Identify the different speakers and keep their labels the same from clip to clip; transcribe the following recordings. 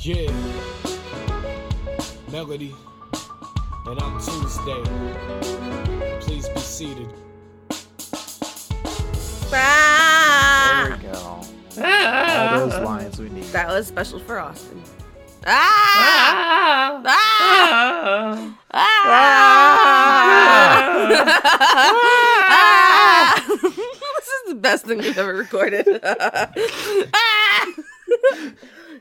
Speaker 1: Yeah. Melody. And I'm Tuesday. Please be seated.
Speaker 2: Ah!
Speaker 3: There we go. All those lines we need.
Speaker 2: That was special for Austin. Ah!
Speaker 4: Ah!
Speaker 2: Ah!
Speaker 4: Ah!
Speaker 2: Ah! Ah! This is the best thing we've ever recorded. Ah!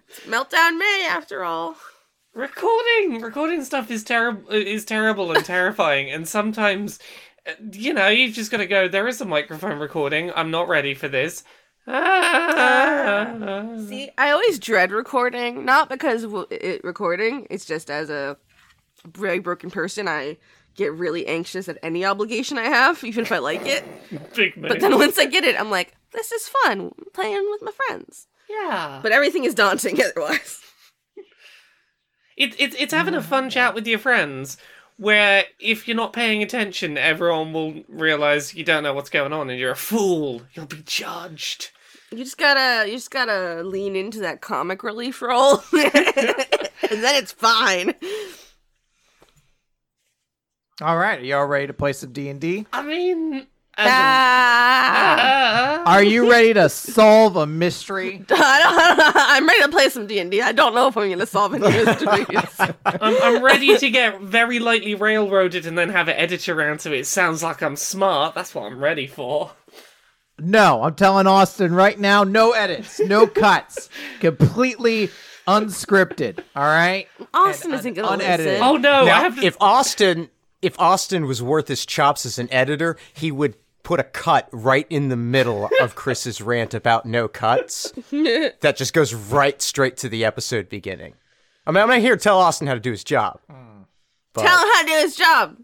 Speaker 2: It's Meltdown May, after all.
Speaker 4: Recording, recording stuff is terrible. Is terrible and terrifying, and sometimes, uh, you know, you've just got to go. There is a microphone recording. I'm not ready for this. Ah!
Speaker 2: See, I always dread recording, not because w- it recording. It's just as a very broken person, I get really anxious at any obligation I have, even if I like it.
Speaker 4: big move.
Speaker 2: But then once I get it, I'm like, this is fun I'm playing with my friends.
Speaker 4: yeah,
Speaker 2: But everything is daunting otherwise.
Speaker 4: It, it, it's having a fun chat with your friends where if you're not paying attention, everyone will realize you don't know what's going on and you're a fool. You'll be judged.
Speaker 2: You just gotta, you just gotta lean into that comic relief role, and then it's fine.
Speaker 3: All right, y'all ready to play some D and D?
Speaker 4: I mean, as a-
Speaker 2: Ah.
Speaker 4: Ah.
Speaker 3: Are you ready to solve a mystery?
Speaker 2: I don't- I'm ready to play some D and I don't know if I'm gonna solve any mysteries.
Speaker 4: I'm, I'm ready to get very lightly railroaded and then have an editor around so it sounds like I'm smart. That's what I'm ready for.
Speaker 3: No, I'm telling Austin right now, no edits, no cuts, completely unscripted. All right.
Speaker 2: Austin
Speaker 3: And
Speaker 2: isn't gonna
Speaker 3: unedited.
Speaker 2: listen.
Speaker 4: Oh no, I
Speaker 5: Now,
Speaker 4: have to.
Speaker 5: if Austin if Austin was worth his chops as an editor, he would put a cut right in the middle of Chris's rant about no cuts. that just goes right straight to the episode beginning. I mean, I'm not here to tell Austin how to do his job. But
Speaker 2: Tell him how to do his job.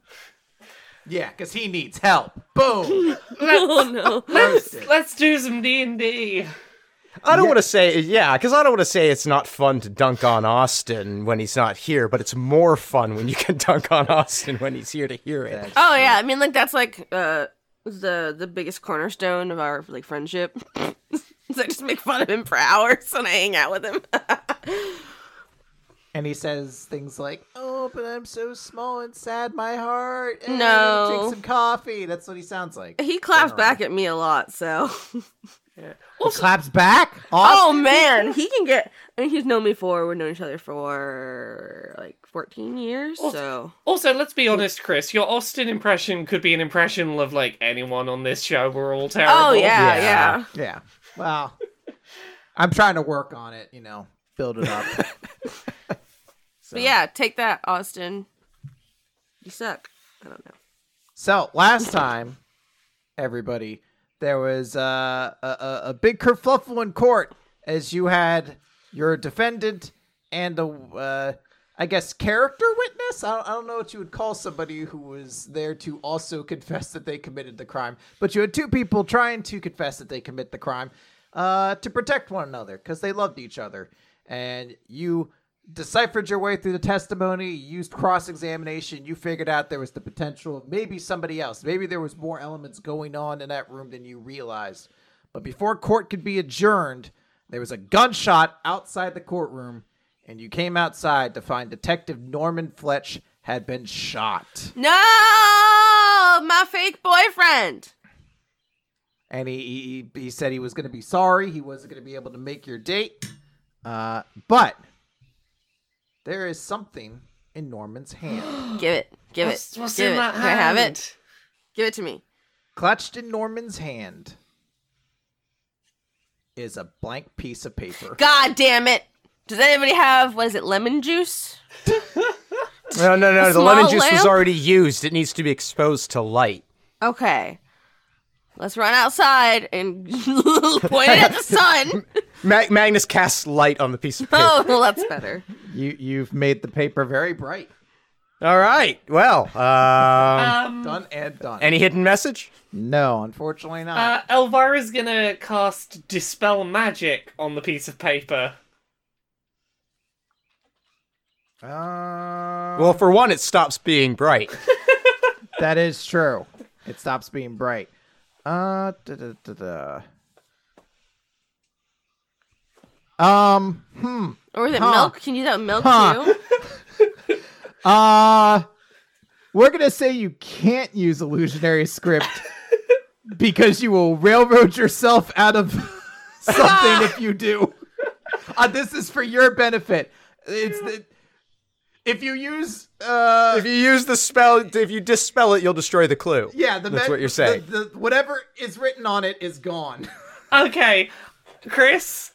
Speaker 3: Yeah, because he needs help. Boom.
Speaker 2: Oh no.
Speaker 4: let's, let's do some D and D.
Speaker 5: I don't want to say yeah, because I don't want to say it's not fun to dunk on Austin when he's not here, but it's more fun when you can dunk on Austin when he's here to hear it.
Speaker 2: Oh yeah, I mean like that's like uh the the biggest cornerstone of our like friendship. Is I just make fun of him for hours when I hang out with him.
Speaker 3: and he says things like, "Oh, but I'm so small and sad, my heart." Eh,
Speaker 2: No.
Speaker 3: Drink some coffee. That's what he sounds like.
Speaker 2: he claps back at me a lot, so
Speaker 3: Claps back.
Speaker 2: Oh
Speaker 3: Austin?
Speaker 2: man, he can get I mean he's known me for we've known each other for like fourteen years, so
Speaker 4: Also, let's be honest, Chris. Your Austin impression could be an impression of like anyone on this show. We're all terrible.
Speaker 2: Oh yeah, yeah.
Speaker 5: Yeah.
Speaker 3: Yeah. Well, I'm trying to work on it. You know, build it up.
Speaker 2: But yeah, take that, Austin. You suck. I don't know.
Speaker 3: So last time, everybody, there was uh, a, a a big kerfluffle in court as you had your defendant and a, uh, I guess, character witness. I don't, I don't know what you would call somebody who was there to also confess that they committed the crime, but you had two people trying to confess that they commit the crime uh, to protect one another because they loved each other, and you deciphered your way through the testimony, you used cross examination, you figured out there was the potential of maybe somebody else. Maybe there was more elements going on in that room than you realized. But before court could be adjourned, there was a gunshot outside the courtroom, and you came outside to find Detective Norman Fletch had been shot.
Speaker 2: No my fake boyfriend.
Speaker 3: And he he, he said he was going to be sorry, he wasn't going to be able to make your date. Uh, but there is something in Norman's hand.
Speaker 2: Give it. Give
Speaker 4: What's,
Speaker 2: it.
Speaker 4: what's
Speaker 2: give
Speaker 4: in
Speaker 2: it.
Speaker 4: that
Speaker 2: Can I have
Speaker 4: hand?
Speaker 2: it? Give it to me.
Speaker 3: Clutched in Norman's hand is a blank piece of paper.
Speaker 2: God damn it. Does anybody have, what is it, lemon juice?
Speaker 5: No, no, no. The
Speaker 2: small
Speaker 5: lemon juice was
Speaker 2: lamp?
Speaker 5: already used. It needs to be exposed to light.
Speaker 2: Okay. Let's run outside and point it at the sun.
Speaker 5: Mag- Magnus casts light on the piece of paper.
Speaker 2: Oh, well, that's better.
Speaker 3: You you've made the paper very bright.
Speaker 5: All right. Well, um,
Speaker 3: Done and done.
Speaker 5: any hidden message?
Speaker 3: no, unfortunately not.
Speaker 4: Uh, Elvira's gonna cast dispel magic on the piece of paper.
Speaker 5: Well, for one, it stops being bright.
Speaker 3: Uh, that is true. It stops being bright. Uh da, da, da, da. Um
Speaker 2: Or is it
Speaker 3: Huh.
Speaker 2: milk? Can you do that with milk
Speaker 3: Huh.
Speaker 2: too?
Speaker 3: Uh we're gonna say you can't use illusionary script because you will railroad yourself out of something if you do. Uh, this is for your benefit. It's the, if you use uh
Speaker 5: If you use the spell, if you dispel it, you'll destroy the clue.
Speaker 3: yeah, the
Speaker 5: that's
Speaker 3: men-
Speaker 5: what you're saying.
Speaker 3: The, the, whatever is written on it is gone.
Speaker 4: Okay, Chris,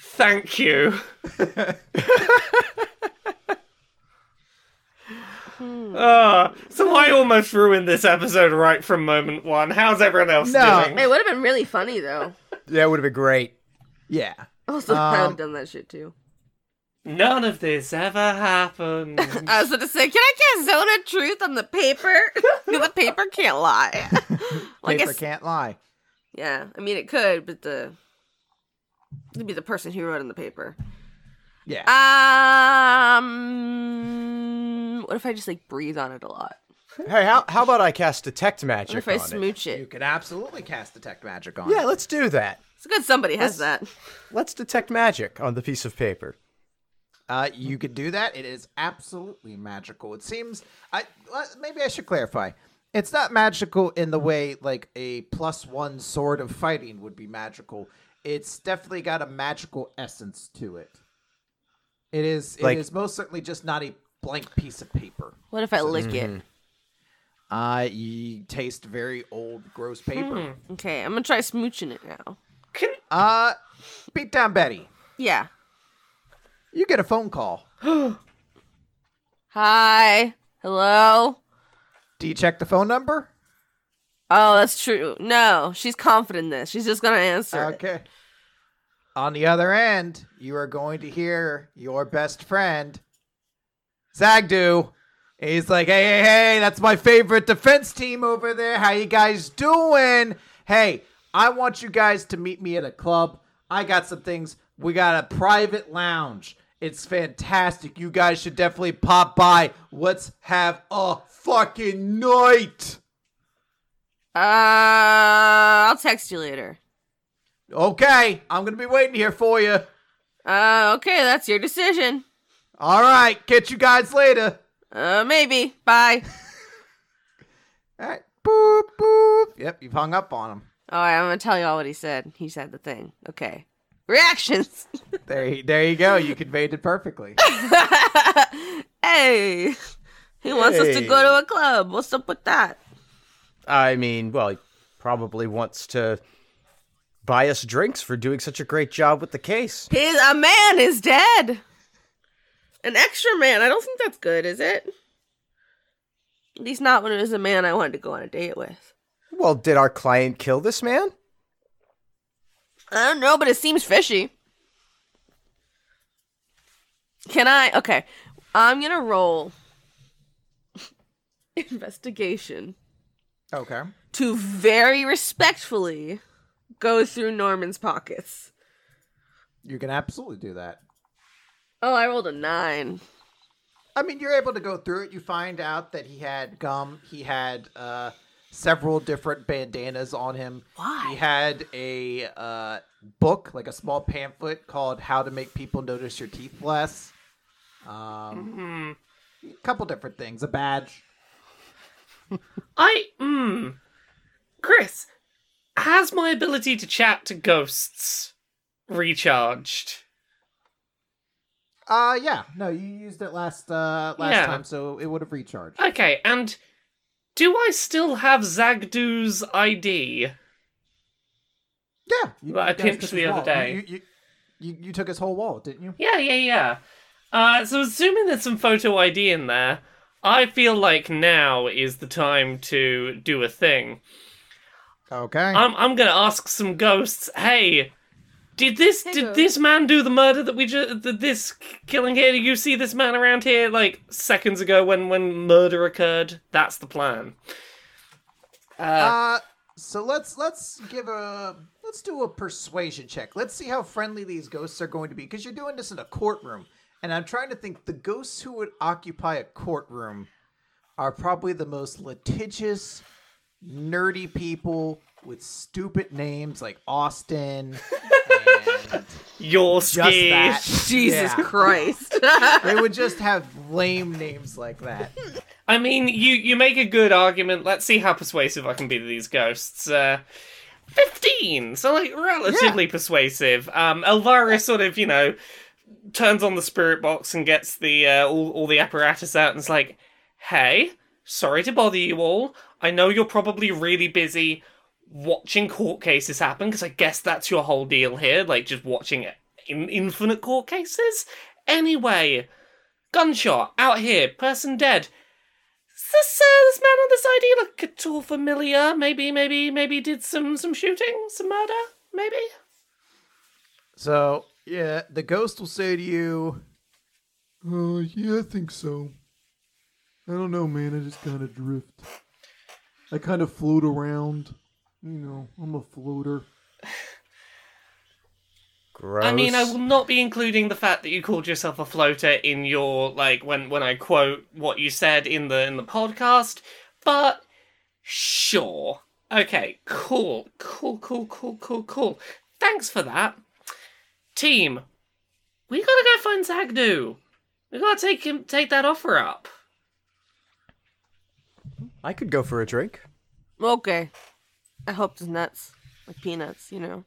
Speaker 4: thank you. Ah, so I almost ruined this episode right from moment one. How's everyone else
Speaker 3: No.
Speaker 4: doing?
Speaker 2: It would have been really funny though.
Speaker 5: That would have been great.
Speaker 3: Yeah.
Speaker 2: Also, I would
Speaker 3: Um,
Speaker 2: have done that shit too.
Speaker 4: None of this ever happened.
Speaker 2: I was gonna say, can I get zone of truth on the paper? 'Cause the paper can't lie. like
Speaker 3: Paper
Speaker 2: it's-
Speaker 3: can't lie.
Speaker 2: yeah, I mean it could, but the it'd be the person who wrote on the paper.
Speaker 3: Yeah.
Speaker 2: Uh, Um, what if I just like breathe on it a lot?
Speaker 5: Hey, how, how about I cast detect
Speaker 2: What
Speaker 5: magic
Speaker 2: if I
Speaker 5: on it?
Speaker 2: smooch it?
Speaker 3: you can absolutely cast detect magic on
Speaker 5: Yeah,
Speaker 3: it.
Speaker 5: let's do that.
Speaker 2: It's good somebody has that.
Speaker 5: Let's detect magic on the piece of paper.
Speaker 3: Uh, you could do that. It is absolutely magical. It seems. I well, maybe I should clarify. It's not magical in the way like a plus one sword of fighting would be magical. It's definitely got a magical essence to it. It is.
Speaker 5: Like-
Speaker 3: it is most certainly just not a blank piece of paper.
Speaker 2: What if I lick it?
Speaker 5: Mm-hmm.
Speaker 3: Uh, you taste very old, gross paper.
Speaker 2: Okay, I'm gonna try smooching it now.
Speaker 4: Can
Speaker 3: Mm-hmm. Uh, beat down Betty.
Speaker 2: Yeah.
Speaker 3: You get a phone call.
Speaker 2: Hi. Hello.
Speaker 3: Do you check the phone number?
Speaker 2: Oh, that's true. No, she's confident in this. She's just gonna answer.
Speaker 5: Uh,
Speaker 2: it.
Speaker 3: Okay. On the other end, you are going to hear your best friend, Zagdu. He's like, hey, hey, hey, that's my favorite defense team over there. How you guys doing? Hey, I want you guys to meet me at a club. I got some things. We got a private lounge. It's fantastic. You guys should definitely pop by. Let's have a fucking night.
Speaker 2: Uh, I'll text you later.
Speaker 3: Okay, I'm going to be waiting here for you.
Speaker 2: Uh, okay, that's your decision.
Speaker 3: All right, catch you guys later.
Speaker 2: Uh, maybe. Bye.
Speaker 3: All right, boop boop. Yep, you've hung up on him.
Speaker 2: All right, Oh, I'm gonna tell you all what he said. He said the thing. Okay. Reactions.
Speaker 3: There, he, there you go. You conveyed it perfectly.
Speaker 2: hey, he wants us to
Speaker 5: Hey.
Speaker 2: go to a club. What's up with that?
Speaker 5: I mean, well, he probably wants to buy us drinks for doing such a great job with the case.
Speaker 2: His a man is dead. An extra man. I don't think that's good, is it? At least not when it was a man I wanted to go on a date with.
Speaker 5: Well, did our client kill this man?
Speaker 2: I don't know, but it seems fishy. Can I? Okay, I'm gonna roll investigation
Speaker 3: okay.
Speaker 2: to very respectfully go through Norman's pockets.
Speaker 3: You can absolutely do that.
Speaker 2: Oh, I rolled a nine.
Speaker 3: I mean, you're able to go through it. You find out that he had gum. He had uh, several different bandanas on him.
Speaker 2: Why?
Speaker 3: He had a uh, book, like a small pamphlet called "How to Make People Notice Your Teeth Less." Um, a couple different things. A badge.
Speaker 4: I hmm Chris has my ability to chat to ghosts recharged?
Speaker 3: Uh, yeah. No, you used it last uh last
Speaker 4: Yeah.
Speaker 3: time, so it would have recharged.
Speaker 4: Okay, and do I still have Zagdu's ID?
Speaker 3: Yeah, you,
Speaker 4: Well, I
Speaker 3: you guys
Speaker 4: pinched
Speaker 3: took his
Speaker 4: the other
Speaker 3: wallet.
Speaker 4: day.
Speaker 3: You, you, you, you took his whole wallet, didn't you?
Speaker 4: Yeah, yeah, yeah. Uh, so assuming there's some photo ID in there, I feel like now is the time to do a thing.
Speaker 3: Okay.
Speaker 4: I'm I'm gonna ask some ghosts. Hey, did this
Speaker 2: Hey,
Speaker 4: did
Speaker 2: ghost.
Speaker 4: this man do the murder that we just this killing here? Did you see this man around here like seconds ago when when murder occurred? That's the plan.
Speaker 3: uh, so let's let's give a let's do a persuasion check. Let's see how friendly these ghosts are going to be because you're doing this in a courtroom, and I'm trying to think the ghosts who would occupy a courtroom are probably the most litigious, nerdy people with stupid names like Austin. and
Speaker 4: Your
Speaker 3: Just
Speaker 4: skin.
Speaker 3: that.
Speaker 2: Jesus
Speaker 3: Yeah.
Speaker 2: Christ.
Speaker 3: They would just have lame names like that.
Speaker 4: I mean, you you make a good argument. Let's see how persuasive I can be to these ghosts. Uh, Fifteen, so like relatively persuasive. Um, Elvira sort of, you know, turns on the spirit box and gets the uh, all all the apparatus out and is like, "Hey, sorry to bother you all. I know you're probably really busy watching court cases happen because I guess that's your whole deal here, like just watching in- infinite court cases. Anyway, gunshot out here, person dead." this uh, this man on this ID look at all familiar? Maybe, maybe, maybe did some some shooting, some murder, maybe.
Speaker 3: So yeah, the ghost will say to you,
Speaker 6: Oh, yeah, I think so. I don't know, man. I just kind of drift. I kind of float around. You know, I'm a floater.
Speaker 5: Gross.
Speaker 4: I mean, I will not be including the fact that you called yourself a floater in your like when when I quote what you said in the in the podcast, but sure, okay, cool, cool, cool, cool, cool, cool. Thanks for that, team. We gotta go find Zagdu. We gotta take him, take that offer up.
Speaker 5: I could go for a drink.
Speaker 2: okay. I hope it's nuts. Like peanuts, you know.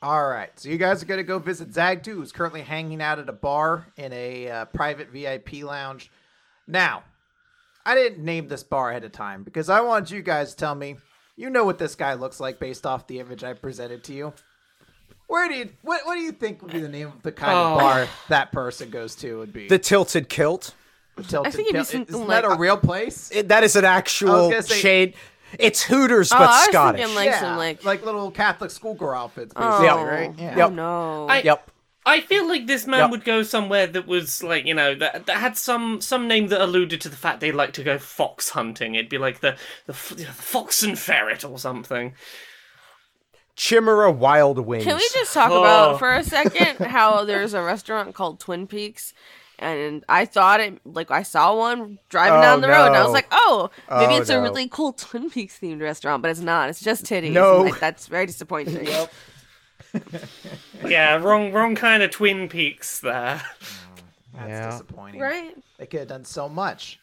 Speaker 3: "All right, so you guys are gonna go visit Zagdu, who's currently hanging out at a bar in a uh, private VIP lounge." Now, I didn't name this bar ahead of time because I wanted you guys to tell me. You know what this guy looks like based off the image I presented to you. Where do you what, what do you think would be the name of the kind
Speaker 4: Oh.
Speaker 3: of bar that person goes to would be?
Speaker 5: The Tilted Kilt.
Speaker 3: Tilted
Speaker 2: I think it'd be
Speaker 3: Kilt.
Speaker 2: something
Speaker 3: Isn't that a
Speaker 2: like-
Speaker 3: real place?
Speaker 5: It- that is an actual
Speaker 3: gonna say-
Speaker 5: shade. It's Hooters,
Speaker 2: Oh,
Speaker 5: but
Speaker 2: I was
Speaker 5: Scottish.
Speaker 2: thinking, like, some, like-
Speaker 3: little Catholic schoolgirl outfits,
Speaker 2: Oh,
Speaker 3: basically, right? Yeah.
Speaker 2: Oh, no.
Speaker 4: I-
Speaker 5: yep.
Speaker 4: I feel like this man
Speaker 5: Yep.
Speaker 4: would go somewhere that was like you know that, that had some some name that alluded to the fact they like to go fox hunting. It'd be like the the, f- you know, the fox and ferret or something.
Speaker 5: Chimera Wild Wings.
Speaker 2: Can we just talk
Speaker 4: Oh.
Speaker 2: about for a second how there's a restaurant called Twin Peaks? And I thought it like I saw one driving
Speaker 5: Oh,
Speaker 2: down the road, and I was
Speaker 5: no.
Speaker 2: like, "Oh, maybe
Speaker 5: Oh,
Speaker 2: it's
Speaker 5: no.
Speaker 2: a really cool Twin Peaks themed restaurant, but it's not. It's just titties.
Speaker 5: No.
Speaker 2: Like, that's very disappointing."
Speaker 4: yeah, wrong wrong kind of Twin Peaks there.
Speaker 3: That's
Speaker 5: Yeah.
Speaker 3: disappointing.
Speaker 2: Right?
Speaker 3: They could have done so much.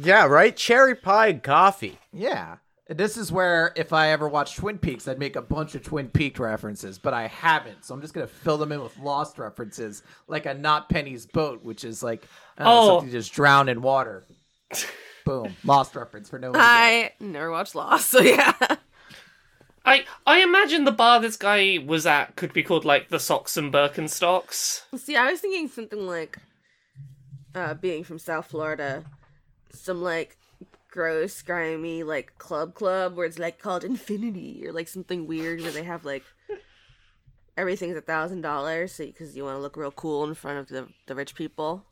Speaker 5: yeah, right? Cherry pie and coffee.
Speaker 3: Yeah. And This is where, if I ever watched Twin Peaks, I'd make a bunch of Twin Peak references, but I haven't. So I'm just going to fill them in with Lost references, like a Not Penny's Boat, which is like, I don't know,
Speaker 4: Oh.
Speaker 3: something you just drown in water. Boom. Lost reference for no one. to get.
Speaker 2: I never watched Lost, so yeah.
Speaker 4: I I imagine the bar this guy was at could be called like the Socks and Birkenstocks.
Speaker 2: See, I was thinking something like, uh, being from South Florida, some like gross, grimy like club club where it's like called Infinity or like something weird where they have like everything's a thousand dollars because you want to look real cool in front of the the rich people.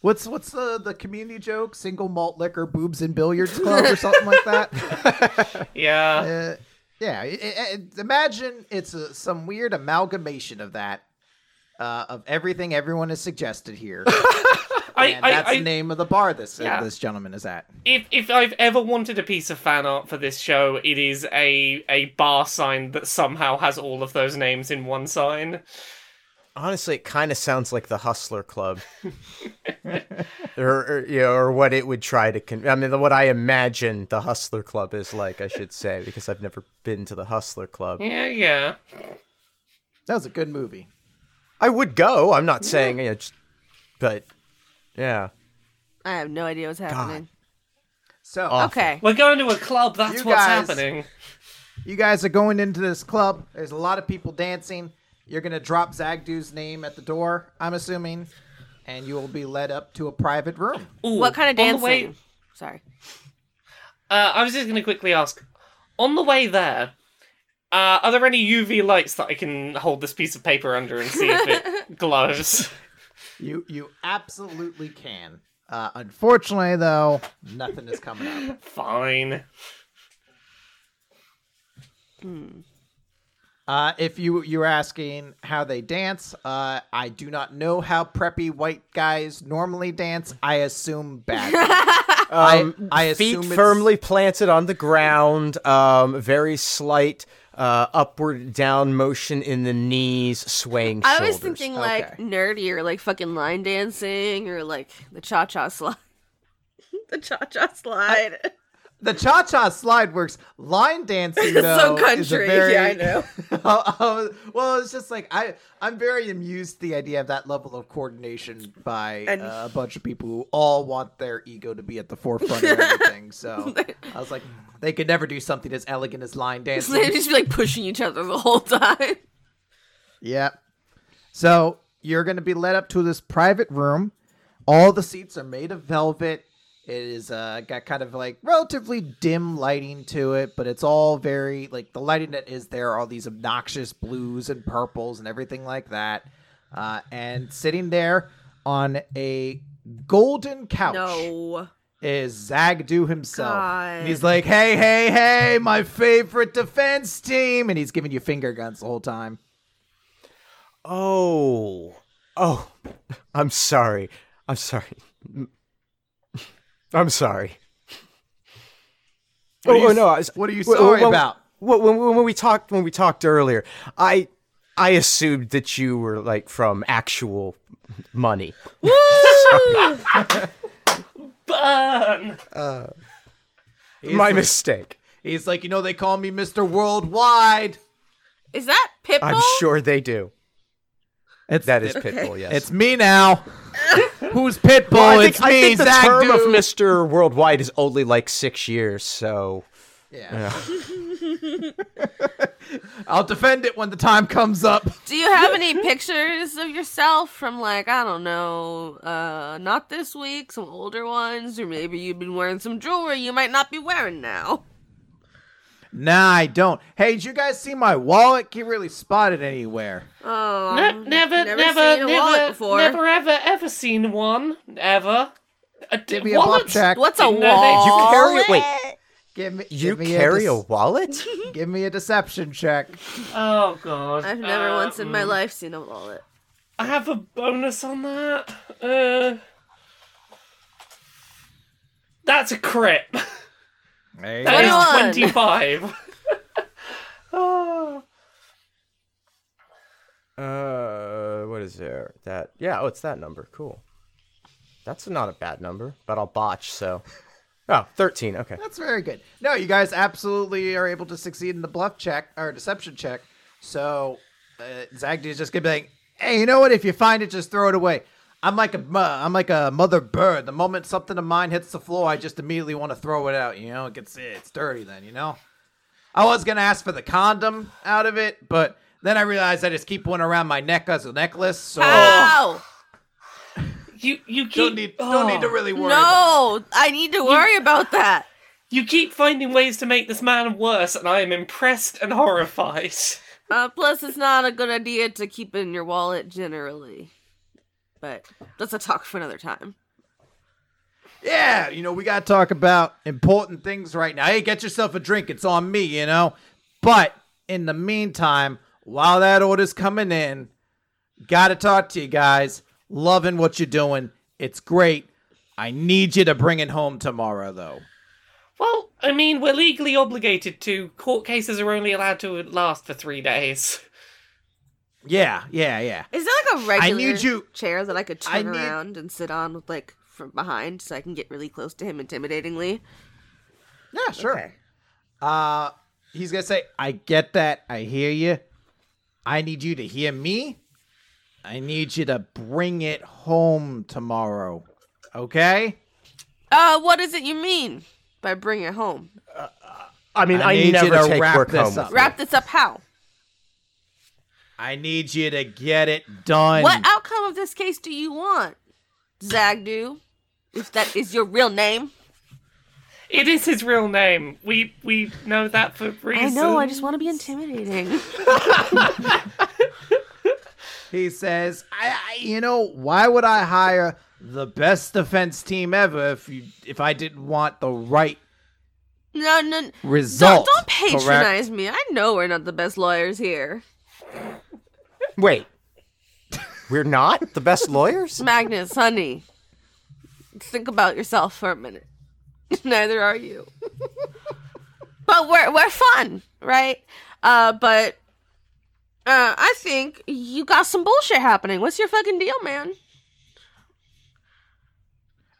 Speaker 3: What's what's the, the community joke? Single malt liquor, boobs, and billiards club or something like that?
Speaker 4: Yeah,
Speaker 3: Uh, yeah, i i i- imagine it's a, some weird amalgamation of that, uh, of everything everyone has suggested here.
Speaker 4: I
Speaker 3: and
Speaker 4: I,
Speaker 3: that's
Speaker 4: I,
Speaker 3: the name of the bar this uh,
Speaker 4: Yeah.
Speaker 3: this gentleman is at.
Speaker 4: if if I've ever wanted a piece of fan art for this show, it is a a bar sign that somehow has all of those names in one sign.
Speaker 5: Honestly, it kind of sounds like the Hustler Club. or, or, you know, or what it would try to. Con- I mean, what I imagine the Hustler Club is like, I should say, because I've never been to the Hustler Club.
Speaker 4: Yeah, yeah.
Speaker 3: That was a good movie.
Speaker 5: I would go. I'm not saying, you know, just, but yeah.
Speaker 2: I have no idea what's happening.
Speaker 3: So
Speaker 4: Oh.
Speaker 2: Okay.
Speaker 4: We're going to a club. That's
Speaker 3: You
Speaker 4: what's
Speaker 3: guys-
Speaker 4: happening.
Speaker 3: you guys are going into this club. There's a lot of people dancing. You're gonna drop Zagdu's name at the door. I'm assuming, and you will be led up to a private room.
Speaker 4: Ooh,
Speaker 2: What kind of
Speaker 4: on
Speaker 2: dancing?
Speaker 4: the way-
Speaker 2: Sorry.
Speaker 4: uh, I was just going to quickly ask. On the way there, uh, are there any UV lights that I can hold this piece of paper under and see if it glows?
Speaker 3: You you absolutely can. Uh, unfortunately, though, nothing is coming up.
Speaker 4: Fine.
Speaker 3: Uh, if you you're asking how they dance, uh, I do not know how preppy white guys normally dance. I assume bad.
Speaker 5: Um,
Speaker 3: I- I
Speaker 5: feet
Speaker 3: assume it's-
Speaker 5: firmly planted on the ground. Um, very slight uh, upward down motion in the knees, swaying.
Speaker 2: I was
Speaker 5: shoulders.
Speaker 2: thinking like
Speaker 5: Okay.
Speaker 2: nerdy or like fucking line dancing or like the cha cha slide. the cha cha slide.
Speaker 3: The cha cha slide works. Line dancing,
Speaker 2: It's so
Speaker 3: though, is a
Speaker 2: country.
Speaker 3: very. Oh,
Speaker 2: Yeah, I know.
Speaker 3: well, it's just like I, I'm very amused at the idea of that level of coordination by
Speaker 2: And-
Speaker 3: uh, a bunch of people who all want their ego to be at the forefront of everything. So I was like, they could never do something as elegant as line
Speaker 2: So they
Speaker 3: dancing.
Speaker 2: just be like pushing each other the whole time.
Speaker 3: yeah. So you're going to be led up to this private room. All the seats are made of velvet. It is uh, got kind of like relatively dim lighting to it, but it's all very like the lighting that is there are all these obnoxious blues and purples and everything like that. Uh, and sitting there on a golden couch
Speaker 2: No.
Speaker 3: is Zagdu himself. And
Speaker 2: God.
Speaker 3: he's like, "Hey, hey, hey, my favorite defense team," and he's giving you finger guns the whole time.
Speaker 5: Oh, oh, I'm sorry. I'm sorry. I'm sorry. Oh,
Speaker 3: What are you-
Speaker 5: I was-
Speaker 3: what are you
Speaker 5: wh- wh-
Speaker 3: sorry
Speaker 5: when-
Speaker 3: about?
Speaker 5: wh- When, when, we talked when we talked earlier, I I assumed that you were like from actual money.
Speaker 4: Burn!
Speaker 5: My mistake.
Speaker 3: He's like, "You know, they call me Mister Worldwide."
Speaker 2: Is that Pitbull?
Speaker 5: I'm sure they do.
Speaker 3: It's
Speaker 5: That is Pitbull. Yes,
Speaker 3: It's me now. Who's Pitbull?
Speaker 5: Well, I think,
Speaker 3: it's
Speaker 5: I
Speaker 3: me,
Speaker 5: think the
Speaker 3: Zach
Speaker 5: term of
Speaker 3: Dude.
Speaker 5: Mister Worldwide is only like six years. So
Speaker 3: Yeah. I'll defend it when the time comes up.
Speaker 2: Do you have any pictures of yourself from like I don't know, uh, not this week, some older ones, or maybe you've been wearing some jewelry you might not be wearing now?
Speaker 3: Nah, I don't. Hey, did you guys see my wallet? Can't really spot it anywhere.
Speaker 2: Oh,
Speaker 4: Nope, never,
Speaker 2: never
Speaker 4: never,
Speaker 2: seen
Speaker 4: never,
Speaker 2: a wallet
Speaker 4: never,
Speaker 2: before.
Speaker 4: ever, ever seen one. Ever. A d-
Speaker 3: Give me a pop check.
Speaker 2: What's a
Speaker 4: Didn't know that-
Speaker 5: you
Speaker 2: wall?
Speaker 5: carry wait.
Speaker 3: Give me.
Speaker 5: You
Speaker 3: give me
Speaker 5: carry a
Speaker 3: a.
Speaker 5: wallet?
Speaker 3: de- give me a deception check.
Speaker 4: Oh, God.
Speaker 2: I've never
Speaker 4: Uh,
Speaker 2: once in my
Speaker 4: mm.
Speaker 2: life seen a wallet.
Speaker 4: I have a bonus on that. Uh, that's a crit.
Speaker 2: Come on.
Speaker 4: That is 25. oh.
Speaker 5: Uh, what is there? That yeah, oh, it's that number. Cool. That's not a bad number, but I'll botch. So, oh, 13. Okay.
Speaker 3: That's very good. No, you guys absolutely are able to succeed in the bluff check or deception check. So uh, Zagd is just gonna be like, "Hey, you know what? If you find it, just throw it away." I'm like a mu- I'm like a mother bird. The moment something of mine hits the floor, I just immediately want to throw it out. You know, it gets it's dirty then. You know, I was gonna ask for the condom out of it, but then I realized I just keep one around my neck as a necklace, so
Speaker 5: Oh.
Speaker 2: Ow!
Speaker 4: You, you Ah, keep,
Speaker 3: don't need don't need to
Speaker 4: oh.
Speaker 3: really worry. about it.
Speaker 2: No, I need to worry about that.
Speaker 4: You keep finding ways to make this man worse, and I am impressed and horrified.
Speaker 2: Uh, plus, it's not a good idea to keep it in your wallet generally. But that's a talk for another time.
Speaker 3: Yeah, you know, we got to talk about important things right now. Hey, get yourself a drink. It's on me, you know? But in the meantime, while that order's coming in, got to talk to you guys. Loving what you're doing. It's great. I need you to bring it home tomorrow, though.
Speaker 4: Well, I mean, we're legally obligated to. Court cases are only allowed to last for three days.
Speaker 3: Yeah, yeah, yeah.
Speaker 2: Is there like a regular
Speaker 3: need you-
Speaker 2: chair that I could
Speaker 3: I
Speaker 2: turn
Speaker 3: need-
Speaker 2: around and sit on with like from behind so I can get really close to him intimidatingly?
Speaker 3: Yeah, sure. Uh, he's gonna say, "I get that. I hear you. I need you to hear me. I need you to bring it home tomorrow. Okay?
Speaker 2: Uh, what is it you mean by bring it home?
Speaker 5: I mean,
Speaker 3: I
Speaker 5: I,
Speaker 3: need you
Speaker 5: never
Speaker 3: to
Speaker 5: take
Speaker 3: wrap
Speaker 5: work
Speaker 3: this
Speaker 5: home.
Speaker 3: up.
Speaker 5: with me.
Speaker 2: Wrap this up how?
Speaker 3: I need you to get it done.
Speaker 2: What Uh- outcome of this case do you want, Zagdu? If that is your real name.
Speaker 4: It is his real name. We we know that for
Speaker 2: I
Speaker 4: reasons.
Speaker 2: know, I just want to be intimidating.
Speaker 3: He says, I, "I, you know, why would I hire the best defense team ever if you if I didn't want the right
Speaker 2: No, no, n-
Speaker 3: result?"
Speaker 2: Don't, don't
Speaker 3: correct?
Speaker 2: patronize me. I know we're not the best lawyers here.
Speaker 5: Wait, we're not the best lawyers.
Speaker 2: Magnus, honey, think about yourself for a minute. Neither are you. but we're we're fun, right? Uh, but uh, I think you got some bullshit happening. What's your fucking deal, man?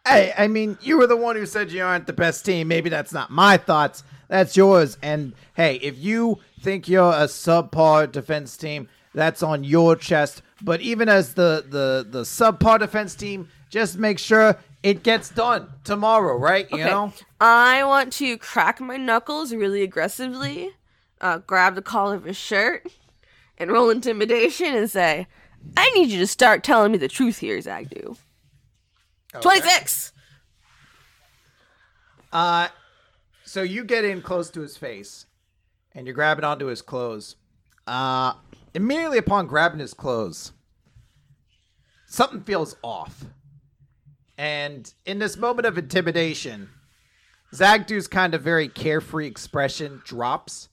Speaker 3: Hey, I mean, you were the one who said you aren't the best team. Maybe that's not my thoughts. That's yours. And hey, if you think you're a subpar defense team, that's on your chest. But even as the the the subpar defense team, just make sure it gets done tomorrow, right? You
Speaker 2: Okay.
Speaker 3: know.
Speaker 2: I want to crack my knuckles really aggressively, uh, grab the collar of his shirt, and roll intimidation and say, I need you to start telling me the truth here, Zagdu. 26!
Speaker 3: Uh, so you get in close to his face, and you're grabbing onto his clothes. Uh, immediately upon grabbing his clothes, something feels off. And in this moment of intimidation, Zagdu's kind of very carefree expression drops,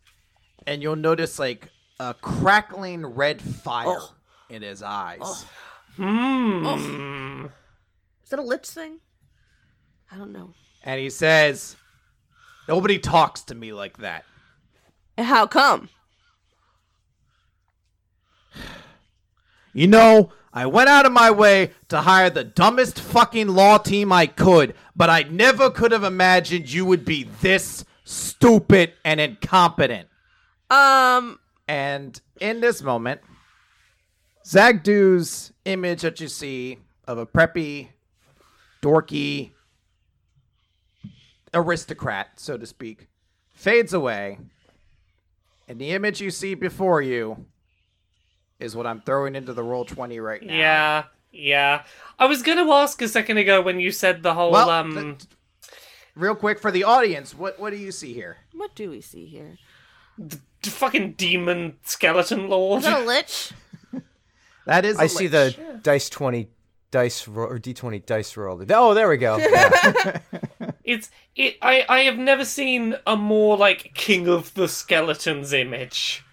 Speaker 3: and you'll notice like a crackling red fire in his eyes.
Speaker 4: Hmm.
Speaker 2: Is that a lips thing? I don't know.
Speaker 3: And he says, Nobody talks to me like that.
Speaker 2: And how come?
Speaker 3: You know, I went out of my way to hire the dumbest fucking law team I could, but I never could have imagined you would be this stupid and incompetent.
Speaker 2: Um,
Speaker 3: And in this moment, Zagdu's image that you see of a preppy, dorky aristocrat, so to speak, fades away. And the image you see before you is what I'm throwing into the roll 20 right now.
Speaker 4: Yeah. Yeah. I was gonna ask a second ago when you said the whole
Speaker 3: Well,
Speaker 4: um.
Speaker 3: th- real quick for the audience, what what do you see here?
Speaker 2: what do we see here?
Speaker 4: d- fucking demon skeleton lord.
Speaker 2: Is that a lich?
Speaker 3: That is,
Speaker 5: I
Speaker 3: a
Speaker 5: see
Speaker 3: lich.
Speaker 5: the dice twenty dice ro- or d twenty dice roll. Oh, there we go. Yeah.
Speaker 4: It's it. I I have never seen a more like king of the skeletons image.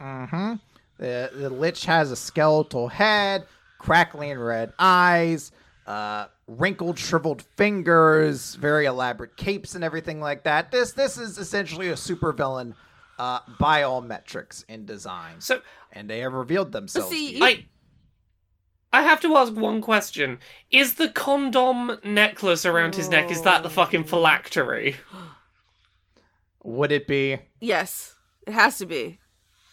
Speaker 3: the the lich has a skeletal head, crackling red eyes, uh, wrinkled, shriveled fingers, very elaborate capes, and everything like that. This this is essentially a supervillain. Uh, by all metrics in design,
Speaker 4: So
Speaker 3: and they have revealed themselves.
Speaker 2: See,
Speaker 3: to you.
Speaker 4: I. I have to ask one question. Is the condom necklace around his neck, is that the fucking
Speaker 2: Oh.
Speaker 4: phylactery?
Speaker 3: Would it be?
Speaker 2: Yes. It has to be.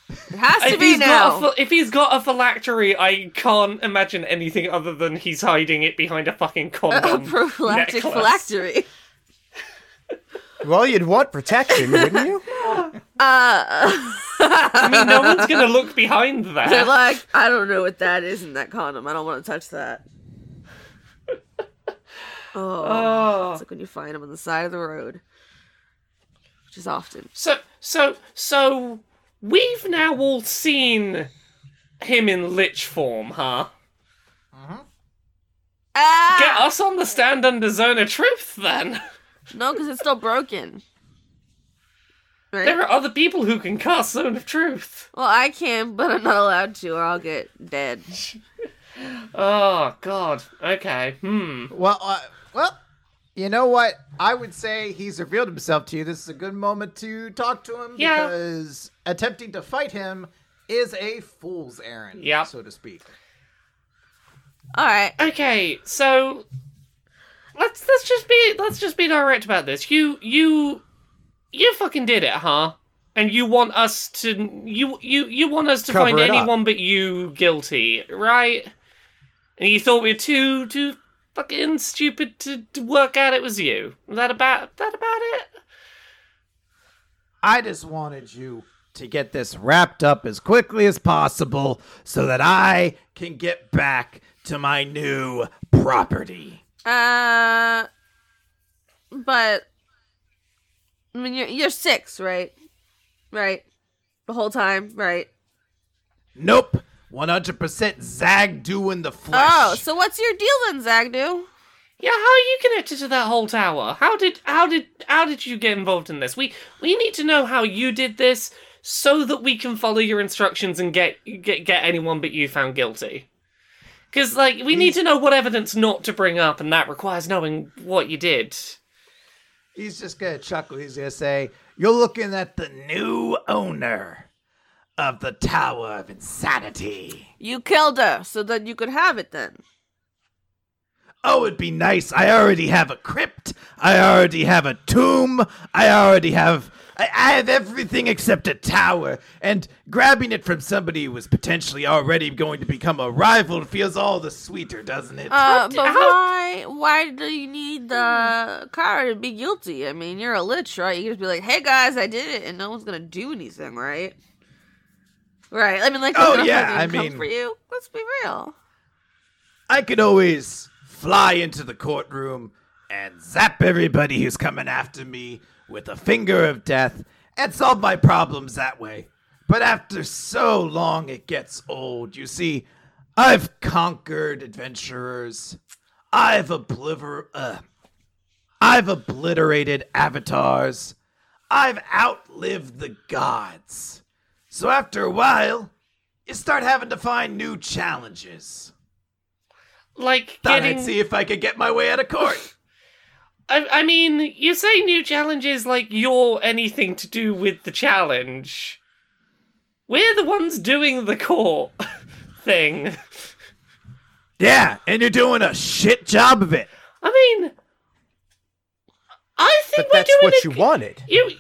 Speaker 2: It has to
Speaker 4: If
Speaker 2: be
Speaker 4: he's,
Speaker 2: now.
Speaker 4: got a, phy- if he's got a phylactery, I can't imagine anything other than he's hiding it behind a fucking
Speaker 2: a
Speaker 4: condom.
Speaker 2: prophylactic
Speaker 4: necklace.
Speaker 2: phylactery.
Speaker 5: well, you'd want protection, wouldn't you?
Speaker 2: Uh,
Speaker 4: I mean, no one's gonna look behind
Speaker 2: They're
Speaker 4: that.
Speaker 2: like, I don't know what that is in that condom. I don't want to touch that. Oh,
Speaker 4: Oh.
Speaker 2: it's like when you find them on the side of the road, which is often.
Speaker 4: So, so, so, we've now all seen him in lich form, huh? Get
Speaker 2: Ah,
Speaker 4: us on the stand under zone of truth, then.
Speaker 2: no, because it's still broken. Right?
Speaker 4: There are other people who can cast zone of truth.
Speaker 2: well, I can, but I'm not allowed to, or I'll get dead.
Speaker 4: Oh God. Okay. Hmm.
Speaker 3: Well, uh, well, you know what? I would say he's revealed himself to you. This is a good moment to talk to him
Speaker 4: Yeah.
Speaker 3: because attempting to fight him is a fool's errand,
Speaker 4: Yeah.
Speaker 3: so to speak.
Speaker 2: All right.
Speaker 4: Okay. So let's let's just be let's just be direct about this. You you you fucking did it, huh? And you want us to you you you want us to
Speaker 5: Cover
Speaker 4: find
Speaker 5: it up.
Speaker 4: anyone but you guilty, right? And you thought we were too too fucking stupid to, to work out it was you. Is that about that about it?
Speaker 3: I just wanted you to get this wrapped up as quickly as possible so that I can get back to my new property.
Speaker 2: Uh, but I mean, you're you're six, right? Right. The whole time, right?
Speaker 3: Nope, 100% Zag doing the flesh.
Speaker 2: Oh, so what's your deal then, Zagdu?
Speaker 4: Yeah, how are you connected to that whole tower? How did how did how did you get involved in this? We we need to know how you did this so that we can follow your instructions and get get get anyone but you found guilty. Cuz like we need to know what evidence not to bring up and that requires knowing what you did.
Speaker 3: He's just gonna chuckle. He's gonna say, "You're looking at the new owner of the Tower of Insanity."
Speaker 2: You killed her so that you could have it then.
Speaker 3: Oh, it'd be nice. I already have a crypt. I already have a tomb. I already have. I, I have everything except a tower. And grabbing it from somebody who was potentially already going to become a rival feels all the sweeter, doesn't it?
Speaker 2: Uh, but
Speaker 4: how- Mm-hmm.
Speaker 2: why? Why do you need uh, Kara to be guilty? I mean, you're a lich, right? You can just be like, "Hey guys, I did it," and no one's gonna do anything, right? Right. I mean, like, they're
Speaker 3: Oh,
Speaker 2: gonna
Speaker 3: yeah,
Speaker 2: fucking
Speaker 3: I
Speaker 2: come
Speaker 3: mean-
Speaker 2: for you. Let's be real.
Speaker 3: I could always fly into the courtroom and zap everybody who's coming after me with a finger of death and solve my problems that way. But after so long, it gets old. You see, I've conquered adventurers. I've obliver- uh, I've obliterated avatars. I've outlived the gods. So after a while, you start having to find new challenges.
Speaker 4: Like
Speaker 3: Thought
Speaker 4: getting.
Speaker 3: I'd see if I could get my way out of court.
Speaker 4: I, I mean, you say new challenges like you're anything to do with the challenge. We're the ones doing the court thing.
Speaker 3: yeah, and you're doing a shit job of it.
Speaker 4: I mean, I think
Speaker 5: But
Speaker 4: we're
Speaker 5: that's
Speaker 4: doing
Speaker 5: what
Speaker 4: it-
Speaker 5: you wanted.
Speaker 4: You,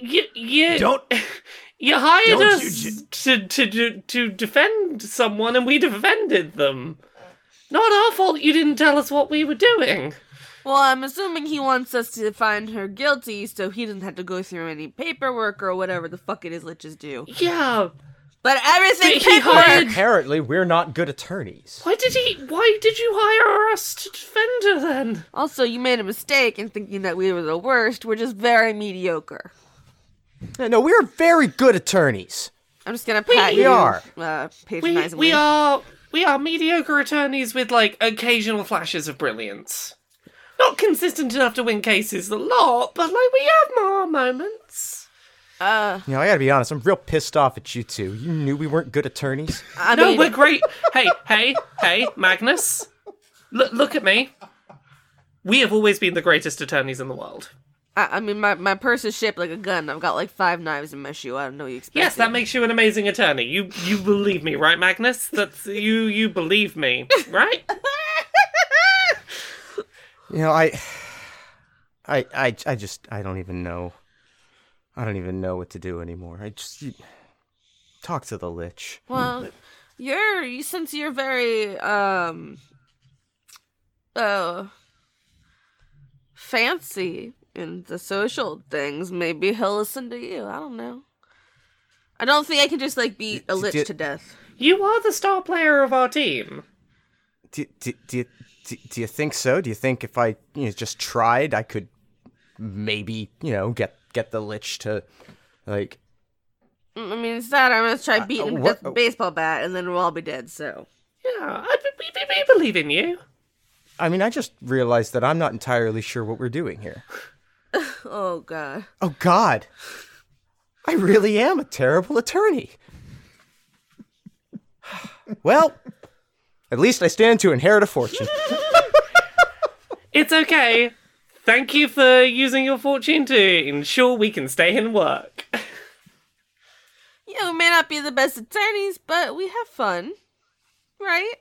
Speaker 4: you, you
Speaker 3: Don't
Speaker 4: You hired
Speaker 3: Don't
Speaker 4: us
Speaker 3: you ju-
Speaker 4: to, to to to defend someone, and we defended them. Not our fault. You didn't tell us what we were doing.
Speaker 2: Well, I'm assuming he wants us to find her guilty so he doesn't have to go through any paperwork or whatever the fuck it is liches do.
Speaker 4: Yeah.
Speaker 2: But everything
Speaker 4: He
Speaker 2: paperwork.
Speaker 4: hired.
Speaker 5: Apparently, we're not good attorneys.
Speaker 4: Why did he? Why did you hire us to defend her then?
Speaker 2: Also, you made a mistake in thinking that we were the worst. We're just very mediocre.
Speaker 5: No, No, we're very good attorneys.
Speaker 2: I'm just gonna pat
Speaker 5: We
Speaker 2: you.
Speaker 5: are.
Speaker 2: Uh,
Speaker 4: We
Speaker 2: patronizingly.
Speaker 4: we are we are mediocre attorneys with like occasional flashes of brilliance. Not consistent enough to win cases a lot, but like we have our moments.
Speaker 2: Uh,
Speaker 5: You know, I gotta be honest, I'm real pissed off at you two. You knew we weren't good attorneys.
Speaker 2: I
Speaker 4: no,
Speaker 2: mean,
Speaker 4: we're great. hey, hey, hey, Magnus. Look, look at me. We have always been the greatest attorneys in the world.
Speaker 2: I, I mean, my, my purse is shaped like a gun. I've got like five knives in my shoe. I don't know what you expect.
Speaker 4: Yes, that makes you an amazing attorney. You you believe me, right, Magnus? That's you you believe me, right?
Speaker 5: You know, I, I, I, I just, I don't even know. I don't even know what to do anymore. I just you- talk to the lich.
Speaker 2: Well, you're you, since you're very um uh fancy in the social things, maybe he'll listen to you. I don't know. I don't think I can just like beat a
Speaker 5: d-
Speaker 2: lich
Speaker 5: d-
Speaker 2: to death.
Speaker 4: You are the star player of our team.
Speaker 5: Do, do, do, you- do, do you think so? Do you think if I you know, just tried, I could maybe you know get get the lich to like?
Speaker 2: Mm, I mean, it's not. I'm gonna try beating him
Speaker 5: what-
Speaker 2: with a baseball bat, and then we'll all be dead. So
Speaker 4: Yeah, I, we, we, we believe in you.
Speaker 5: I mean, I just realized that I'm not entirely sure what we're doing here.
Speaker 2: Oh god.
Speaker 5: Oh God, I really am a terrible attorney. well, at least I stand to inherit a fortune.
Speaker 4: It's okay. Thank you for using your fortune to ensure we can stay in work.
Speaker 2: Yeah, we may not be the best attorneys, but we have fun, right?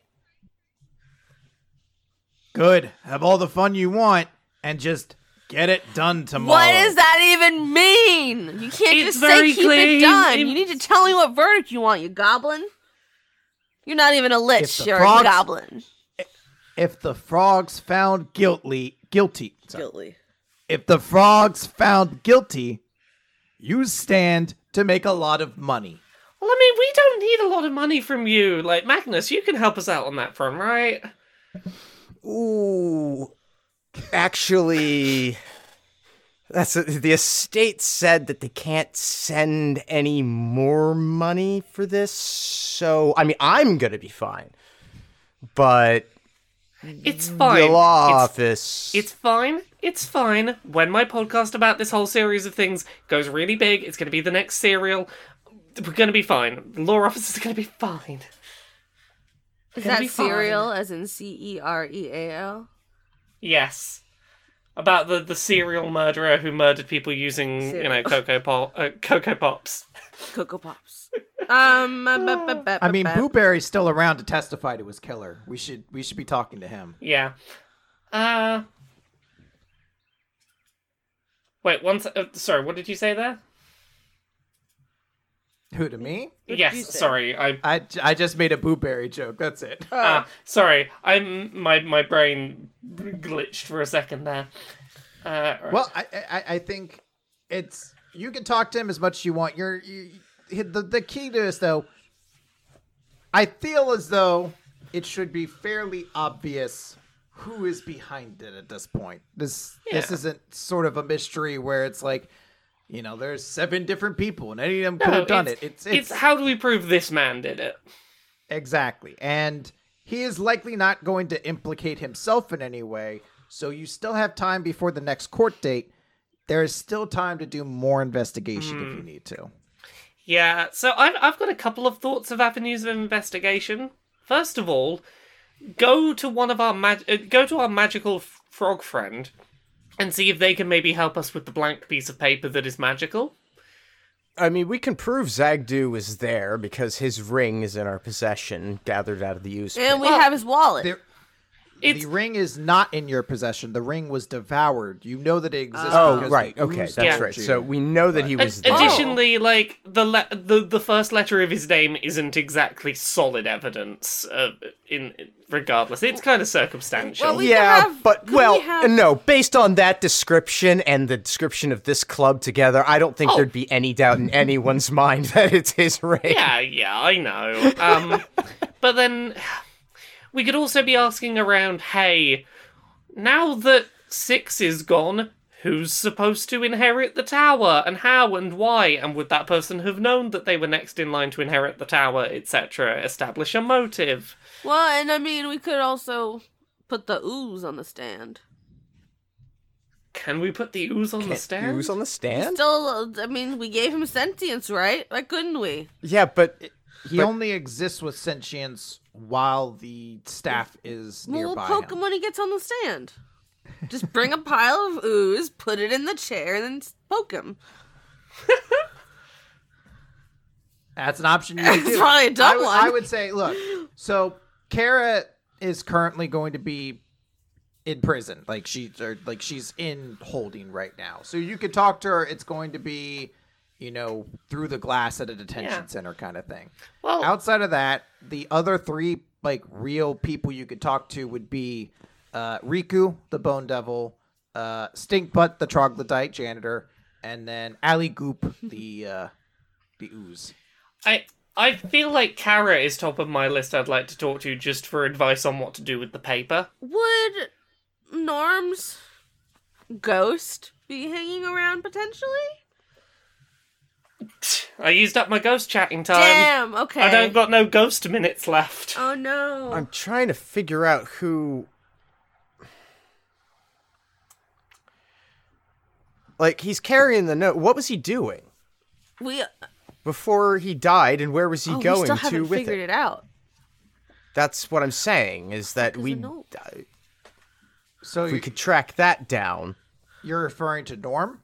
Speaker 3: Good. Have all the fun you want and just get it done tomorrow.
Speaker 2: What does that even mean? You can't
Speaker 4: Oh.
Speaker 2: just
Speaker 4: It's very
Speaker 2: say keep
Speaker 4: clean.
Speaker 2: it done.
Speaker 4: It-
Speaker 2: You need to tell me what verdict you want, you goblin. You're not even a lich.
Speaker 3: the
Speaker 2: You're
Speaker 3: frogs-
Speaker 2: a goblin.
Speaker 3: If the frogs found guilty, guilty. sorry.
Speaker 2: Guilty.
Speaker 3: If the frogs found guilty, you stand to make a lot of money.
Speaker 4: Well, I mean, we don't need a lot of money from you. Like, Magnus, you can help us out on that front, right?
Speaker 5: Ooh, actually, that's the estate said that they can't send any more money for this. So, I mean, I'm gonna be fine, but
Speaker 4: It's fine.
Speaker 5: the law
Speaker 4: It's-
Speaker 5: office.
Speaker 4: It's fine. It's fine. When my podcast about this whole series of things goes really big, it's going to be the next serial. We're going to be fine. The law office is going to be fine.
Speaker 2: Is
Speaker 4: Gonna
Speaker 2: that
Speaker 4: be fine.
Speaker 2: cereal as in C E R E A L?
Speaker 4: Yes. about the, the serial murderer who murdered people using you know
Speaker 2: Serial.
Speaker 4: cocoa pop uh, cocoa pops.
Speaker 2: Cocoa Pops. Um,
Speaker 3: I mean, Boo Berry's still around to testify to his killer. We should we should be talking to him.
Speaker 4: Yeah. Uh. Wait, one. se- Uh, sorry, what did you say there?
Speaker 3: Who to me?
Speaker 2: did you
Speaker 4: yes,
Speaker 2: say?
Speaker 4: sorry. I
Speaker 3: I, j- I just made a Boo Berry joke. That's it.
Speaker 2: Ah.
Speaker 4: uh, sorry. I'm my my brain glitched for a second there. Uh, right.
Speaker 3: Well, I, I I think it's you can talk to him as much as you want. You're you, the the key to this though. I feel as though it should be fairly obvious who is behind it at this point. This this
Speaker 4: Yeah.
Speaker 3: isn't sort of a mystery where it's like, you know, there's seven different people and any of them could
Speaker 4: No,
Speaker 3: have done
Speaker 4: oh, it's,
Speaker 3: it. It's
Speaker 4: it's how do we prove this man did it?
Speaker 3: Exactly. And he is likely not going to implicate himself in any way. So you still have time before the next court date. There is still time to do more investigation if you need to.
Speaker 4: Yeah, so I've, I've got a couple of thoughts of avenues of investigation. First of all, go to one of our mag- uh, go to our magical f- frog friend and see if they can maybe help us with the blank piece of paper that is magical.
Speaker 5: I mean, we can prove Zagdu was there because his ring is in our possession, gathered out of the use.
Speaker 2: and we have his wallet.
Speaker 3: Oh, There-
Speaker 4: It's
Speaker 3: the ring is not in your possession. The ring was devoured. You know that it exists.
Speaker 5: oh,
Speaker 3: because
Speaker 5: right.
Speaker 3: the
Speaker 5: Okay,
Speaker 3: ooze
Speaker 5: that's
Speaker 4: Yeah.
Speaker 5: right.
Speaker 3: told you.
Speaker 5: So we know that he was
Speaker 4: Ad-
Speaker 5: there.
Speaker 4: Additionally, like the, le- the the first letter of his name isn't exactly solid evidence. Uh, in regardless, it's kind of circumstantial.
Speaker 2: Well, Oh, we-
Speaker 5: yeah,
Speaker 2: have-
Speaker 5: but
Speaker 2: can
Speaker 5: well,
Speaker 2: we have-
Speaker 5: no. Based on that description and the description of this club together, I don't think
Speaker 4: Oh.
Speaker 5: there'd be any doubt in anyone's mind that it's his ring.
Speaker 4: yeah, yeah, I know. Um, but then we could also be asking around, hey, now that six is gone, who's supposed to inherit the tower, and how and why, and would that person have known that they were next in line to inherit the tower, etc. Establish a motive.
Speaker 2: well, and I mean, we could also put the ooze on the stand.
Speaker 4: Can we put the ooze on the stand?
Speaker 5: Who's on the stand?
Speaker 2: Still, I mean, we gave him sentience, right? Why couldn't we?
Speaker 5: Yeah, but
Speaker 3: He only exists with sentience while the staff is
Speaker 2: Well, we'll
Speaker 3: nearby.
Speaker 2: poke
Speaker 3: him.
Speaker 2: him when he gets on the stand. Just bring a pile of ooze, put it in the chair, and then s- poke him.
Speaker 3: That's an option you could
Speaker 2: It's
Speaker 3: do.
Speaker 2: probably a dumb
Speaker 3: I would-
Speaker 2: one.
Speaker 3: I would say, look, so Kara is currently going to be in prison. Like she or like she's in holding right now. So you could talk to her. It's going to be, you know, through the glass at a detention
Speaker 4: Yeah.
Speaker 3: center kind of thing.
Speaker 2: Oh.
Speaker 4: Well,
Speaker 3: Outside of that, the other three like real people you could talk to would be uh, Riku, the Bone Devil, uh, Stinkbutt, the Troglodyte janitor, and then Ali Goop, the uh, the ooze.
Speaker 4: I I feel like Kara is top of my list. I'd like to talk to just for advice on what to do with the paper.
Speaker 2: Would Norm's ghost be hanging around potentially?
Speaker 4: I used up my ghost chatting time.
Speaker 2: Damn. Okay.
Speaker 4: Uh, I don't got no ghost minutes left.
Speaker 2: Oh no.
Speaker 5: I'm trying to figure out who. Like he's carrying the note. What was he doing
Speaker 2: we
Speaker 5: before he died, and where was he
Speaker 2: oh, we
Speaker 5: going
Speaker 2: still
Speaker 5: to
Speaker 2: haven't
Speaker 5: with
Speaker 2: figured
Speaker 5: it?
Speaker 2: it out.
Speaker 5: That's what I'm saying. Is that
Speaker 2: Because
Speaker 5: we
Speaker 2: of note.
Speaker 5: uh,
Speaker 3: So
Speaker 5: we could track that down.
Speaker 3: You're referring to Norm?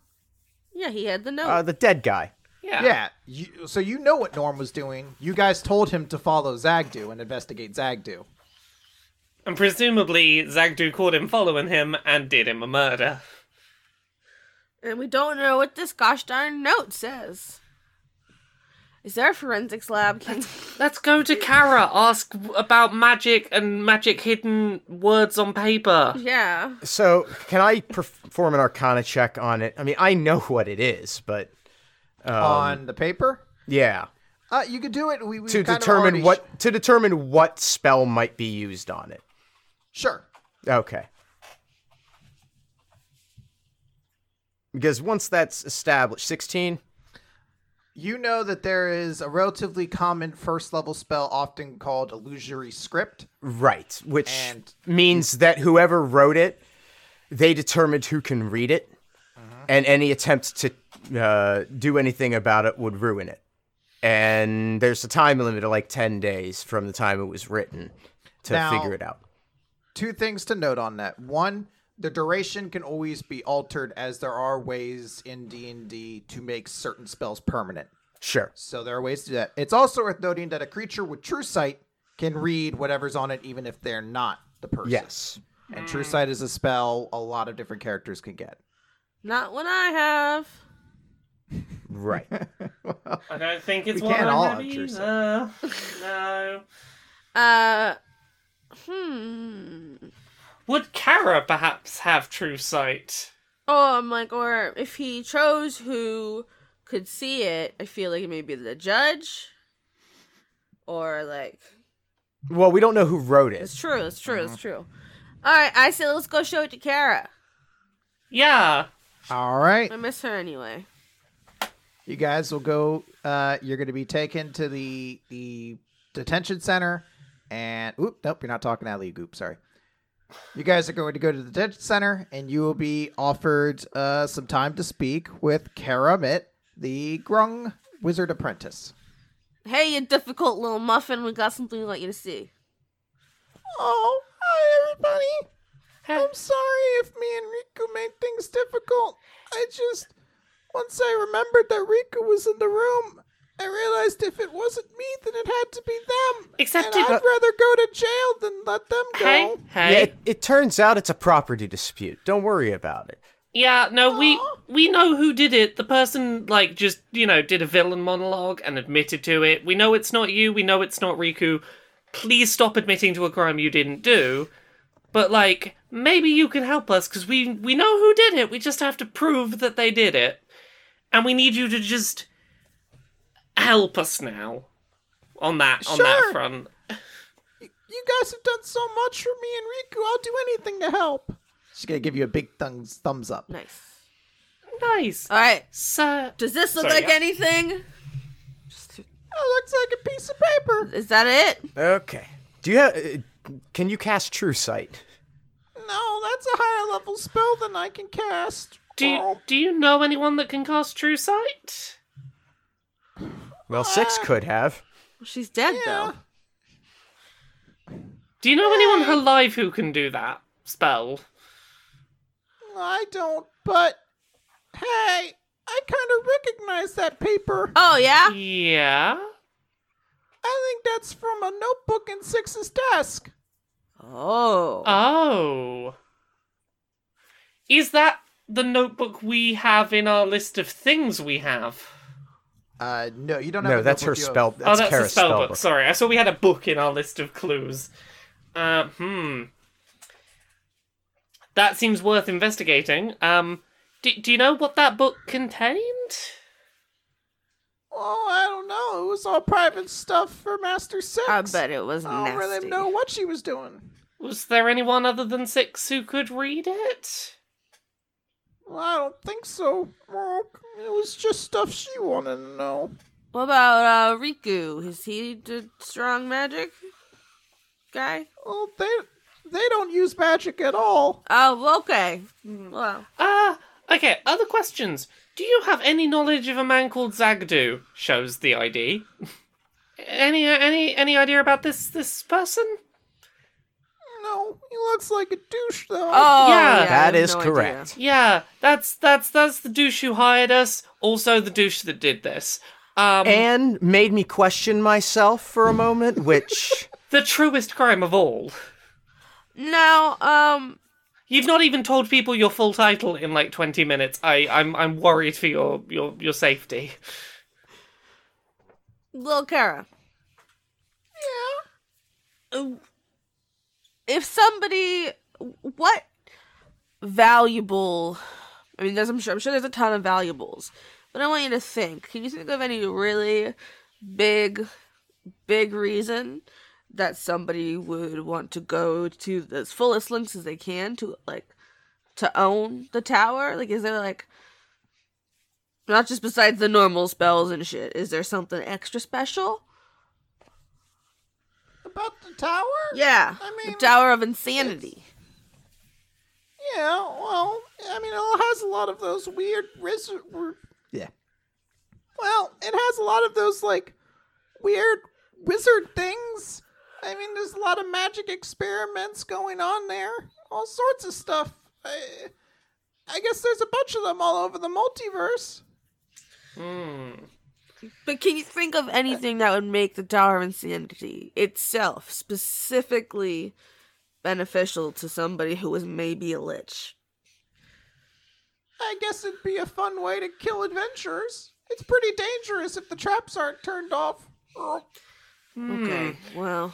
Speaker 2: Yeah, he had the note.
Speaker 5: Uh, the dead guy.
Speaker 4: Yeah.
Speaker 3: Yeah. You, so you know what Norm was doing. You guys told him to follow Zagdu and investigate Zagdu.
Speaker 4: And presumably Zagdu caught him following him and did him a murder.
Speaker 2: and we don't know what this gosh darn note says. Is there a forensics lab? Can
Speaker 4: Let's go to Kara, ask w- about magic and magic hidden words on paper.
Speaker 2: yeah.
Speaker 5: So can I perform an Arcana check on it? I mean, I know what it is, but Um,
Speaker 3: on the paper?
Speaker 5: yeah,
Speaker 3: Uh, you could do it. We, we
Speaker 5: to
Speaker 3: kind of
Speaker 5: determine
Speaker 3: already sh-
Speaker 5: what to determine what spell might be used on it.
Speaker 3: sure.
Speaker 5: Okay. Because once that's established, 16?
Speaker 3: You know that there is a relatively common first level spell often called illusory script.
Speaker 5: Right. Which
Speaker 3: And-
Speaker 5: means that whoever wrote it, they determined who can read it,
Speaker 3: Mm-hmm.
Speaker 5: and any attempt to uh, do anything about it would ruin it. And there's a time limit of like 10 days from the time it was written to
Speaker 3: Now-
Speaker 5: figure it out.
Speaker 3: Two things to note on that. One, the duration can always be altered as there are ways in D&D to make certain spells permanent.
Speaker 5: Sure.
Speaker 3: So there are ways to do that. It's also worth noting that a creature with true sight can read whatever's on it even if they're not the person.
Speaker 5: Yes.
Speaker 3: And true sight is a spell a lot of different characters can get.
Speaker 2: Not what I have.
Speaker 5: Right.
Speaker 4: I don't think it's
Speaker 3: We
Speaker 4: what
Speaker 3: can't
Speaker 4: I
Speaker 3: all
Speaker 4: have
Speaker 3: have true sight.
Speaker 4: either. no.
Speaker 2: Uh, hmm.
Speaker 4: Would Kara perhaps have true sight?
Speaker 2: Oh, I'm like, or if he chose who could see it, I feel like maybe the judge, or like
Speaker 5: well, we don't know who wrote it.
Speaker 2: it's true, it's true,
Speaker 4: Uh-huh.
Speaker 2: it's true. All right, I say let's go show it to Kara.
Speaker 4: Yeah.
Speaker 3: All right.
Speaker 2: I miss her anyway.
Speaker 3: You guys will go uh you're going to be taken to the the detention center and oop, nope, you're not talking alley goop, sorry. You guys are going to go to the detention center and you will be offered uh some time to speak with Kara Mitt, the Grung wizard apprentice.
Speaker 2: Hey, you difficult little muffin, we got something we want you to see.
Speaker 3: Oh, hi everybody.
Speaker 4: Hey.
Speaker 3: I'm sorry if me and Riku made things difficult. I just once I remembered that Riku was in the room, I realized if it wasn't me, then it had to be them.
Speaker 4: Except
Speaker 3: and
Speaker 4: it-
Speaker 3: I'd rather go to jail than let them go.
Speaker 4: Hey.
Speaker 5: Yeah,
Speaker 4: Hey.
Speaker 5: it, it turns out it's a property dispute. Don't worry about it.
Speaker 4: Yeah, no, we we know who did it. The person like just, you know, did a villain monologue and admitted to it. We know it's not you, we know it's not Riku. Please stop admitting to a crime you didn't do. But like, maybe you can help us cuz we we know who did it. We just have to prove that they did it. And we need you to just help us now on that on that
Speaker 3: Sure.
Speaker 4: front.
Speaker 3: You guys have done so much for me and Riku. I'll do anything to help. She's gonna give you a big thumbs thumbs up.
Speaker 2: Nice.
Speaker 4: Nice.
Speaker 2: All right,
Speaker 4: So
Speaker 2: does this look
Speaker 4: Sorry,
Speaker 2: like
Speaker 4: yeah.
Speaker 2: anything?
Speaker 3: That looks like a piece of paper.
Speaker 2: Is that it?
Speaker 5: Okay. Do you have? Uh, can you cast True Sight?
Speaker 3: No, that's a higher level spell than I can cast. Oh,
Speaker 4: do you, do you know anyone that can cast true sight?
Speaker 5: Well, six
Speaker 3: Uh,
Speaker 5: could have.
Speaker 2: She's dead
Speaker 3: Yeah.
Speaker 2: though.
Speaker 4: Do you know anyone alive who can do that spell?
Speaker 3: I don't, but hey, I kind of recognize that paper.
Speaker 2: Oh yeah.
Speaker 4: Yeah.
Speaker 3: I think that's from a notebook in Six's desk.
Speaker 2: Oh.
Speaker 4: Oh. Is that the notebook we have in our list of things we have?
Speaker 3: Uh, no, you don't have.
Speaker 5: No,
Speaker 3: a
Speaker 5: that's her
Speaker 3: notebook, you have-
Speaker 5: spell. That's,
Speaker 4: oh, that's
Speaker 5: Kara's
Speaker 4: the spell, book.
Speaker 5: book.
Speaker 4: Sorry, I saw we had a book in our list of clues. Uh, hmm. That seems worth investigating. Um, do, do you know what that book contained?
Speaker 3: Oh, I don't know. It was all private stuff for Master Six.
Speaker 2: I bet it was
Speaker 3: I
Speaker 2: nasty.
Speaker 3: don't really know what she was doing.
Speaker 4: Was there anyone other than Six who could read it?
Speaker 3: Well, I don't think so. Well, It was just stuff she wanted to know.
Speaker 2: What about uh, Riku? Is he the strong magic guy?
Speaker 3: Well, they they don't use magic at all.
Speaker 2: Oh, well, okay.
Speaker 5: Mm-hmm.
Speaker 2: Well,
Speaker 4: Ah, okay. Other questions. Do you have any knowledge of a man called Zagdu? Shows the ID. Any uh, any any idea about this this person?
Speaker 3: No, he looks like a douche though.
Speaker 2: oh,
Speaker 4: Yeah.
Speaker 2: yeah, I
Speaker 5: That
Speaker 2: have
Speaker 5: is
Speaker 2: no
Speaker 5: correct.
Speaker 4: Yeah, that's that's that's the douche who hired us. Also, the douche that did this. Um,
Speaker 5: And made me question myself for a moment, which
Speaker 4: the truest crime of all.
Speaker 2: Idea. Now, um,
Speaker 4: You've not even told people your full title in like twenty minutes. I I'm I'm worried for your your your safety.
Speaker 2: little Kara. Yeah. Um, If somebody, what valuable? I mean, there's I'm sure I'm sure there's a ton of valuables, but I want you to think. Can you think of any really big, big reason that somebody would want to go to the fullest lengths as they can to like to own the tower? Like, is there like not just besides the normal spells and shit. Is there something extra special?
Speaker 3: About the tower?
Speaker 2: Yeah.
Speaker 3: I
Speaker 2: the
Speaker 3: mean,
Speaker 2: Tower of Insanity.
Speaker 3: Yeah, well, I mean, it has a lot of those weird wizard. r- Yeah. Well, it has a lot of those like weird wizard things. I mean, there's a lot of magic experiments going on there. All sorts of stuff. I, I guess there's a bunch of them all over the multiverse.
Speaker 2: But can you think of anything that would make the Tower of Insanity itself specifically beneficial to somebody who was maybe a lich?
Speaker 3: I guess it'd be a fun way to kill adventurers. It's pretty dangerous if the traps aren't turned off. Oh,
Speaker 2: Okay, well,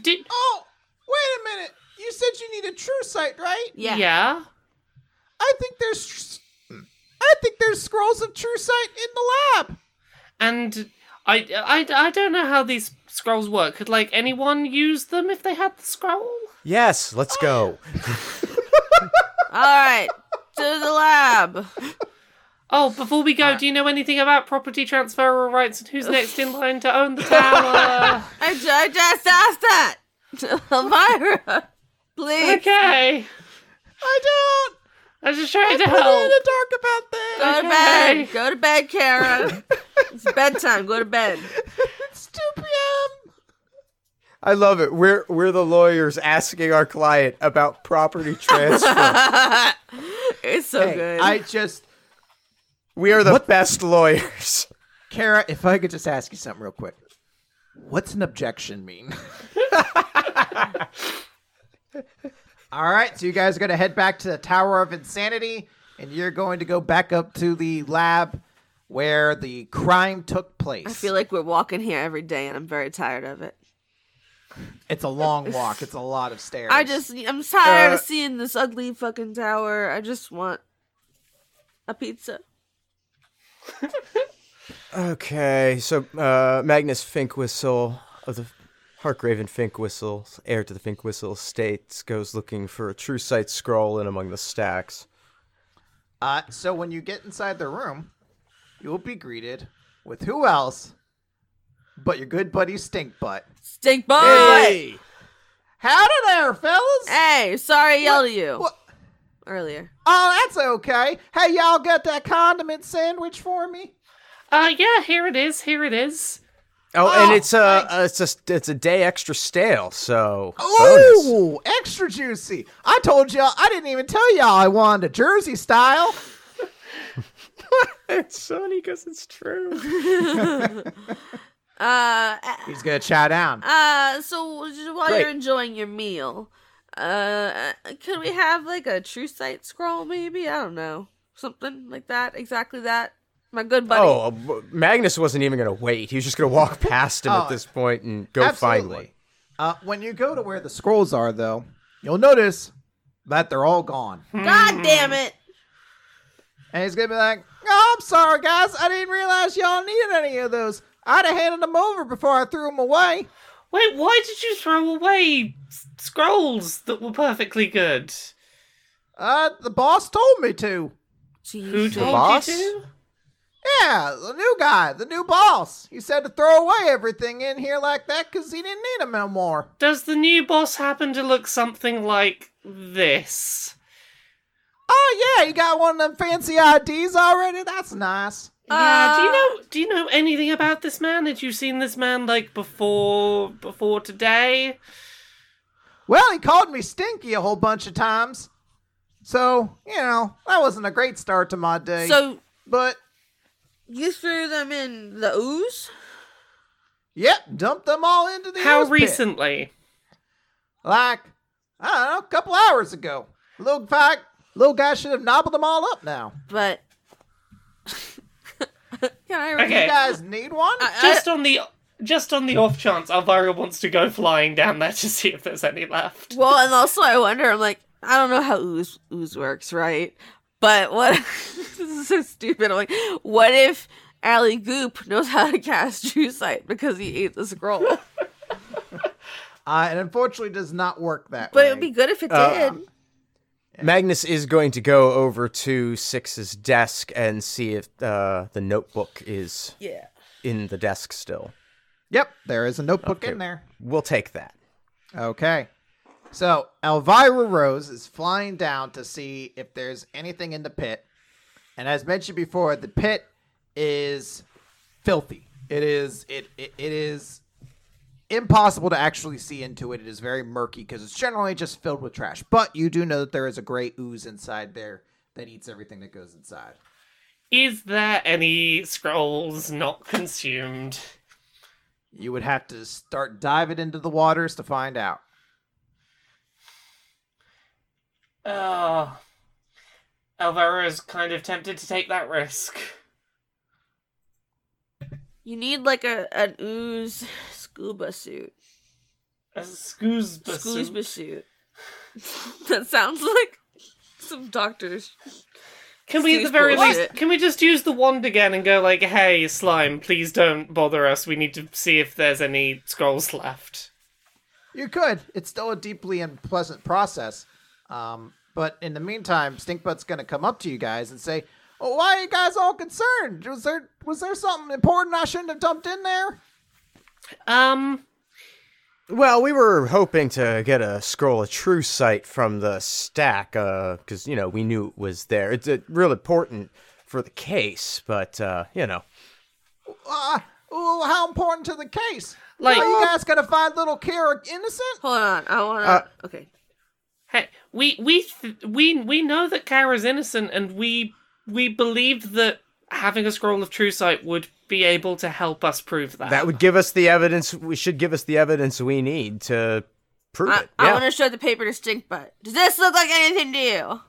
Speaker 4: Did
Speaker 3: oh, wait a minute. You said you need a true sight, right?
Speaker 2: yeah.
Speaker 4: yeah.
Speaker 3: I think there's I think there's scrolls of true sight in the lab.
Speaker 4: And I, I, I don't know how these scrolls work. Could like anyone use them if they had the scroll?
Speaker 5: Yes, let's go.
Speaker 2: All right, to the lab.
Speaker 4: Oh, before we go, do you know anything about property transfer or rights and who's next in line to own the tower?
Speaker 2: I, ju- I just asked that. Elvira, please.
Speaker 4: okay.
Speaker 3: I don't
Speaker 4: I was just trying to
Speaker 3: put it in
Speaker 4: help.
Speaker 3: the dark about that.
Speaker 2: Go to
Speaker 4: Okay.
Speaker 2: bed. Go to bed, Kara. it's bedtime. Go to bed.
Speaker 3: It's 2 p.m.
Speaker 5: I love it. We're we're the lawyers asking our client about property transfer.
Speaker 2: It's so good.
Speaker 3: I just
Speaker 5: we are the best lawyers.
Speaker 3: Kara, if I could just ask you something real quick. What's an objection mean? All right, so you guys are going to head back to the Tower of Insanity, and you're going to go back up to the lab where the crime took place.
Speaker 2: I feel like we're walking here every day, and I'm very tired of it.
Speaker 3: it's a long walk. It's a lot of stairs.
Speaker 2: I just, I'm tired
Speaker 5: Uh,
Speaker 2: of seeing this ugly fucking tower. I just want a pizza.
Speaker 5: Okay, so uh, Magnus Finkwhistle of the Harkraven Finkwhistle, heir to the Finkwhistle Estates, goes looking for a true sight scroll in among the stacks.
Speaker 3: Uh, so when you get inside the room, you'll be greeted with who else but your good buddy Stink Butt.
Speaker 2: Stink butt.
Speaker 3: Howdy there, fellas!
Speaker 2: Hey, sorry I yelled at you
Speaker 3: What?
Speaker 2: earlier.
Speaker 3: Oh, that's okay. Hey, y'all got that condiment sandwich for me?
Speaker 4: Uh, yeah, here it is. Here it is.
Speaker 5: Oh, and
Speaker 3: Oh,
Speaker 5: it's a uh, it's a it's a day extra stale, so bonus.
Speaker 3: Ooh, extra juicy. I told y'all, I didn't even tell y'all I wanted a Jersey style.
Speaker 5: It's funny because it's true.
Speaker 2: Uh,
Speaker 3: He's gonna chow down.
Speaker 2: uh. So while
Speaker 5: Great.
Speaker 2: you're enjoying your meal, uh, could we have like a true sight scroll? Maybe I don't know something like that. Exactly that. My good buddy.
Speaker 5: Oh, uh, w- Magnus wasn't even gonna wait. He was just gonna walk past him
Speaker 3: Oh,
Speaker 5: at this point and go find one.
Speaker 3: Absolutely. Uh, when you go to where the scrolls are, though, you'll notice that they're all gone.
Speaker 2: God damn it!
Speaker 3: And he's gonna be like, "Oh, I'm sorry, guys. I didn't realize y'all needed any of those. I'd have handed them over before I threw them away.
Speaker 4: Wait, why did you throw away s- scrolls that were perfectly good?
Speaker 3: Uh, the boss told me to.
Speaker 4: Who
Speaker 2: Jeez.
Speaker 4: told
Speaker 5: boss?
Speaker 4: you to?
Speaker 3: Yeah, the new guy, the new boss. He said to throw away everything in here like that because he didn't need them no more.
Speaker 4: Does the new boss happen to look something like this?
Speaker 3: Oh yeah, you got one of them fancy IDs already. That's nice.
Speaker 4: yeah. Do you
Speaker 2: Uh,
Speaker 4: know? Do you know anything about this man? Had you seen this man like before? Before today?
Speaker 3: Well, he called me stinky a whole bunch of times. So you know that wasn't a great start to my day.
Speaker 2: So
Speaker 3: but
Speaker 2: you threw them in the ooze?
Speaker 3: yep, dumped them all into the
Speaker 4: How
Speaker 3: ooze pit.
Speaker 4: recently?
Speaker 3: like I don't know, a couple hours ago. Little guy, little guy should have knobbled them all up. Now,
Speaker 2: But can I read?
Speaker 4: Okay.
Speaker 3: you guys need one?
Speaker 4: Just on the just on the off chance Elvira wants to go flying down there to see if there's any left.
Speaker 2: Well, and also I wonder. I'm like, I don't know how ooze ooze works, right? But what? this is so stupid. I'm like, what if Ali Goop knows how to cast True Sight because he ate the scroll?
Speaker 3: Uh, it unfortunately does not work that
Speaker 2: But
Speaker 3: way.
Speaker 2: it would be good if it
Speaker 5: Uh,
Speaker 2: did.
Speaker 5: Magnus is going to go over to Six's desk and see if uh, the notebook is
Speaker 2: Yeah.
Speaker 5: in the desk still.
Speaker 3: Yep, there is a notebook in there.
Speaker 5: We'll take that.
Speaker 3: Okay. So Elvira Rose is flying down to see if there's anything in the pit. And as mentioned before, the pit is filthy. It is it it, it is impossible to actually see into it. It is very murky because it's generally just filled with trash. But you do know that there is a gray ooze inside there that eats everything that goes inside.
Speaker 4: Is there any scrolls not consumed?
Speaker 3: You would have to start diving into the waters to find out.
Speaker 4: Oh. Elvira's kind of tempted to take that risk.
Speaker 2: You need like a an ooze scuba suit.
Speaker 4: A scoosba
Speaker 2: Scuba
Speaker 4: suit.
Speaker 2: suit. that sounds like some doctors.
Speaker 4: Can we at the
Speaker 2: Suit's
Speaker 4: very
Speaker 2: bullshit.
Speaker 4: least can we just use the wand again and go like, hey, slime, please don't bother us. We need to see if there's any scrolls left.
Speaker 3: You could. It's still a deeply unpleasant process. Um, but in the meantime, Stinkbutt's going to come up to you guys and say, oh, "Why are you guys all concerned? Was there was there something important I shouldn't have dumped in there?"
Speaker 4: Um
Speaker 5: Well, we were hoping to get a scroll of true sight from the stack, because you know we knew it was there. It's uh, real important for the case, but uh, you know,
Speaker 3: Uh, well, how important to the case?
Speaker 4: Like-
Speaker 3: are you guys going to find little Kira innocent?
Speaker 2: Hold on, I wanna. okay,
Speaker 4: Hey, we we th- we we know that Kara's innocent, and we we believed that having a scroll of true sight would be able to help us prove that.
Speaker 5: that would give us the evidence. We should give us the evidence we need to prove
Speaker 2: I,
Speaker 5: it.
Speaker 2: I
Speaker 5: yeah.
Speaker 2: want to show the paper to Stink Butt. Does this look like anything to you?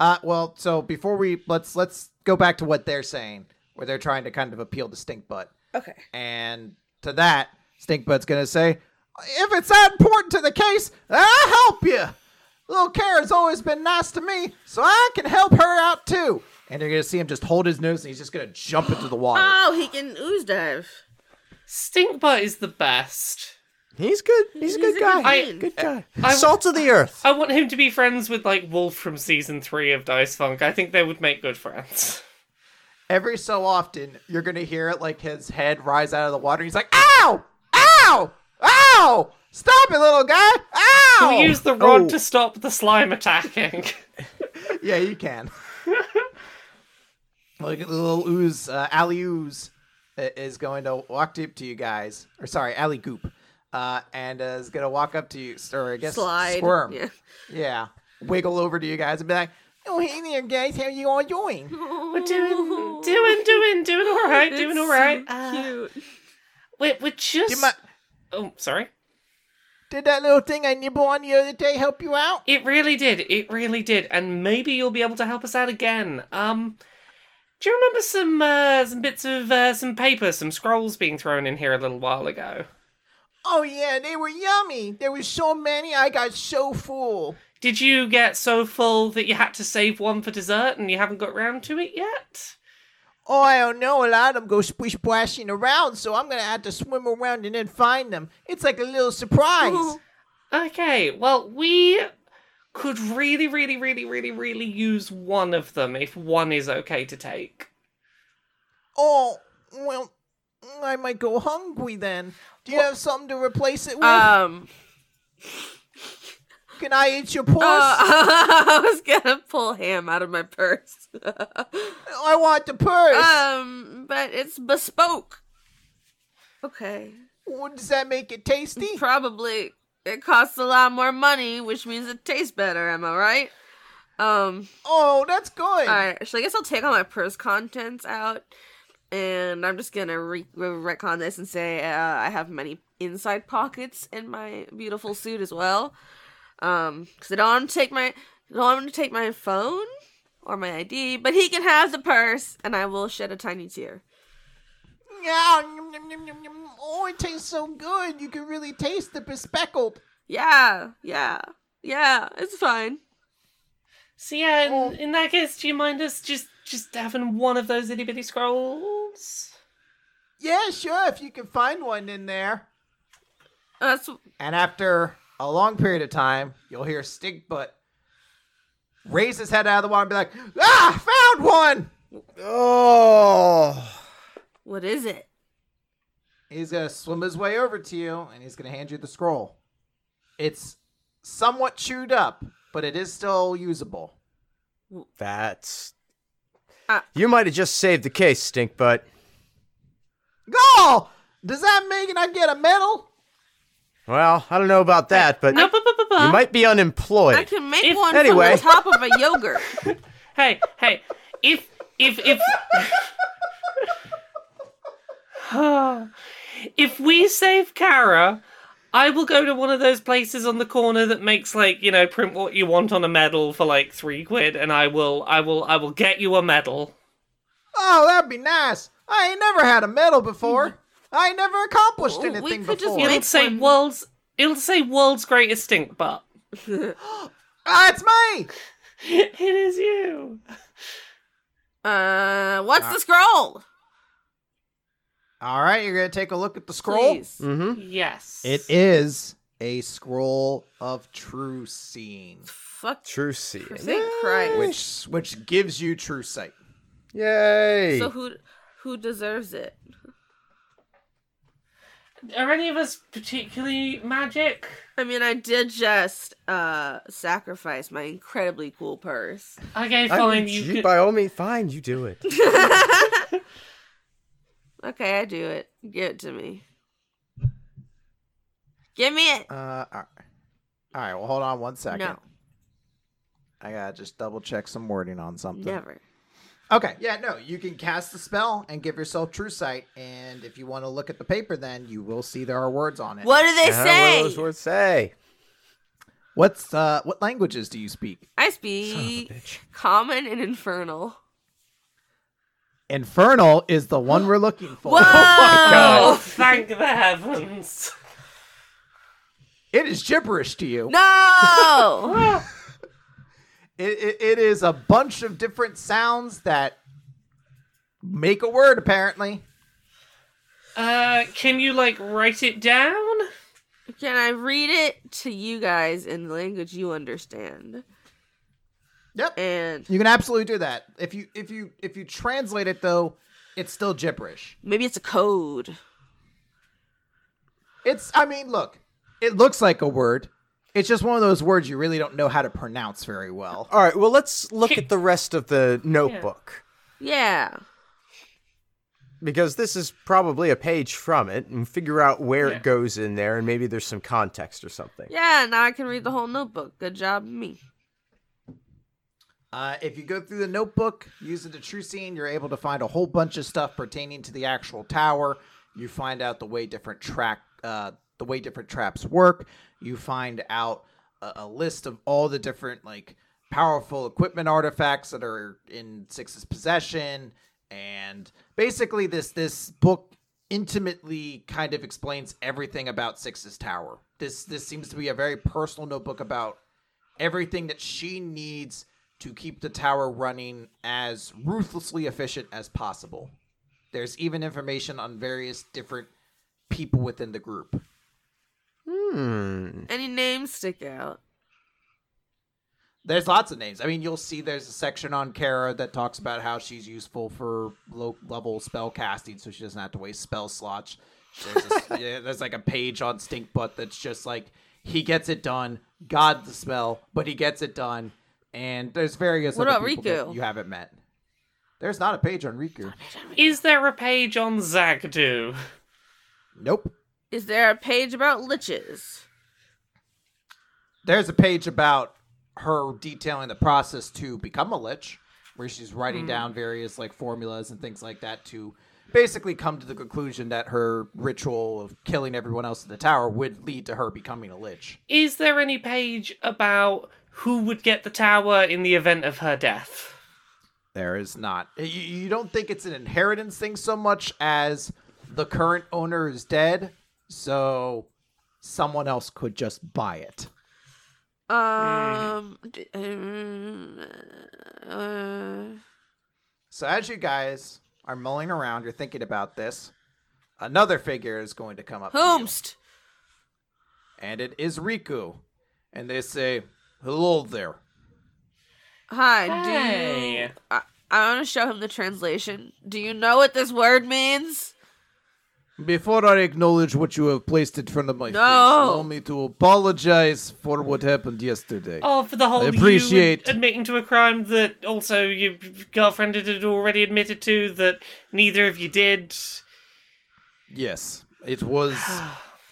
Speaker 3: Uh, well, so before we let's let's go back to what they're saying, where they're trying to kind of appeal to Stinkbutt,
Speaker 2: Okay.
Speaker 3: and to that, Stinkbutt's going to say, "If it's that important to the case, I'll help you." Little Kara's always been nice to me, so I can help her out too. And you're going to see him just hold his nose, and he's just going to jump into the water.
Speaker 2: Oh, he can ooze dive.
Speaker 4: Stinkbutt is the best.
Speaker 5: He's good. He's a good
Speaker 2: a good
Speaker 5: guy.
Speaker 2: dude.
Speaker 5: good guy.
Speaker 4: I-
Speaker 5: Salt of the earth.
Speaker 4: I want him to be friends with like Wolf from season three of Dice Funk. I think they would make good friends.
Speaker 3: Every so often, you're going to hear it like his head rise out of the water. He's like, "Ow! Ow! Ow! Stop it, little guy! Ow!"
Speaker 4: We use the rod
Speaker 5: Oh.
Speaker 4: to stop the slime attacking.
Speaker 3: Yeah, you can. like the little ooze, uh, alley ooze i- is going to walk up to you guys, or sorry, alley goop, uh, and uh, is going to walk up to you, or I guess
Speaker 2: Slide.
Speaker 3: squirm,
Speaker 2: Yeah.
Speaker 3: Yeah. wiggle over to you guys and be like, "Oh, hey there, guys, how you all doing?"
Speaker 4: we're doing, doing, doing, doing all right, doing
Speaker 2: Oh, It's
Speaker 4: all right.
Speaker 2: so
Speaker 4: Uh,
Speaker 2: cute.
Speaker 4: we're, we're just.
Speaker 3: Did, my,
Speaker 4: Oh, sorry.
Speaker 3: did that little thing I nibbled on the other day help you out?
Speaker 4: It really did. It really did. And maybe you'll be able to help us out again. Um, do you remember some uh, some bits of uh, some paper, some scrolls being thrown in here a little while ago?
Speaker 3: Oh yeah, they were yummy. There was so many, I got so full.
Speaker 4: Did you get so full that you had to save one for dessert and you haven't got round to it yet?
Speaker 3: Oh, I don't know. A lot of them go splish splashing around, so I'm gonna have to swim around and then find them. It's like a little surprise.
Speaker 4: Okay, well we could really, really, really, really, really use one of them if one is okay to take.
Speaker 3: oh, well, I might go hungry then. Do you have something to replace it with?
Speaker 2: Um.
Speaker 3: Can I eat your paws?
Speaker 2: Uh, I was gonna pull ham out of my purse.
Speaker 3: I want the purse.
Speaker 2: um, but it's bespoke. Okay.
Speaker 3: Well, Does that make it tasty?
Speaker 2: Probably it costs a lot more money, which means it tastes better, am I right? Um
Speaker 3: oh, that's good.
Speaker 2: alright, so I guess I'll take all my purse contents out and I'm just gonna re- re- retcon this and say uh, I have many inside pockets in my beautiful suit as well. Um, cause I don't want to take my I don't want to take my phone or my ID, but he can have the purse, and I will shed a tiny tear.
Speaker 3: Yeah. yum, yum, yum, yum, yum. Oh, it tastes so good. You can really taste the bespeckled.
Speaker 2: Yeah, yeah, yeah. It's fine.
Speaker 4: So yeah, in, in that case, do you mind us just just having one of those itty bitty scrolls?
Speaker 3: Yeah, sure. If you can find one in there.
Speaker 2: That's
Speaker 3: And after a long period of time, you'll hear Stinkbutt raise his head out of the water and be like, Ah, found one!
Speaker 5: Oh.
Speaker 2: what is it?
Speaker 3: He's going to swim his way over to you and he's going to hand you the scroll. It's somewhat chewed up, but it is still usable.
Speaker 5: That's.
Speaker 2: Uh,
Speaker 5: you might have just saved the case, Stink Butt.
Speaker 3: Gol! Does that mean I get a medal?
Speaker 5: Well, I don't know about that, but
Speaker 4: No, ba- ba- ba- ba.
Speaker 5: you might be
Speaker 2: I
Speaker 5: unemployed.
Speaker 2: can make
Speaker 4: If-
Speaker 2: one
Speaker 5: anyway.
Speaker 2: from the top of a yogurt.
Speaker 4: hey, hey, if if if if we save Kara, I will go to one of those places on the corner that makes like you know print what you want on a medal for like three quid, and I will I will I will get you a medal.
Speaker 3: Oh, that'd be nice. I ain't never had a medal before. I ain't never accomplished
Speaker 2: Ooh, we
Speaker 3: anything
Speaker 2: could just
Speaker 3: before.
Speaker 2: make-
Speaker 4: It'll say
Speaker 2: one.
Speaker 4: world's it'll say world's greatest stink butt.
Speaker 3: Ah, it's me.
Speaker 4: it is you.
Speaker 2: Uh, what's the scroll?
Speaker 3: All right, you're gonna take a look at the scroll.
Speaker 2: Please.
Speaker 5: Mm-hmm.
Speaker 4: Yes.
Speaker 3: It is a scroll of true seeing,
Speaker 2: Fuck.
Speaker 5: True seeing.
Speaker 2: Saint Christ.
Speaker 3: which which gives you true sight.
Speaker 5: Yay!
Speaker 2: So who who deserves it?
Speaker 4: Are any of us particularly magic?
Speaker 2: I mean, I did just uh sacrifice my incredibly cool purse.
Speaker 4: Okay,
Speaker 5: I mean,
Speaker 4: fine. you
Speaker 5: gee,
Speaker 4: could-
Speaker 5: By all means, fine. You do it.
Speaker 2: Okay, I do it. Give it to me. Give me it.
Speaker 3: Uh, all right. All right. Well, hold on one second.
Speaker 2: No,
Speaker 3: I gotta just double check some wording on something.
Speaker 2: never.
Speaker 3: Okay. Yeah. No, you can cast the spell and give yourself true sight, and if you want to look at the paper, then you will see there are words on it.
Speaker 2: What do they
Speaker 5: Uh,
Speaker 2: say?
Speaker 5: What does word say?
Speaker 3: What's uh? What languages do you speak?
Speaker 2: I speak common and infernal.
Speaker 3: Infernal is the one we're looking for.
Speaker 2: Whoa!
Speaker 4: Oh, thank the heavens.
Speaker 3: It is gibberish to you.
Speaker 2: No!
Speaker 3: It, it, it is a bunch of different sounds that make a word, apparently.
Speaker 4: Uh, can you like write it down?
Speaker 2: Can I read it to you guys in the language you understand?
Speaker 3: Yep.
Speaker 2: And
Speaker 3: You can absolutely do that. If you if you if you translate it though, it's still gibberish.
Speaker 2: maybe it's a code.
Speaker 3: It's I mean, look, it looks like a word. It's just one of those words you really don't know how to pronounce very well.
Speaker 5: All right. Well, let's look
Speaker 4: Ki-
Speaker 5: at the rest of the notebook
Speaker 2: Yeah.
Speaker 5: because this is probably a page from it, and figure out where it goes in there, and maybe there's some context or something.
Speaker 2: Yeah, now I can read the whole notebook. Good job, me.
Speaker 3: Uh, if you go through the notebook, use it to true scene, you're able to find a whole bunch of stuff pertaining to the actual tower. You find out the way different track, uh, the way different traps work. You find out a, a list of all the different like powerful equipment artifacts that are in Six's possession, and basically this this book intimately kind of explains everything about Six's tower. This this seems to be a very personal notebook about everything that she needs to keep the tower running as ruthlessly efficient as possible. There's even information on various different people within the group.
Speaker 5: Hmm.
Speaker 2: Any names stick out?
Speaker 3: There's lots of names. I mean, you'll see there's a section on Kara that talks about how she's useful for low level spell casting, so she doesn't have to waste spell slots. There's, a, yeah, there's like a page on Stink Butt that's just like he gets it done. God the spell, but he gets it done. And there's various
Speaker 2: What
Speaker 3: other
Speaker 2: about
Speaker 3: people
Speaker 2: Riku?
Speaker 3: that you haven't met. There's not a page on Riku.
Speaker 4: Is there a page on Zagdu?
Speaker 3: Nope.
Speaker 2: Is there a page about liches?
Speaker 3: there's a page about her detailing the process to become a lich where she's writing down various like formulas and things like that to basically come to the conclusion that her ritual of killing everyone else in the tower would lead to her becoming a lich
Speaker 4: Is there any page about who would get the tower in the event of her death?
Speaker 3: there is not you, you don't think it's an inheritance thing so much as the current owner is dead so someone else could just buy it
Speaker 2: Um. d- um, uh,
Speaker 3: So as you guys are mulling around, you're thinking about this. Another figure is going to come up, to you,
Speaker 2: Homst.
Speaker 3: and it is Riku. And they say, "Hello there."
Speaker 2: Hi, do
Speaker 4: Hey.
Speaker 2: you- I, I want to show him the translation. Do you know what this word means?
Speaker 3: Before I acknowledge what you have placed in front of my
Speaker 2: No. face, allow
Speaker 3: me to apologize for what happened yesterday.
Speaker 4: Oh, for the whole you
Speaker 3: appreciate-
Speaker 4: admitting to a crime that also your girlfriend had already admitted to that neither of you did.
Speaker 3: Yes, It was